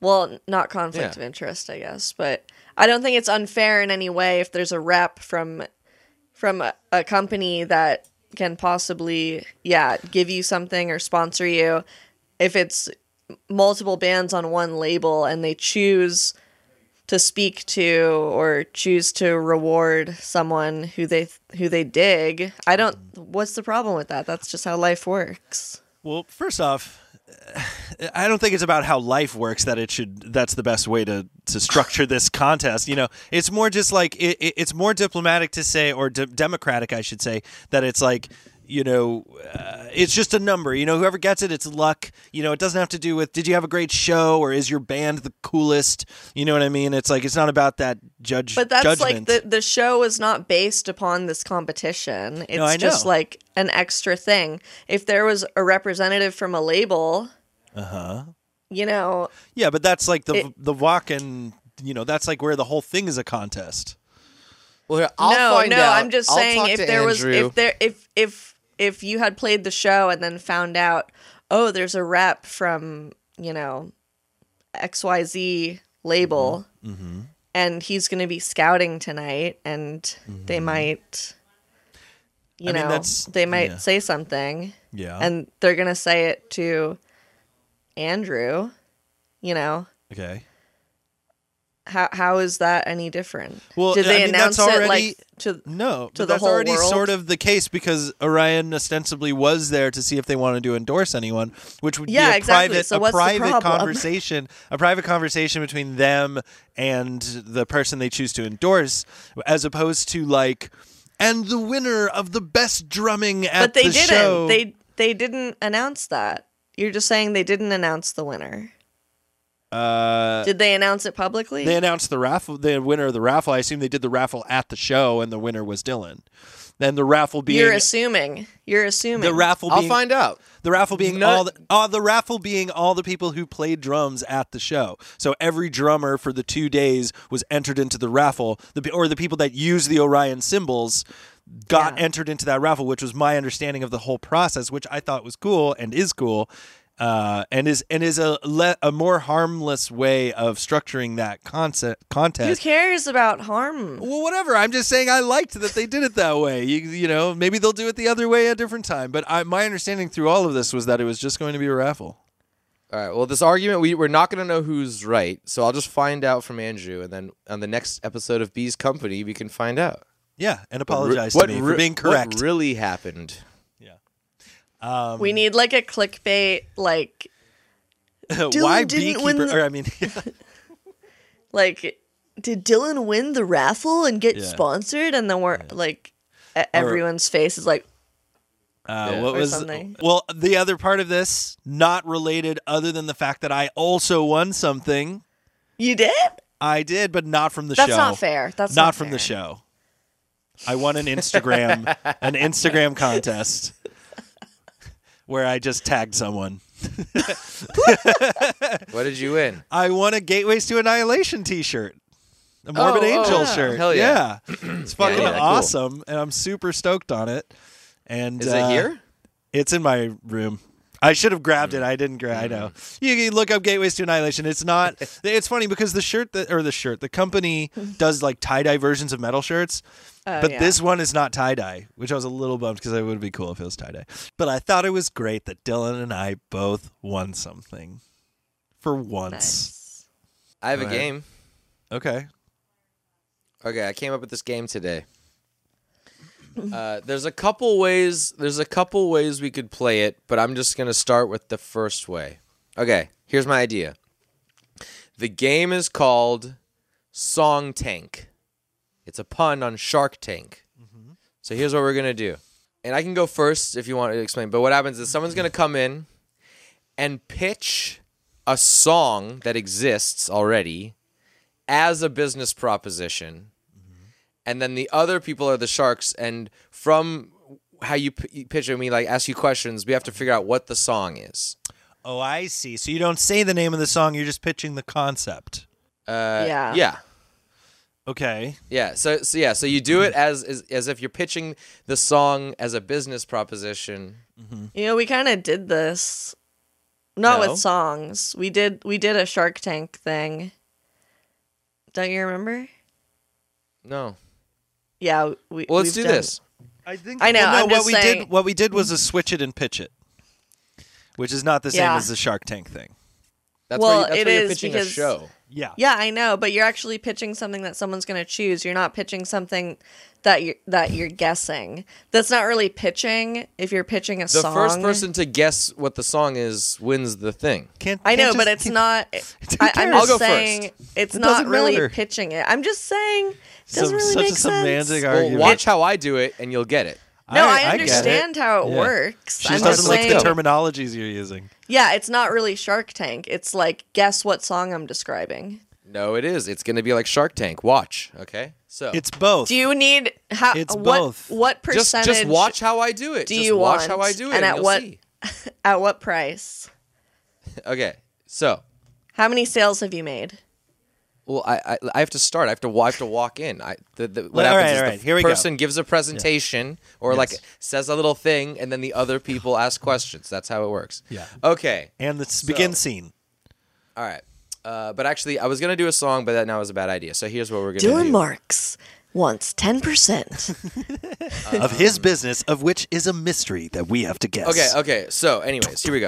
Speaker 2: well, not conflict
Speaker 3: Yeah.
Speaker 2: of interest, I guess, but I don't think it's unfair in any way if there's a rep from from a, a company that can possibly yeah, give you something or sponsor you if it's multiple bands on one label and they choose to speak to or choose to reward someone who they who they dig. I don't what's the problem with that? That's just how life works.
Speaker 1: Well, first off, I don't think it's about how life works that it should. That's the best way to to structure this contest. You know, it's more just like it, it, it's more diplomatic to say, or de- democratic, I should say, that it's like you know, uh, it's just a number. You know, whoever gets it, it's luck. You know, it doesn't have to do with did you have a great show or is your band the coolest. You know what I mean? It's like it's not about that judge.
Speaker 2: But that's
Speaker 1: judgment.
Speaker 2: like the the show is not based upon this competition. It's
Speaker 1: I
Speaker 2: just
Speaker 1: know.
Speaker 2: like an extra thing. If there was a representative from a label,
Speaker 1: uh-huh.
Speaker 2: you know,
Speaker 1: Yeah, but that's like the
Speaker 2: It-
Speaker 1: the walk and you know that's like where the whole thing is a contest.
Speaker 3: well, here, I'll
Speaker 2: no,
Speaker 3: find
Speaker 2: no,
Speaker 3: out.
Speaker 2: I'm just
Speaker 3: I'll
Speaker 2: saying
Speaker 3: talk
Speaker 2: if
Speaker 3: to
Speaker 2: there was
Speaker 3: Andrew.
Speaker 2: if there if if if you had played the show and then found out, oh, there's a rep from, you know, XYZ label
Speaker 1: Mm-hmm.
Speaker 2: and he's gonna be scouting tonight and they might
Speaker 1: Mm-hmm.
Speaker 2: you
Speaker 1: I mean,
Speaker 2: know
Speaker 1: that's-
Speaker 2: they might
Speaker 1: yeah.
Speaker 2: say something.
Speaker 1: Yeah.
Speaker 2: And they're gonna say it to Andrew, you know.
Speaker 1: okay.
Speaker 2: How how is that any different?
Speaker 1: Well,
Speaker 2: did
Speaker 1: I
Speaker 2: they
Speaker 1: mean, that's
Speaker 2: announce it
Speaker 1: already-
Speaker 2: like to
Speaker 1: No,
Speaker 2: to
Speaker 1: but
Speaker 2: the
Speaker 1: that's
Speaker 2: whole
Speaker 1: already
Speaker 2: world?
Speaker 1: sort of the case because Orion ostensibly was there to see if they wanted to endorse anyone, which would
Speaker 2: Yeah,
Speaker 1: be a
Speaker 2: exactly.
Speaker 1: private,
Speaker 2: So
Speaker 1: a
Speaker 2: what's the
Speaker 1: private
Speaker 2: problem?
Speaker 1: conversation, a private conversation between them and the person they choose to endorse, as opposed to like, and the winner of the best drumming at
Speaker 2: but they
Speaker 1: the
Speaker 2: didn't.
Speaker 1: show.
Speaker 2: They they didn't announce that. You're just saying they didn't announce the winner.
Speaker 1: uh,
Speaker 2: Did they announce it publicly?
Speaker 1: they announced the raffle, the winner of the raffle. I assume they did the raffle at the show, and the winner was Dylan. Then the raffle being
Speaker 2: You're assuming. You're assuming.
Speaker 1: the raffle
Speaker 3: I'll
Speaker 1: being
Speaker 3: find out.
Speaker 1: The raffle being
Speaker 3: Nut-
Speaker 1: all the, all the raffle being all the people who played drums at the show. So every drummer for the two days was entered into the raffle. The pe- or the people that used the Orion symbols got
Speaker 2: Yeah.
Speaker 1: entered into that raffle, which was my understanding of the whole process, which I thought was cool and is cool. Uh, and is and is a le- a more harmless way of structuring that concept
Speaker 2: Who
Speaker 1: contest.
Speaker 2: cares about harm?
Speaker 1: Well, whatever. I'm just saying I liked that they did it that way. You, you know, maybe they'll do it the other way a different time. But I, my understanding through all of this was that it was just going to be a raffle.
Speaker 3: All right. Well, this argument we we're not going to know who's right, so I'll just find out from Andrew, and then on the next episode of Bee's Company, we can find out.
Speaker 1: Yeah, and apologize to me
Speaker 3: re-
Speaker 1: for being correct.
Speaker 3: What really happened?
Speaker 1: um,
Speaker 2: We need like a clickbait, like
Speaker 1: why
Speaker 2: Dylan didn't
Speaker 1: beekeeper?
Speaker 2: win the-
Speaker 1: Or I mean,
Speaker 2: like did Dylan win the raffle and get
Speaker 1: Yeah.
Speaker 2: sponsored? And then we're like, e- everyone's face is like,
Speaker 1: Uh,
Speaker 3: Yeah.
Speaker 1: What
Speaker 2: Or
Speaker 1: was
Speaker 2: something.
Speaker 1: well? The other part of this, not related, other than the fact that I also won something.
Speaker 2: you did?
Speaker 1: I did, but not from the
Speaker 2: That's
Speaker 1: show.
Speaker 2: not fair. That's
Speaker 1: not,
Speaker 2: not,
Speaker 1: from
Speaker 2: fair.
Speaker 1: the show. I won an Instagram an Instagram contest where I just tagged someone.
Speaker 3: What did you win?
Speaker 1: I won a Gateways to Annihilation T-shirt, a Morbid
Speaker 3: oh,
Speaker 1: Angel
Speaker 3: yeah.
Speaker 1: shirt.
Speaker 3: Hell yeah.
Speaker 1: it's fucking
Speaker 3: yeah, cool.
Speaker 1: awesome, and I'm super stoked on it. And
Speaker 3: Is
Speaker 1: uh,
Speaker 3: it here? Mm.
Speaker 1: It's in my room. I should have grabbed it. I didn't grab. I know. You can look up Gateways to Annihilation. It's not. It's funny because the shirt that or the shirt the company does like tie dye versions of metal shirts,
Speaker 2: Oh,
Speaker 1: but
Speaker 2: yeah.
Speaker 1: this one is not tie dye, which I was a little bummed because it would be cool if it was tie dye. But I thought it was great that Dylan and I both won something, for once.
Speaker 2: Nice.
Speaker 3: I have a
Speaker 1: Go ahead.
Speaker 3: game.
Speaker 1: Okay.
Speaker 3: Okay, I came up with this game today. Uh, there's a couple ways. There's a couple ways we could play it, but I'm just gonna start with the first way. Okay, here's my idea. The game is called Song Tank. It's a pun on Shark Tank. So here's what we're gonna do, and I can go first if you want to explain. But what happens is someone's gonna come in and pitch a song that exists already as a business proposition, and then the other people are the sharks. And from how you, p- you pitch it, we like ask you questions. We have to figure out what the song is.
Speaker 1: Oh, I see. So you don't say the name of the song, you're just pitching the concept.
Speaker 3: Uh,
Speaker 2: Yeah.
Speaker 3: Yeah.
Speaker 1: Okay.
Speaker 3: Yeah. So, so yeah. So you do it as as, as if you're pitching the song as a business proposition.
Speaker 2: You know, we kind of did this. Not
Speaker 3: No.
Speaker 2: with songs. We did we did a Shark Tank thing. Don't you remember?
Speaker 3: No.
Speaker 2: Yeah, we.
Speaker 3: Well, let's
Speaker 2: we've
Speaker 3: do
Speaker 2: done-
Speaker 3: this.
Speaker 1: I think
Speaker 2: I know, I'm
Speaker 1: what
Speaker 2: just
Speaker 1: we
Speaker 2: saying-
Speaker 1: did what we did was a switch it and pitch it. Which is not the same
Speaker 2: Yeah.
Speaker 1: as the Shark Tank thing.
Speaker 3: That's
Speaker 2: Well,
Speaker 3: where, you, that's
Speaker 2: it
Speaker 3: where you're
Speaker 2: is
Speaker 3: pitching a
Speaker 2: because-
Speaker 3: show.
Speaker 1: Yeah.
Speaker 2: Yeah, I know, but you're actually pitching something that someone's going to choose. You're not pitching something that you're that you're guessing. That's not really pitching. If you're pitching a
Speaker 3: The
Speaker 2: song,
Speaker 3: first person to guess what the song is wins the thing.
Speaker 1: Can't,
Speaker 2: I know,
Speaker 1: can't
Speaker 2: but
Speaker 1: just-
Speaker 2: it's not. I,
Speaker 1: cares?
Speaker 2: I'm
Speaker 3: I'll
Speaker 2: just
Speaker 3: go
Speaker 2: saying it's
Speaker 1: It
Speaker 2: not
Speaker 1: doesn't
Speaker 2: really
Speaker 1: matter.
Speaker 2: pitching it. I'm just saying it doesn't
Speaker 1: Some-
Speaker 2: really
Speaker 1: such
Speaker 2: make
Speaker 1: a
Speaker 2: sense.
Speaker 1: semantic
Speaker 3: Well,
Speaker 1: argument.
Speaker 3: watch how I do it, and you'll get it.
Speaker 2: No, I,
Speaker 1: get it.
Speaker 2: understand how it
Speaker 1: Yeah.
Speaker 2: works.
Speaker 1: She
Speaker 2: I'm
Speaker 1: just
Speaker 2: just
Speaker 1: doesn't like
Speaker 2: saying,
Speaker 1: the terminologies you're using.
Speaker 2: yeah, it's not really Shark Tank. It's like guess what song I'm describing.
Speaker 3: No, it is. It's going to be like Shark Tank. Watch. Okay. So
Speaker 1: It's both.
Speaker 2: Do you need how?
Speaker 1: It's
Speaker 2: what,
Speaker 1: both.
Speaker 2: What
Speaker 3: just
Speaker 2: percentage?
Speaker 3: just watch how I do it.
Speaker 2: do
Speaker 3: just
Speaker 2: you
Speaker 3: watch
Speaker 2: want?
Speaker 3: how I do it,
Speaker 2: And at
Speaker 3: you'll
Speaker 2: what-
Speaker 3: see.
Speaker 2: At what price?
Speaker 3: Okay. So
Speaker 2: How many sales have you made?
Speaker 3: Well, I, I I have to start. I have to wa- I have to walk in. I the, the what
Speaker 1: Well, all right,
Speaker 3: happens is
Speaker 1: all
Speaker 3: the
Speaker 1: right, here we go.
Speaker 3: person gives a presentation or like
Speaker 1: Yes.
Speaker 3: says a little thing, and then the other people ask questions. That's how it works.
Speaker 1: Yeah.
Speaker 3: Okay.
Speaker 1: and the s- begin scene.
Speaker 3: All right. Uh, but actually, I was gonna do a song, but that now is a bad idea. So here's what we're gonna do.
Speaker 2: Marks wants ten percent.
Speaker 1: of his business, of which is a mystery that we have to guess.
Speaker 3: Okay. Okay. So, anyways, here we go.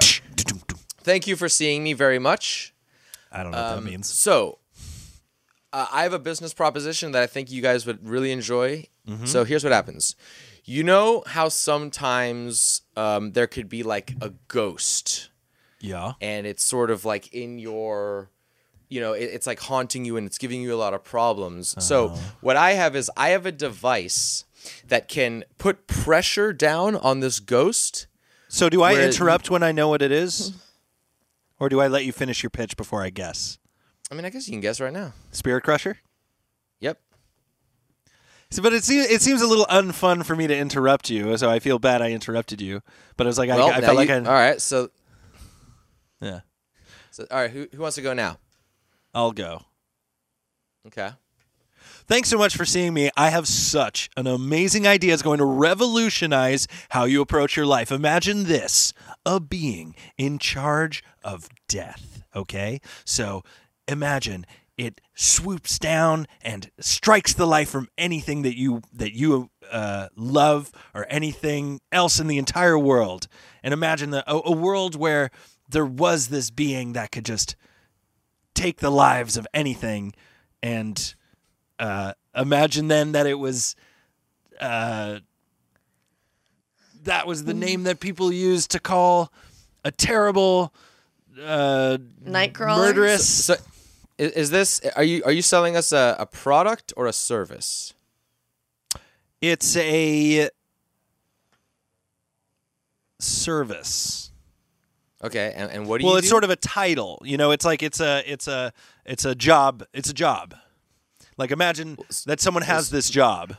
Speaker 3: Thank you for seeing me very much.
Speaker 1: I don't know what that means.
Speaker 3: So, uh, I have a business proposition that I think you guys would really enjoy.
Speaker 1: Mm-hmm.
Speaker 3: So, here's what happens you know how sometimes um, there could be like a ghost,
Speaker 1: Yeah.
Speaker 3: and it's sort of like in your. You know, it- it's like haunting you and it's giving you a lot of problems. So,
Speaker 1: Uh-huh.
Speaker 3: what I have is I have a device that can put pressure down on this ghost.
Speaker 1: So do I
Speaker 3: Where- Mm-hmm.
Speaker 1: interrupt when I know what it is? Or do I let you finish your pitch before I guess?
Speaker 3: I mean, I guess you can guess right now.
Speaker 1: Spirit Crusher?
Speaker 3: Yep.
Speaker 1: So, but it seems it seems a little unfun for me to interrupt you, so I feel bad I interrupted you. But I was like,
Speaker 3: Well,
Speaker 1: I, I
Speaker 3: now
Speaker 1: felt like
Speaker 3: you-
Speaker 1: I,
Speaker 3: all right. So,
Speaker 1: yeah,
Speaker 3: so, all right. Who, who wants to go now?
Speaker 1: I'll go.
Speaker 3: Okay.
Speaker 1: Thanks so much for seeing me. I have such an amazing idea. It's going to revolutionize how you approach your life. Imagine this a being in charge of death. Okay? So imagine it swoops down and strikes the life from anything that you that you uh, love or anything else in the entire world. And imagine the, a, a world where there was this being that could just take the lives of anything and uh, imagine then that it was uh, that was the name that people used to call a terrible uh,
Speaker 2: Nightcrawler.
Speaker 1: murderous
Speaker 3: So, i- is, this are you are you selling us a, a product or a service?
Speaker 1: it's a service
Speaker 3: Okay, and, and what do you?
Speaker 1: well it's sort of a title you know it's like it's a it's a it's a job it's a job like imagine that someone has this job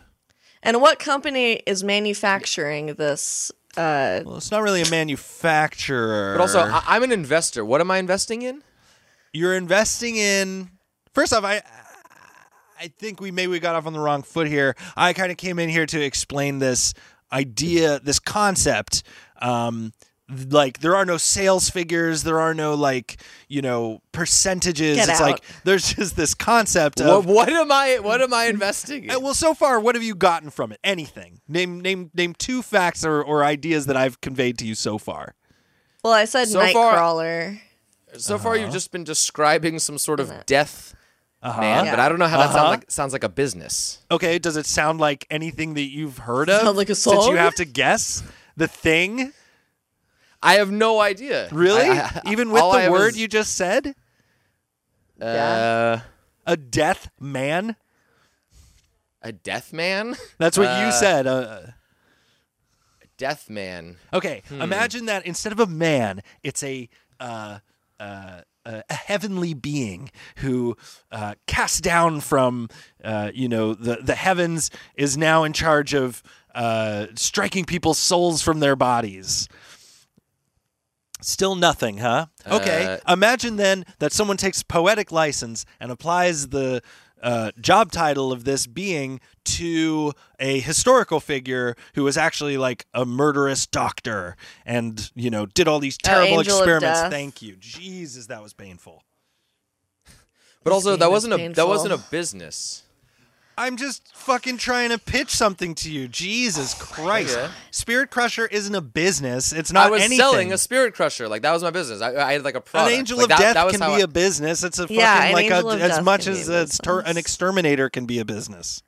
Speaker 2: And what company is manufacturing this? Uh,
Speaker 1: well it's not really a manufacturer
Speaker 3: But also, I, I'm an investor. What am I investing in?
Speaker 1: you're investing in first off i i think we maybe we got off on the wrong foot here i kind of came in here to explain this idea this concept um th- like there are no sales figures there are no like you know percentages
Speaker 2: Get
Speaker 1: it's
Speaker 2: out.
Speaker 1: like there's just this concept
Speaker 3: What,
Speaker 1: of
Speaker 3: what am I? What am I investing in?
Speaker 1: Uh, well so far what have you gotten from it anything name name name two facts or, or ideas that i've conveyed to you so far
Speaker 2: well, I said
Speaker 3: So far-
Speaker 2: Nightcrawler.
Speaker 3: so far,
Speaker 1: Uh-huh.
Speaker 3: you've just been describing some sort of death man, but
Speaker 2: Yeah.
Speaker 3: I don't know how that
Speaker 1: Uh-huh.
Speaker 3: sounds like. Sounds like a business.
Speaker 1: Okay, does it sound like anything that you've heard of?
Speaker 2: Sound like a
Speaker 1: Since
Speaker 2: song?
Speaker 1: you have to guess the thing,
Speaker 3: I have no idea.
Speaker 1: really?
Speaker 3: I- I-
Speaker 1: Even with
Speaker 3: all I
Speaker 1: the
Speaker 3: have
Speaker 1: word
Speaker 3: is,
Speaker 1: you just said,
Speaker 3: Uh,
Speaker 1: a death man.
Speaker 3: a death man?
Speaker 1: That's what
Speaker 3: Uh,
Speaker 1: you said. Uh,
Speaker 3: Death man.
Speaker 1: okay,
Speaker 3: hmm.
Speaker 1: imagine that instead of a man, it's a uh, uh, uh, a heavenly being who uh, cast down from uh, you know the the heavens is now in charge of uh, striking people's souls from their bodies. Still nothing, huh?
Speaker 3: Uh,
Speaker 1: Okay. Imagine then that someone takes poetic license and applies the uh, job title of this being to a historical figure who was actually like a murderous doctor and, you know, did all these terrible
Speaker 2: Angel of
Speaker 1: experiments.
Speaker 2: Death.
Speaker 1: Thank you. Jesus, that was painful.
Speaker 3: But also that
Speaker 2: game is
Speaker 3: wasn't a that
Speaker 2: painful.
Speaker 3: wasn't a business.
Speaker 1: I'm just fucking trying to pitch something to you. Jesus Christ.
Speaker 3: Yeah.
Speaker 1: Spirit Crusher isn't a business. It's not
Speaker 3: Oh, I was
Speaker 1: anything.
Speaker 3: selling a spirit crusher. Like that was my business. I, I had like a
Speaker 1: An
Speaker 3: product.
Speaker 1: angel
Speaker 3: Like,
Speaker 1: of
Speaker 3: that-
Speaker 1: death
Speaker 3: that was how
Speaker 1: can be
Speaker 3: I-
Speaker 1: a business. It's a fucking
Speaker 2: Yeah, an
Speaker 1: like
Speaker 2: angel
Speaker 1: a,
Speaker 2: of
Speaker 1: as
Speaker 2: death
Speaker 1: much
Speaker 2: can be
Speaker 1: as
Speaker 2: a
Speaker 1: a ter- an
Speaker 2: business.
Speaker 1: exterminator can be a business.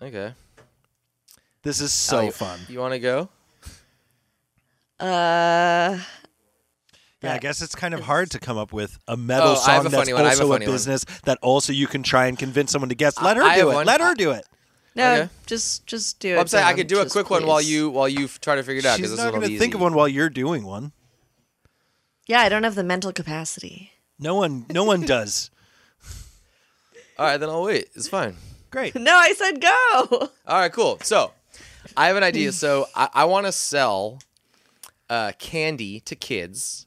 Speaker 3: Okay.
Speaker 1: This is so
Speaker 3: Elliot,
Speaker 1: fun.
Speaker 3: You want to go?
Speaker 2: Uh,
Speaker 1: Yeah, I
Speaker 2: that
Speaker 1: guess it's kind of hard to come up with a metal
Speaker 3: Oh, I have
Speaker 1: song
Speaker 3: a
Speaker 1: that's
Speaker 3: funny one, I have a
Speaker 1: also a,
Speaker 3: funny one.
Speaker 1: business that also you can try and convince someone to guess. Let her
Speaker 3: I- I
Speaker 1: do
Speaker 3: have
Speaker 1: it.
Speaker 3: one.
Speaker 1: Let her
Speaker 3: I-
Speaker 1: do it.
Speaker 2: no,
Speaker 3: Okay.
Speaker 2: just just do it.
Speaker 3: Well, I'm saying I
Speaker 2: Dylan,
Speaker 3: could do a
Speaker 2: just
Speaker 3: quick one while
Speaker 2: please.
Speaker 3: you while you f- try to figure it out because
Speaker 1: She's
Speaker 3: this
Speaker 1: not going
Speaker 3: one will
Speaker 1: to
Speaker 3: be
Speaker 1: think of
Speaker 3: easy.
Speaker 1: one while you're doing one.
Speaker 2: Yeah, I don't have the mental capacity.
Speaker 1: No one, no one does.
Speaker 3: All right, then I'll wait. It's fine.
Speaker 1: Great.
Speaker 2: No, I said go.
Speaker 3: All right, cool. So I have an idea. So I, I want to sell uh, candy to kids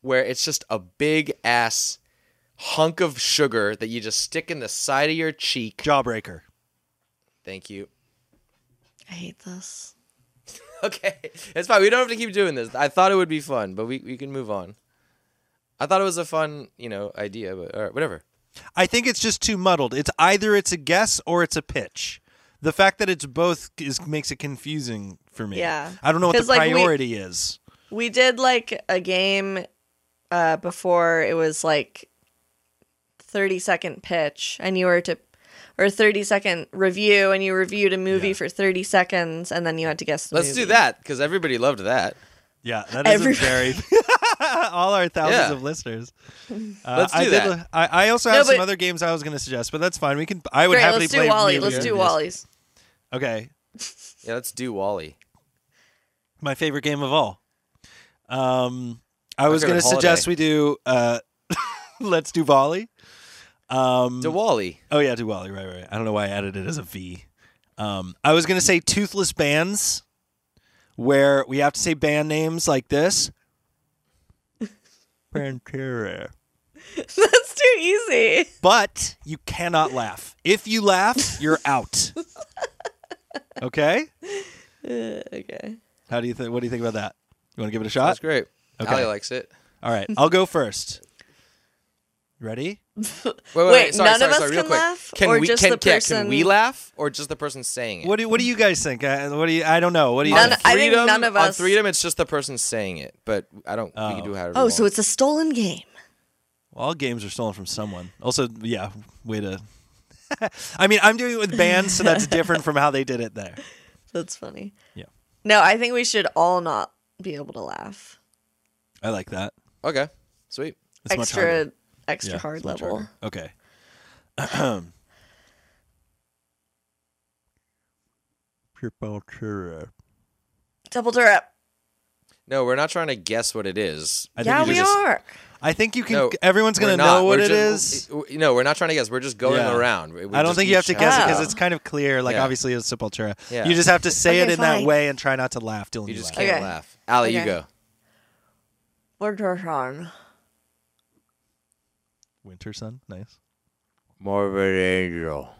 Speaker 3: where it's just a big ass hunk of sugar that you just stick in the side of your cheek.
Speaker 1: Jawbreaker.
Speaker 3: Thank you.
Speaker 2: I hate this.
Speaker 3: Okay, it's fine. We don't have to keep doing this. I thought it would be fun, but we, we can move on. I thought it was a fun, you know, idea, but all right, whatever.
Speaker 1: I think it's just too muddled. It's either it's a guess or it's a pitch. The fact that it's both is makes it confusing for me.
Speaker 2: Yeah.
Speaker 1: I don't know what the
Speaker 2: 'Cause, like, we-
Speaker 1: priority is.
Speaker 2: We did like a game uh before it was like 30 second pitch and you were to or 30 second review and you reviewed a movie for 30 seconds and then you had to guess the
Speaker 3: Let's
Speaker 2: movie.
Speaker 3: do that because everybody loved that.
Speaker 1: Yeah, that is a
Speaker 2: Everybody-
Speaker 1: very all our thousands
Speaker 3: Yeah.
Speaker 1: of listeners. Uh,
Speaker 3: Let's do
Speaker 1: I did-
Speaker 3: that.
Speaker 1: I, I also have
Speaker 2: No,
Speaker 1: some
Speaker 2: but-
Speaker 1: other games I was going to suggest, but that's fine. We can. I would
Speaker 2: Great,
Speaker 1: happily
Speaker 2: let's
Speaker 1: play
Speaker 2: do Wally.
Speaker 1: music
Speaker 2: Let's do
Speaker 1: reviews.
Speaker 2: Wally's.
Speaker 1: Okay,
Speaker 3: Yeah, let's do Wally.
Speaker 1: my favorite game of all. Um, I was going
Speaker 3: favorite
Speaker 1: to suggest we do. Uh, let's do volley. Um,
Speaker 3: To Wally.
Speaker 1: oh yeah, do volley. Right, right. I don't know why I added it as a V. Um, I was going to say toothless bands, where we have to say band names like this. Pantera.
Speaker 2: That's too easy.
Speaker 1: but you cannot laugh. If you laugh, you're out. Okay?
Speaker 2: Okay.
Speaker 1: How do you think what do you think about that? You want to give it a
Speaker 3: That's
Speaker 1: shot?
Speaker 3: great.
Speaker 1: uh, Okay.
Speaker 3: Allie likes it.
Speaker 1: All right. I'll go first. Ready?
Speaker 3: Wait,
Speaker 2: Wait, none of us can laugh,
Speaker 3: Can
Speaker 2: or
Speaker 3: we,
Speaker 2: just
Speaker 3: can,
Speaker 2: the
Speaker 3: yeah,
Speaker 2: person-
Speaker 3: can we laugh, or just the person saying it?
Speaker 1: What do what do you guys think? Uh, what do you I don't know. What do you
Speaker 2: None-
Speaker 1: think?
Speaker 2: I think none of
Speaker 3: On
Speaker 2: us-
Speaker 3: freedom, it's just the person saying it, but I don't. We can do however.
Speaker 2: Oh,
Speaker 3: we
Speaker 2: so
Speaker 3: want.
Speaker 2: it's a stolen game.
Speaker 1: All games are stolen from someone. Also, yeah, way to I mean, I'm doing it with bands, so that's different from how they did it there.
Speaker 2: That's funny.
Speaker 1: Yeah.
Speaker 2: No, I think we should all not be able to laugh.
Speaker 1: I like that.
Speaker 3: okay. Sweet.
Speaker 1: It's much harder.
Speaker 2: extra extra
Speaker 1: Yeah,
Speaker 2: hard
Speaker 1: it's much
Speaker 2: level.
Speaker 1: harder. Okay. Triple churro.
Speaker 2: Double turret.
Speaker 3: No, we're not trying to guess what it is.
Speaker 1: I think
Speaker 2: Yeah,
Speaker 1: you
Speaker 2: we
Speaker 1: just-
Speaker 2: are.
Speaker 1: I think you can.
Speaker 3: No,
Speaker 1: everyone's
Speaker 3: we're
Speaker 1: gonna
Speaker 3: not.
Speaker 1: know what
Speaker 3: We're
Speaker 1: it
Speaker 3: just-
Speaker 1: is.
Speaker 3: w- No, we're not trying to guess. We're just going
Speaker 1: Yeah.
Speaker 3: around. We- we
Speaker 1: I don't
Speaker 3: just
Speaker 1: think you have
Speaker 3: each
Speaker 1: to guess it
Speaker 2: have-
Speaker 1: because it's kind of clear. Like
Speaker 3: Yeah.
Speaker 1: obviously it's Sepultura.
Speaker 3: Yeah.
Speaker 1: You just have to say it
Speaker 2: Okay,
Speaker 1: in that
Speaker 2: fine.
Speaker 1: way and try not to laugh till
Speaker 3: You
Speaker 1: you,
Speaker 3: just
Speaker 1: laugh.
Speaker 3: can't
Speaker 2: Okay.
Speaker 3: laugh. Allie, you
Speaker 2: Okay.
Speaker 3: go.
Speaker 2: Winter Sean.
Speaker 1: Winter sun, nice.
Speaker 3: More of an angel.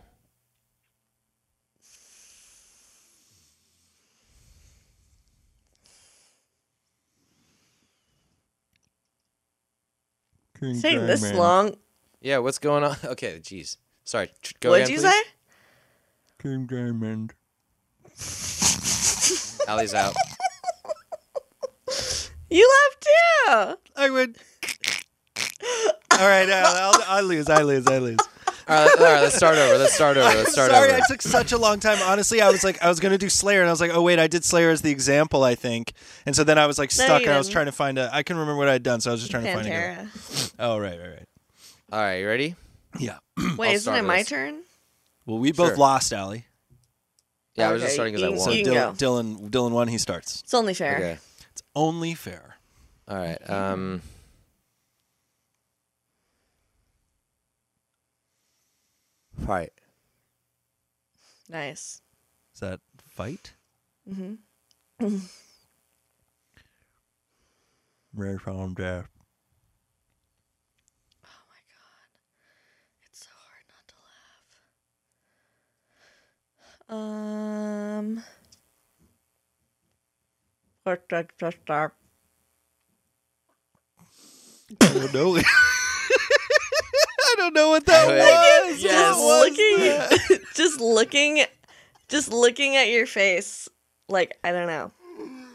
Speaker 2: Saying this long.
Speaker 3: Yeah, what's going on? Okay, jeez. Sorry. tr- Go
Speaker 2: What'd you
Speaker 3: again,
Speaker 2: say?
Speaker 1: King Diamond.
Speaker 3: please. Allie's out.
Speaker 2: You laughed too.
Speaker 1: I would. All right, uh, I'll, I'll, I lose. I lose. I lose.
Speaker 3: All right, all right, let's start over. Let's start over. Let's start
Speaker 1: Sorry,
Speaker 3: over.
Speaker 1: I took such a long time. Honestly, I was like, I was gonna do Slayer, and I was like, oh wait, I did Slayer as the example, I think. And so then I was like
Speaker 2: No,
Speaker 1: stuck,
Speaker 2: you
Speaker 1: and I was
Speaker 2: didn't.
Speaker 1: trying to find a. I couldn't remember what I'd done, so I was just trying to find a.
Speaker 2: Pantera.
Speaker 1: Oh right, right, right.
Speaker 3: All right, you ready?
Speaker 1: Yeah.
Speaker 2: Wait,
Speaker 3: I'll
Speaker 2: isn't
Speaker 3: start
Speaker 2: it my
Speaker 3: us.
Speaker 2: turn?
Speaker 1: Well, we
Speaker 3: Sure.
Speaker 1: both lost, Allie.
Speaker 3: Yeah, I was just
Speaker 2: Okay,
Speaker 3: starting because I
Speaker 2: you-
Speaker 1: So
Speaker 2: you-
Speaker 3: won.
Speaker 1: Dylan, Dylan, Dylan won. He starts.
Speaker 2: It's only fair.
Speaker 3: Okay.
Speaker 1: It's only fair.
Speaker 3: All right. Um, all right.
Speaker 2: Nice.
Speaker 1: Is that fight? Mm-hmm. Rare from death.
Speaker 2: It's so hard not to laugh. Um. what did I just start?
Speaker 1: Oh no! I don't know what that was.
Speaker 3: Yes.
Speaker 2: Just
Speaker 1: What was that?
Speaker 2: looking, just looking, just looking at your face. Like I don't know.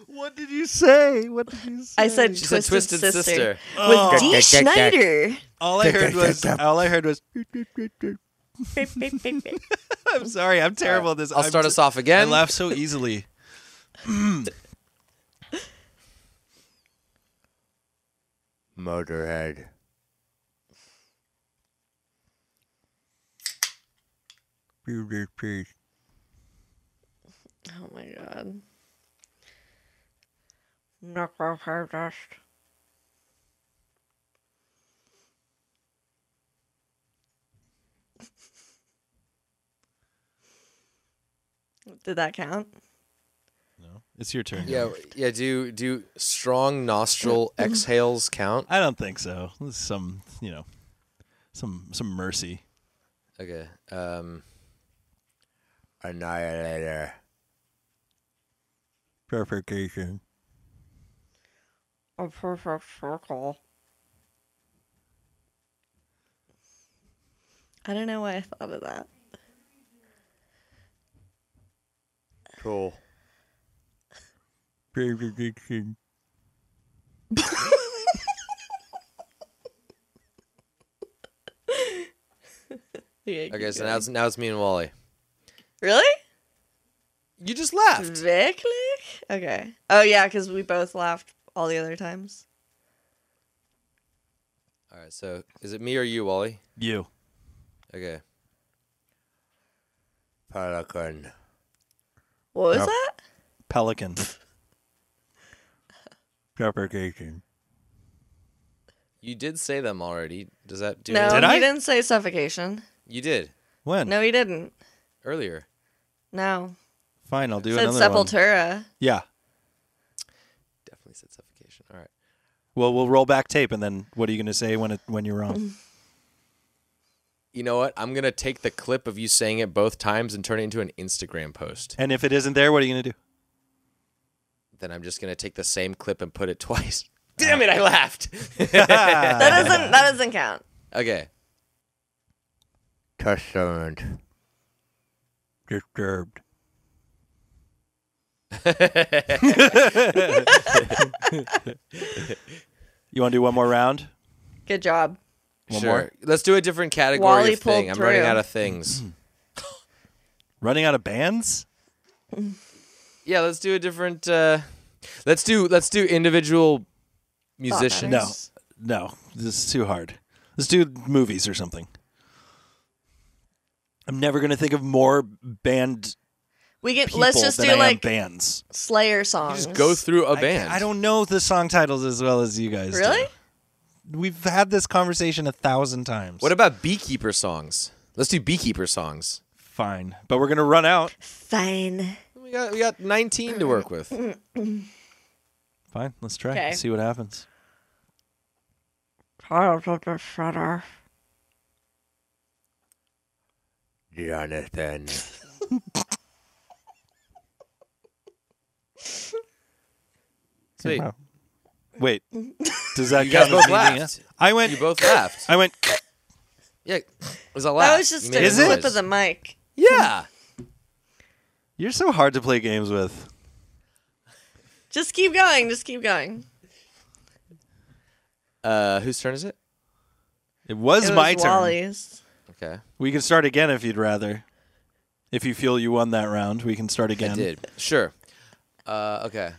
Speaker 1: What did you say? What did you say?
Speaker 2: I said,
Speaker 3: She said
Speaker 2: twisted,
Speaker 3: Twisted
Speaker 2: sister,
Speaker 3: Sister.
Speaker 1: Oh.
Speaker 2: with D. Schneider.
Speaker 1: all I heard was all I heard was. I'm sorry. I'm terrible at this.
Speaker 3: I'll
Speaker 1: I'm
Speaker 3: start
Speaker 1: t-
Speaker 3: us off
Speaker 1: I
Speaker 3: again.
Speaker 1: laugh so easily.
Speaker 3: Motorhead.
Speaker 2: Oh my god. Necropodust. Did that count?
Speaker 1: It's your turn.
Speaker 3: Yeah, yeah. Do do strong nostril exhales count?
Speaker 1: I don't think so. This is some, you know, some some mercy.
Speaker 3: Okay. Um, Annihilator.
Speaker 1: Purification.
Speaker 2: A perfect circle. I don't know why I thought of that.
Speaker 3: Cool.
Speaker 1: Purification.
Speaker 3: Okay, so now it's now it's me and Wally.
Speaker 2: really?
Speaker 3: You just laughed.
Speaker 2: Vic Nick? Okay. Oh yeah, because we both laughed all the other times.
Speaker 3: All right. So is it me or you, Wally?
Speaker 1: You.
Speaker 3: Okay. Pelican.
Speaker 2: What was
Speaker 1: Yep.
Speaker 2: that?
Speaker 1: Pelican. Purification.
Speaker 3: You did say them already. Does that do?
Speaker 2: No,
Speaker 3: anything?
Speaker 1: Did I?
Speaker 2: he didn't say suffocation.
Speaker 3: You did
Speaker 1: When?
Speaker 2: No, he didn't.
Speaker 3: earlier.
Speaker 2: No.
Speaker 1: Fine, I'll do
Speaker 2: said
Speaker 1: another one.
Speaker 2: Sepultura.
Speaker 1: Yeah.
Speaker 3: Definitely said suffocation. All right.
Speaker 1: Well, we'll roll back tape, and then what are you going to say when it, when you're
Speaker 2: Mm.
Speaker 1: wrong?
Speaker 3: You know what? I'm gonna take the clip of you saying it both times and turn it into an Instagram post.
Speaker 1: and if it isn't there, what are you going to do?
Speaker 3: Then I'm just gonna take the same clip and put it twice. Damn it! I laughed.
Speaker 1: Uh,
Speaker 2: That doesn't that doesn't count.
Speaker 3: okay. Testament.
Speaker 1: Disturbed. you want to do one more round?
Speaker 2: Good job.
Speaker 1: One
Speaker 3: sure.
Speaker 1: more? Hmm.
Speaker 3: Let's do a different category
Speaker 2: Wally
Speaker 3: of thing.
Speaker 2: pulled
Speaker 3: I'm running
Speaker 2: through.
Speaker 3: out of things.
Speaker 1: Running out of bands?
Speaker 3: yeah, let's do a different. Uh, let's do let's do individual musicians.
Speaker 1: No, no, this is too hard. Let's do movies or something. I'm never gonna think of more band
Speaker 2: We get
Speaker 1: people
Speaker 2: let's just
Speaker 1: than
Speaker 2: do
Speaker 1: I am
Speaker 2: like
Speaker 1: bands.
Speaker 2: Slayer songs.
Speaker 3: Just go through a band.
Speaker 1: I, I don't know the song titles as well as you guys. do.
Speaker 2: Really?
Speaker 1: We've had this conversation a thousand times.
Speaker 3: What about beekeeper songs? Let's do beekeeper songs.
Speaker 1: fine, but we're gonna run out.
Speaker 2: Fine.
Speaker 3: We got we got 19 to work with.
Speaker 1: Fine, let's try.
Speaker 2: Okay.
Speaker 1: See what happens.
Speaker 2: Child of the Shudder.
Speaker 3: Jonathan. Sweet.
Speaker 1: Wait, does that
Speaker 3: You guys
Speaker 1: count? as
Speaker 3: both
Speaker 1: me being
Speaker 3: laughed.
Speaker 1: a- I went.
Speaker 3: You both laughed.
Speaker 1: I went.
Speaker 3: Yeah, it was a laugh.
Speaker 2: That was just
Speaker 3: You made
Speaker 2: a
Speaker 1: Is it?
Speaker 2: flip
Speaker 3: noise.
Speaker 2: of the mic.
Speaker 3: Yeah.
Speaker 1: You're so hard to play games with.
Speaker 2: Just keep going. Just keep going.
Speaker 3: Uh, whose turn is it?
Speaker 1: It was,
Speaker 2: It was
Speaker 1: my turn.
Speaker 2: Wally's.
Speaker 3: Okay.
Speaker 1: We can start again if you'd rather. If you feel you won that round, we can start again.
Speaker 3: I did. Sure. Uh, okay.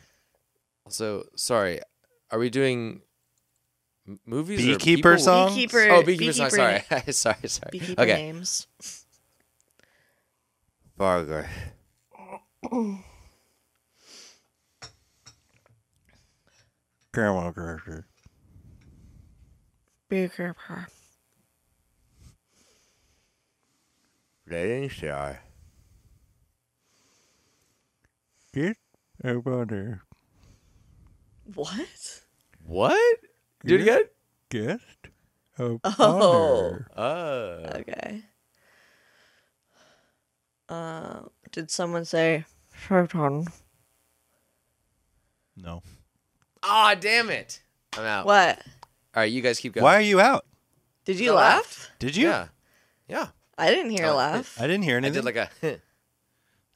Speaker 3: So sorry. Are we doing M- movies or
Speaker 1: Beekeeper
Speaker 3: people?
Speaker 1: song?
Speaker 2: Beekeeper.
Speaker 3: Oh, beekeeper song.
Speaker 2: beekeeper
Speaker 3: Sorry,
Speaker 2: na-
Speaker 3: sorry, sorry.
Speaker 2: Beekeeper
Speaker 3: okay,
Speaker 2: names.
Speaker 3: Fargo.
Speaker 1: Grandma Gerger.
Speaker 2: Beekeeper.
Speaker 3: Rating star.
Speaker 1: Get a butter.
Speaker 2: What?
Speaker 3: What? Do it
Speaker 1: Yeah.
Speaker 3: again?
Speaker 1: Guest of
Speaker 2: Oh.
Speaker 3: Uh,
Speaker 2: Okay. Uh, did someone say Showtime?
Speaker 1: No.
Speaker 3: ah, damn it. I'm out.
Speaker 2: What?
Speaker 3: All right, you guys keep going.
Speaker 1: Why are you out?
Speaker 2: Did you
Speaker 3: I laughed.
Speaker 2: laugh?
Speaker 1: Did you?
Speaker 3: Yeah. Yeah.
Speaker 2: I didn't hear a
Speaker 3: Oh,
Speaker 2: laugh.
Speaker 1: I didn't hear
Speaker 3: I
Speaker 1: anything.
Speaker 3: did like a.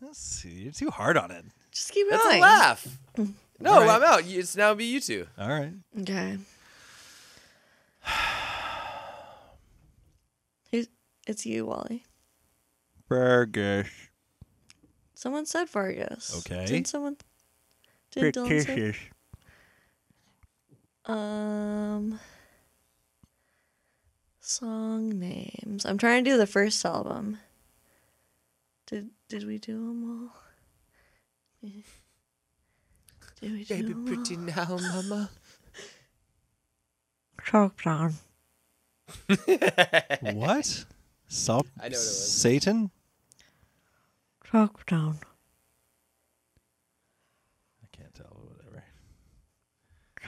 Speaker 1: Let's see. You're too hard on it.
Speaker 2: Just keep
Speaker 3: That's
Speaker 2: going.
Speaker 3: a laugh. No,
Speaker 1: All right.
Speaker 3: I'm out. You- It's now be you two.
Speaker 1: All right.
Speaker 2: Okay. Who's, it's you, Wally.
Speaker 1: Burgers.
Speaker 2: Someone said Vargas.
Speaker 1: Okay.
Speaker 2: Did someone? Did Dylan say? Um. Song names. I'm trying to do the first album. Did Did we do them all? Did we do
Speaker 3: Baby,
Speaker 2: them all?
Speaker 3: pretty now, mama.
Speaker 2: Chalk down.
Speaker 1: What? Salt-
Speaker 3: I know what it was.
Speaker 1: Satan?
Speaker 2: Chalk down.
Speaker 1: I can't tell.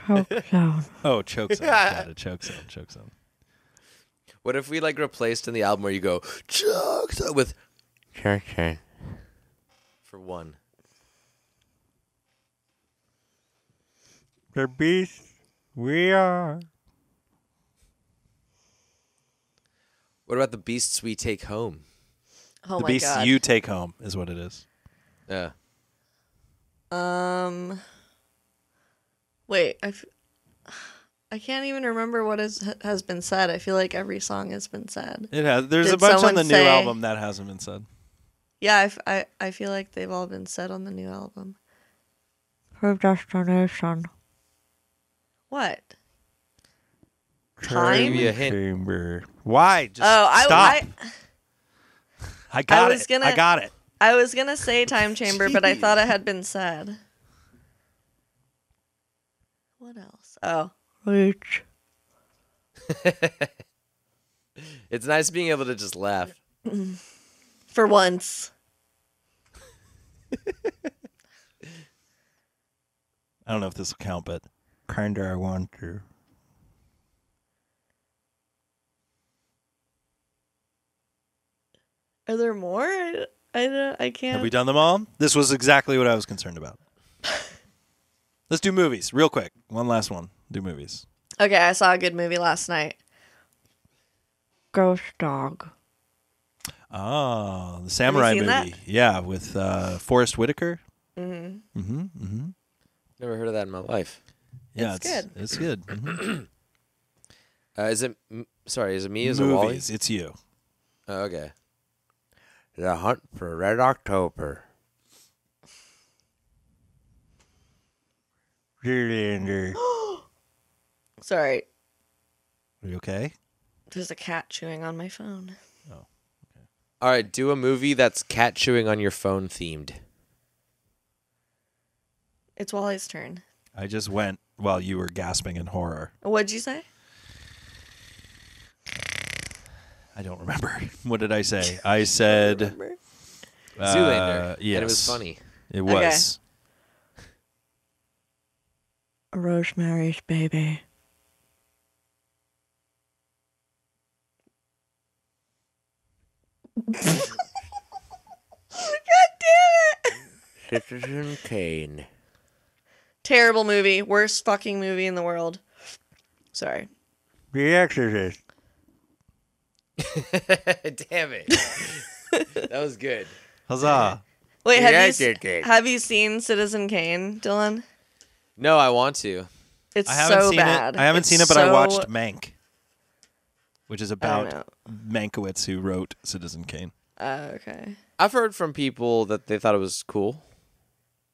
Speaker 1: Whatever.
Speaker 2: Chalk down.
Speaker 1: Oh, choke zone. Got it. Choke zone. Choke zone.
Speaker 3: What if we like replaced in the album where you go choked up with choked for one?
Speaker 1: The beast we are.
Speaker 3: What about the beasts we take home?
Speaker 2: Oh
Speaker 1: the
Speaker 2: my
Speaker 1: beast
Speaker 2: god.
Speaker 1: you take home is what it is.
Speaker 3: Yeah.
Speaker 2: Um. Wait, I. F- I can't even remember what is, has been said. I feel like every song has been said.
Speaker 1: It has. There's
Speaker 2: Did
Speaker 1: a bunch on
Speaker 2: someone
Speaker 1: the new
Speaker 2: say-
Speaker 1: album that hasn't been said.
Speaker 2: Yeah, I, f- I, I feel like they've all been said on the new album.
Speaker 5: Predestination.
Speaker 2: What? Time?
Speaker 3: Maybe a hint.
Speaker 1: Chamber. Why? Just
Speaker 2: oh, I,
Speaker 1: stop.
Speaker 2: I
Speaker 1: I got
Speaker 2: was
Speaker 1: it.
Speaker 2: gonna-
Speaker 1: I got it.
Speaker 2: I was gonna say time chamber, but I thought it had been said. What else? Oh,
Speaker 5: Reach.
Speaker 3: It's nice being able to just laugh.
Speaker 2: for once.
Speaker 1: I don't know if this will count, but kinda I want to.
Speaker 2: Are there more? I, I don't. I can't.
Speaker 1: Have we done them all? This was exactly what I was concerned about. Let's do movies real quick. One last one. Do movies.
Speaker 2: okay, I saw a good movie last night.
Speaker 5: Ghost dog.
Speaker 1: Oh, the samurai
Speaker 2: seen
Speaker 1: movie.
Speaker 2: that?
Speaker 1: Yeah, with uh, Forrest Whitaker.
Speaker 2: Mm-hmm.
Speaker 3: Never heard of that in my life.
Speaker 1: Yeah,
Speaker 2: It's
Speaker 1: it's good. It's good. Mhm.
Speaker 3: Uh, is it? m- Sorry, is it me? Is it Wally?
Speaker 1: movies. It's you.
Speaker 3: Oh, okay. The Hunt for Red October.
Speaker 1: Zoolander.
Speaker 2: Sorry,
Speaker 1: Are you okay?
Speaker 2: there's a cat chewing on my phone.
Speaker 3: All right, do a movie that's cat chewing on your phone themed.
Speaker 2: It's Wally's turn.
Speaker 1: I just went while you were gasping in horror.
Speaker 2: What'd you say?
Speaker 1: I don't remember. What did I say? I said
Speaker 2: Remember?
Speaker 1: uh,
Speaker 3: Zoolander.
Speaker 1: Yes.
Speaker 3: And it was funny.
Speaker 1: It was.
Speaker 5: Rosemary's baby.
Speaker 3: Citizen Kane.
Speaker 2: Terrible movie. Worst fucking movie in the world. Sorry.
Speaker 1: The Exorcist.
Speaker 3: Damn it. that was good.
Speaker 1: Huzzah.
Speaker 2: Wait, have you,
Speaker 3: Yeah,
Speaker 2: s-
Speaker 3: yeah, yeah.
Speaker 2: have you seen Citizen Kane, Dylan?
Speaker 3: No, I want to.
Speaker 2: It's
Speaker 1: I haven't
Speaker 2: so
Speaker 1: seen
Speaker 2: bad.
Speaker 1: it. I haven't
Speaker 2: It's
Speaker 1: seen it, but I
Speaker 2: so-
Speaker 1: watched Mank, which is
Speaker 2: don't
Speaker 1: about Mankiewicz who wrote Citizen Kane.
Speaker 2: Oh, okay.
Speaker 3: I've heard from people that they thought it was cool.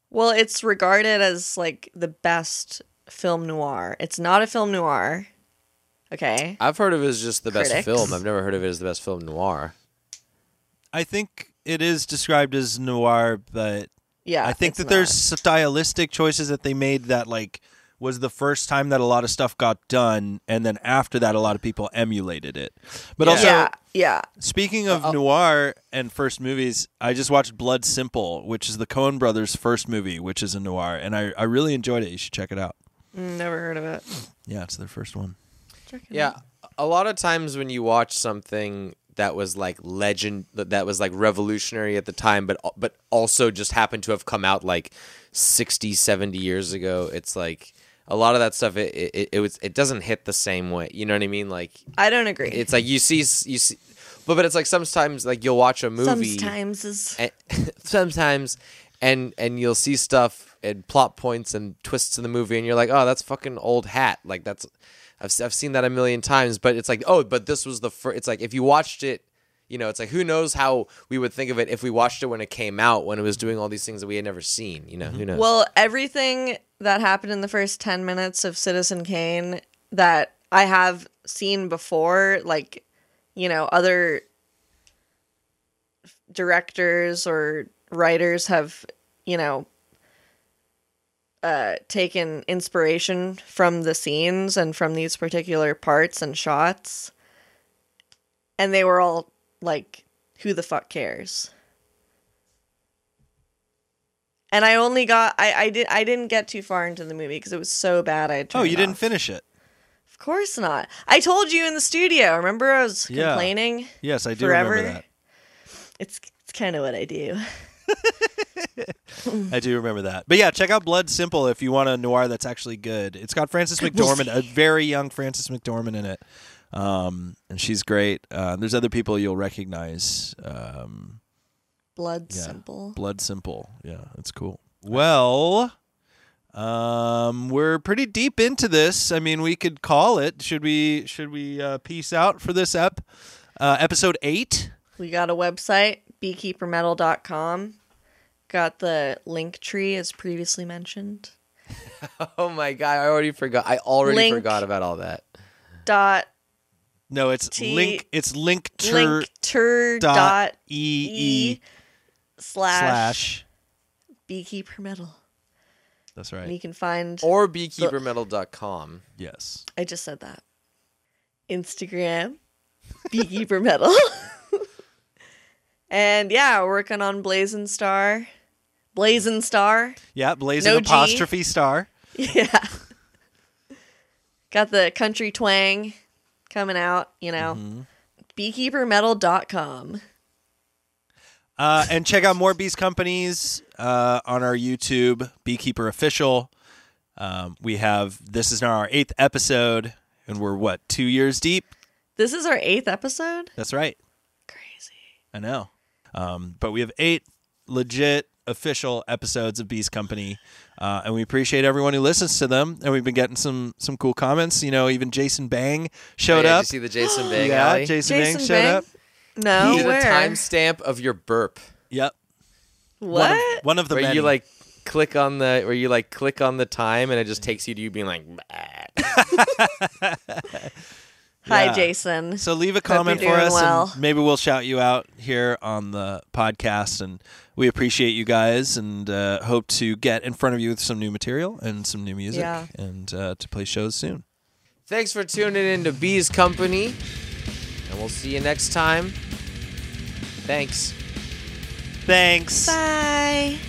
Speaker 2: Well, it's regarded as like the best film noir. It's not a film noir. Okay.
Speaker 3: I've heard of it as just the best
Speaker 2: Critics.
Speaker 3: film. I've never heard of it as the best film noir.
Speaker 1: I think it is described as noir, but
Speaker 2: Yeah.
Speaker 1: I think
Speaker 2: it's
Speaker 1: that
Speaker 2: not.
Speaker 1: there's stylistic choices that they made that like was the first time that a lot of stuff got done, and then after that, a lot of people emulated it. But also,
Speaker 2: Yeah. Yeah.
Speaker 1: Speaking of noir and first movies, I just watched Blood Simple, which is the Coen brothers' first movie, which is a noir, and I, I really enjoyed it. You should check it out.
Speaker 2: Mm, Never heard of it.
Speaker 1: Yeah, it's their first one.
Speaker 3: Yeah, a lot of times when you watch something that was like legend, that that was like revolutionary at the time, but uh, but also just happened to have come out like 60, 70 years ago, it's like a lot of that stuff. It it, it was it doesn't hit the same way. You know what I mean? Like
Speaker 2: I don't agree.
Speaker 3: it's like you see you see, but but it's like sometimes like you'll watch a movie
Speaker 2: Sometimes is
Speaker 3: and, sometimes and and you'll see stuff and plot points and twists in the movie and you're like oh that's fucking old hat like that's I've, s- I've seen that a million times but it's like oh but this was the first it's like if you watched it you know it's like who knows how we would think of it if we watched it when it came out when it was doing all these things that we had never seen you know
Speaker 1: Mm-hmm.
Speaker 3: who knows
Speaker 2: well everything that happened in the first 10 minutes of Citizen Kane that I have seen before like you know other directors or writers have you know uh, taken inspiration from the scenes and from these particular parts and shots and they were all like who the fuck cares and i only got i i did i didn't get too far into the movie because it was so bad i had
Speaker 1: Oh,
Speaker 2: turned
Speaker 1: you
Speaker 2: it
Speaker 1: didn't
Speaker 2: off.
Speaker 1: finish it?
Speaker 2: of course not i told you in the studio remember i was
Speaker 1: Yeah.
Speaker 2: complaining
Speaker 1: Yes, I do
Speaker 2: forever
Speaker 1: remember
Speaker 2: it's it's kind of what i do
Speaker 1: that. I do remember that. But yeah, check out Blood Simple if you want a noir that's actually good. It's got Frances McDormand, a very young Frances McDormand in it, um, and she's great. Uh, there's other people you'll recognize. Um,
Speaker 2: blood simple
Speaker 1: Blood simple. Yeah, that's cool. Well, um, we're pretty deep into this. I mean, we could call it. Should we? Should we uh, peace out for this ep? Uh, episode eight.
Speaker 2: We got a website, beekeepermetal.com. Got the link tree as previously mentioned.
Speaker 3: oh my god i already forgot i already
Speaker 2: Link.
Speaker 3: forgot about all that
Speaker 2: Dot
Speaker 1: No, it's
Speaker 2: T-
Speaker 1: link. It's linkter
Speaker 2: linkter dot
Speaker 1: e
Speaker 2: e
Speaker 1: e
Speaker 2: slash
Speaker 1: slash.
Speaker 2: beekeeper metal.
Speaker 1: That's
Speaker 2: And you
Speaker 1: right.
Speaker 2: can find
Speaker 3: or beekeepermetal.com
Speaker 1: Yes.
Speaker 2: I just said that. Instagram, beekeeper metal. and yeah, we're working on Blazing Star. Blazing Star.
Speaker 1: Yeah. Blazing
Speaker 2: No G.
Speaker 1: apostrophe star.
Speaker 2: Yeah. Got the country twang coming out, you know.
Speaker 1: Mm-hmm.
Speaker 2: Beekeepermetal.com.
Speaker 1: Uh, and check out more Bees Companies uh, on our YouTube, Beekeeper Official. Um, we have, this is now our eighth episode, and we're what, two years deep?
Speaker 2: This is our eighth episode.
Speaker 1: That's right.
Speaker 2: Crazy.
Speaker 1: I know. Um, but we have eight legit official episodes of Bees Company, uh, and we appreciate everyone who listens to them. And we've been getting some some cool comments. You know, even Jason Bang
Speaker 3: Oh,
Speaker 1: showed
Speaker 3: yeah, did
Speaker 1: up.
Speaker 3: you see the jason bang
Speaker 1: yeah,
Speaker 3: alley?
Speaker 1: Jason,
Speaker 2: Jason
Speaker 1: Bang showed
Speaker 2: Bang?
Speaker 1: up.
Speaker 2: No,
Speaker 3: He did
Speaker 2: where?
Speaker 3: a timestamp of your burp
Speaker 1: Yep. One
Speaker 2: what?
Speaker 1: of, one of the
Speaker 3: where
Speaker 1: many.
Speaker 3: you like click on the where you like click on the time and it just takes you to you being like "Bah."
Speaker 2: Hi,
Speaker 1: Yeah.
Speaker 2: Jason.
Speaker 1: So leave a comment
Speaker 2: you're
Speaker 1: for
Speaker 2: doing
Speaker 1: us,
Speaker 2: well.
Speaker 1: and maybe we'll shout you out here on the podcast. And we appreciate you guys, and uh, hope to get in front of you with some new material and some new music,
Speaker 2: Yeah.
Speaker 1: and uh, to play shows soon.
Speaker 3: thanks for tuning in to bees company and we'll see you next time thanks
Speaker 1: Thanks.
Speaker 2: Bye.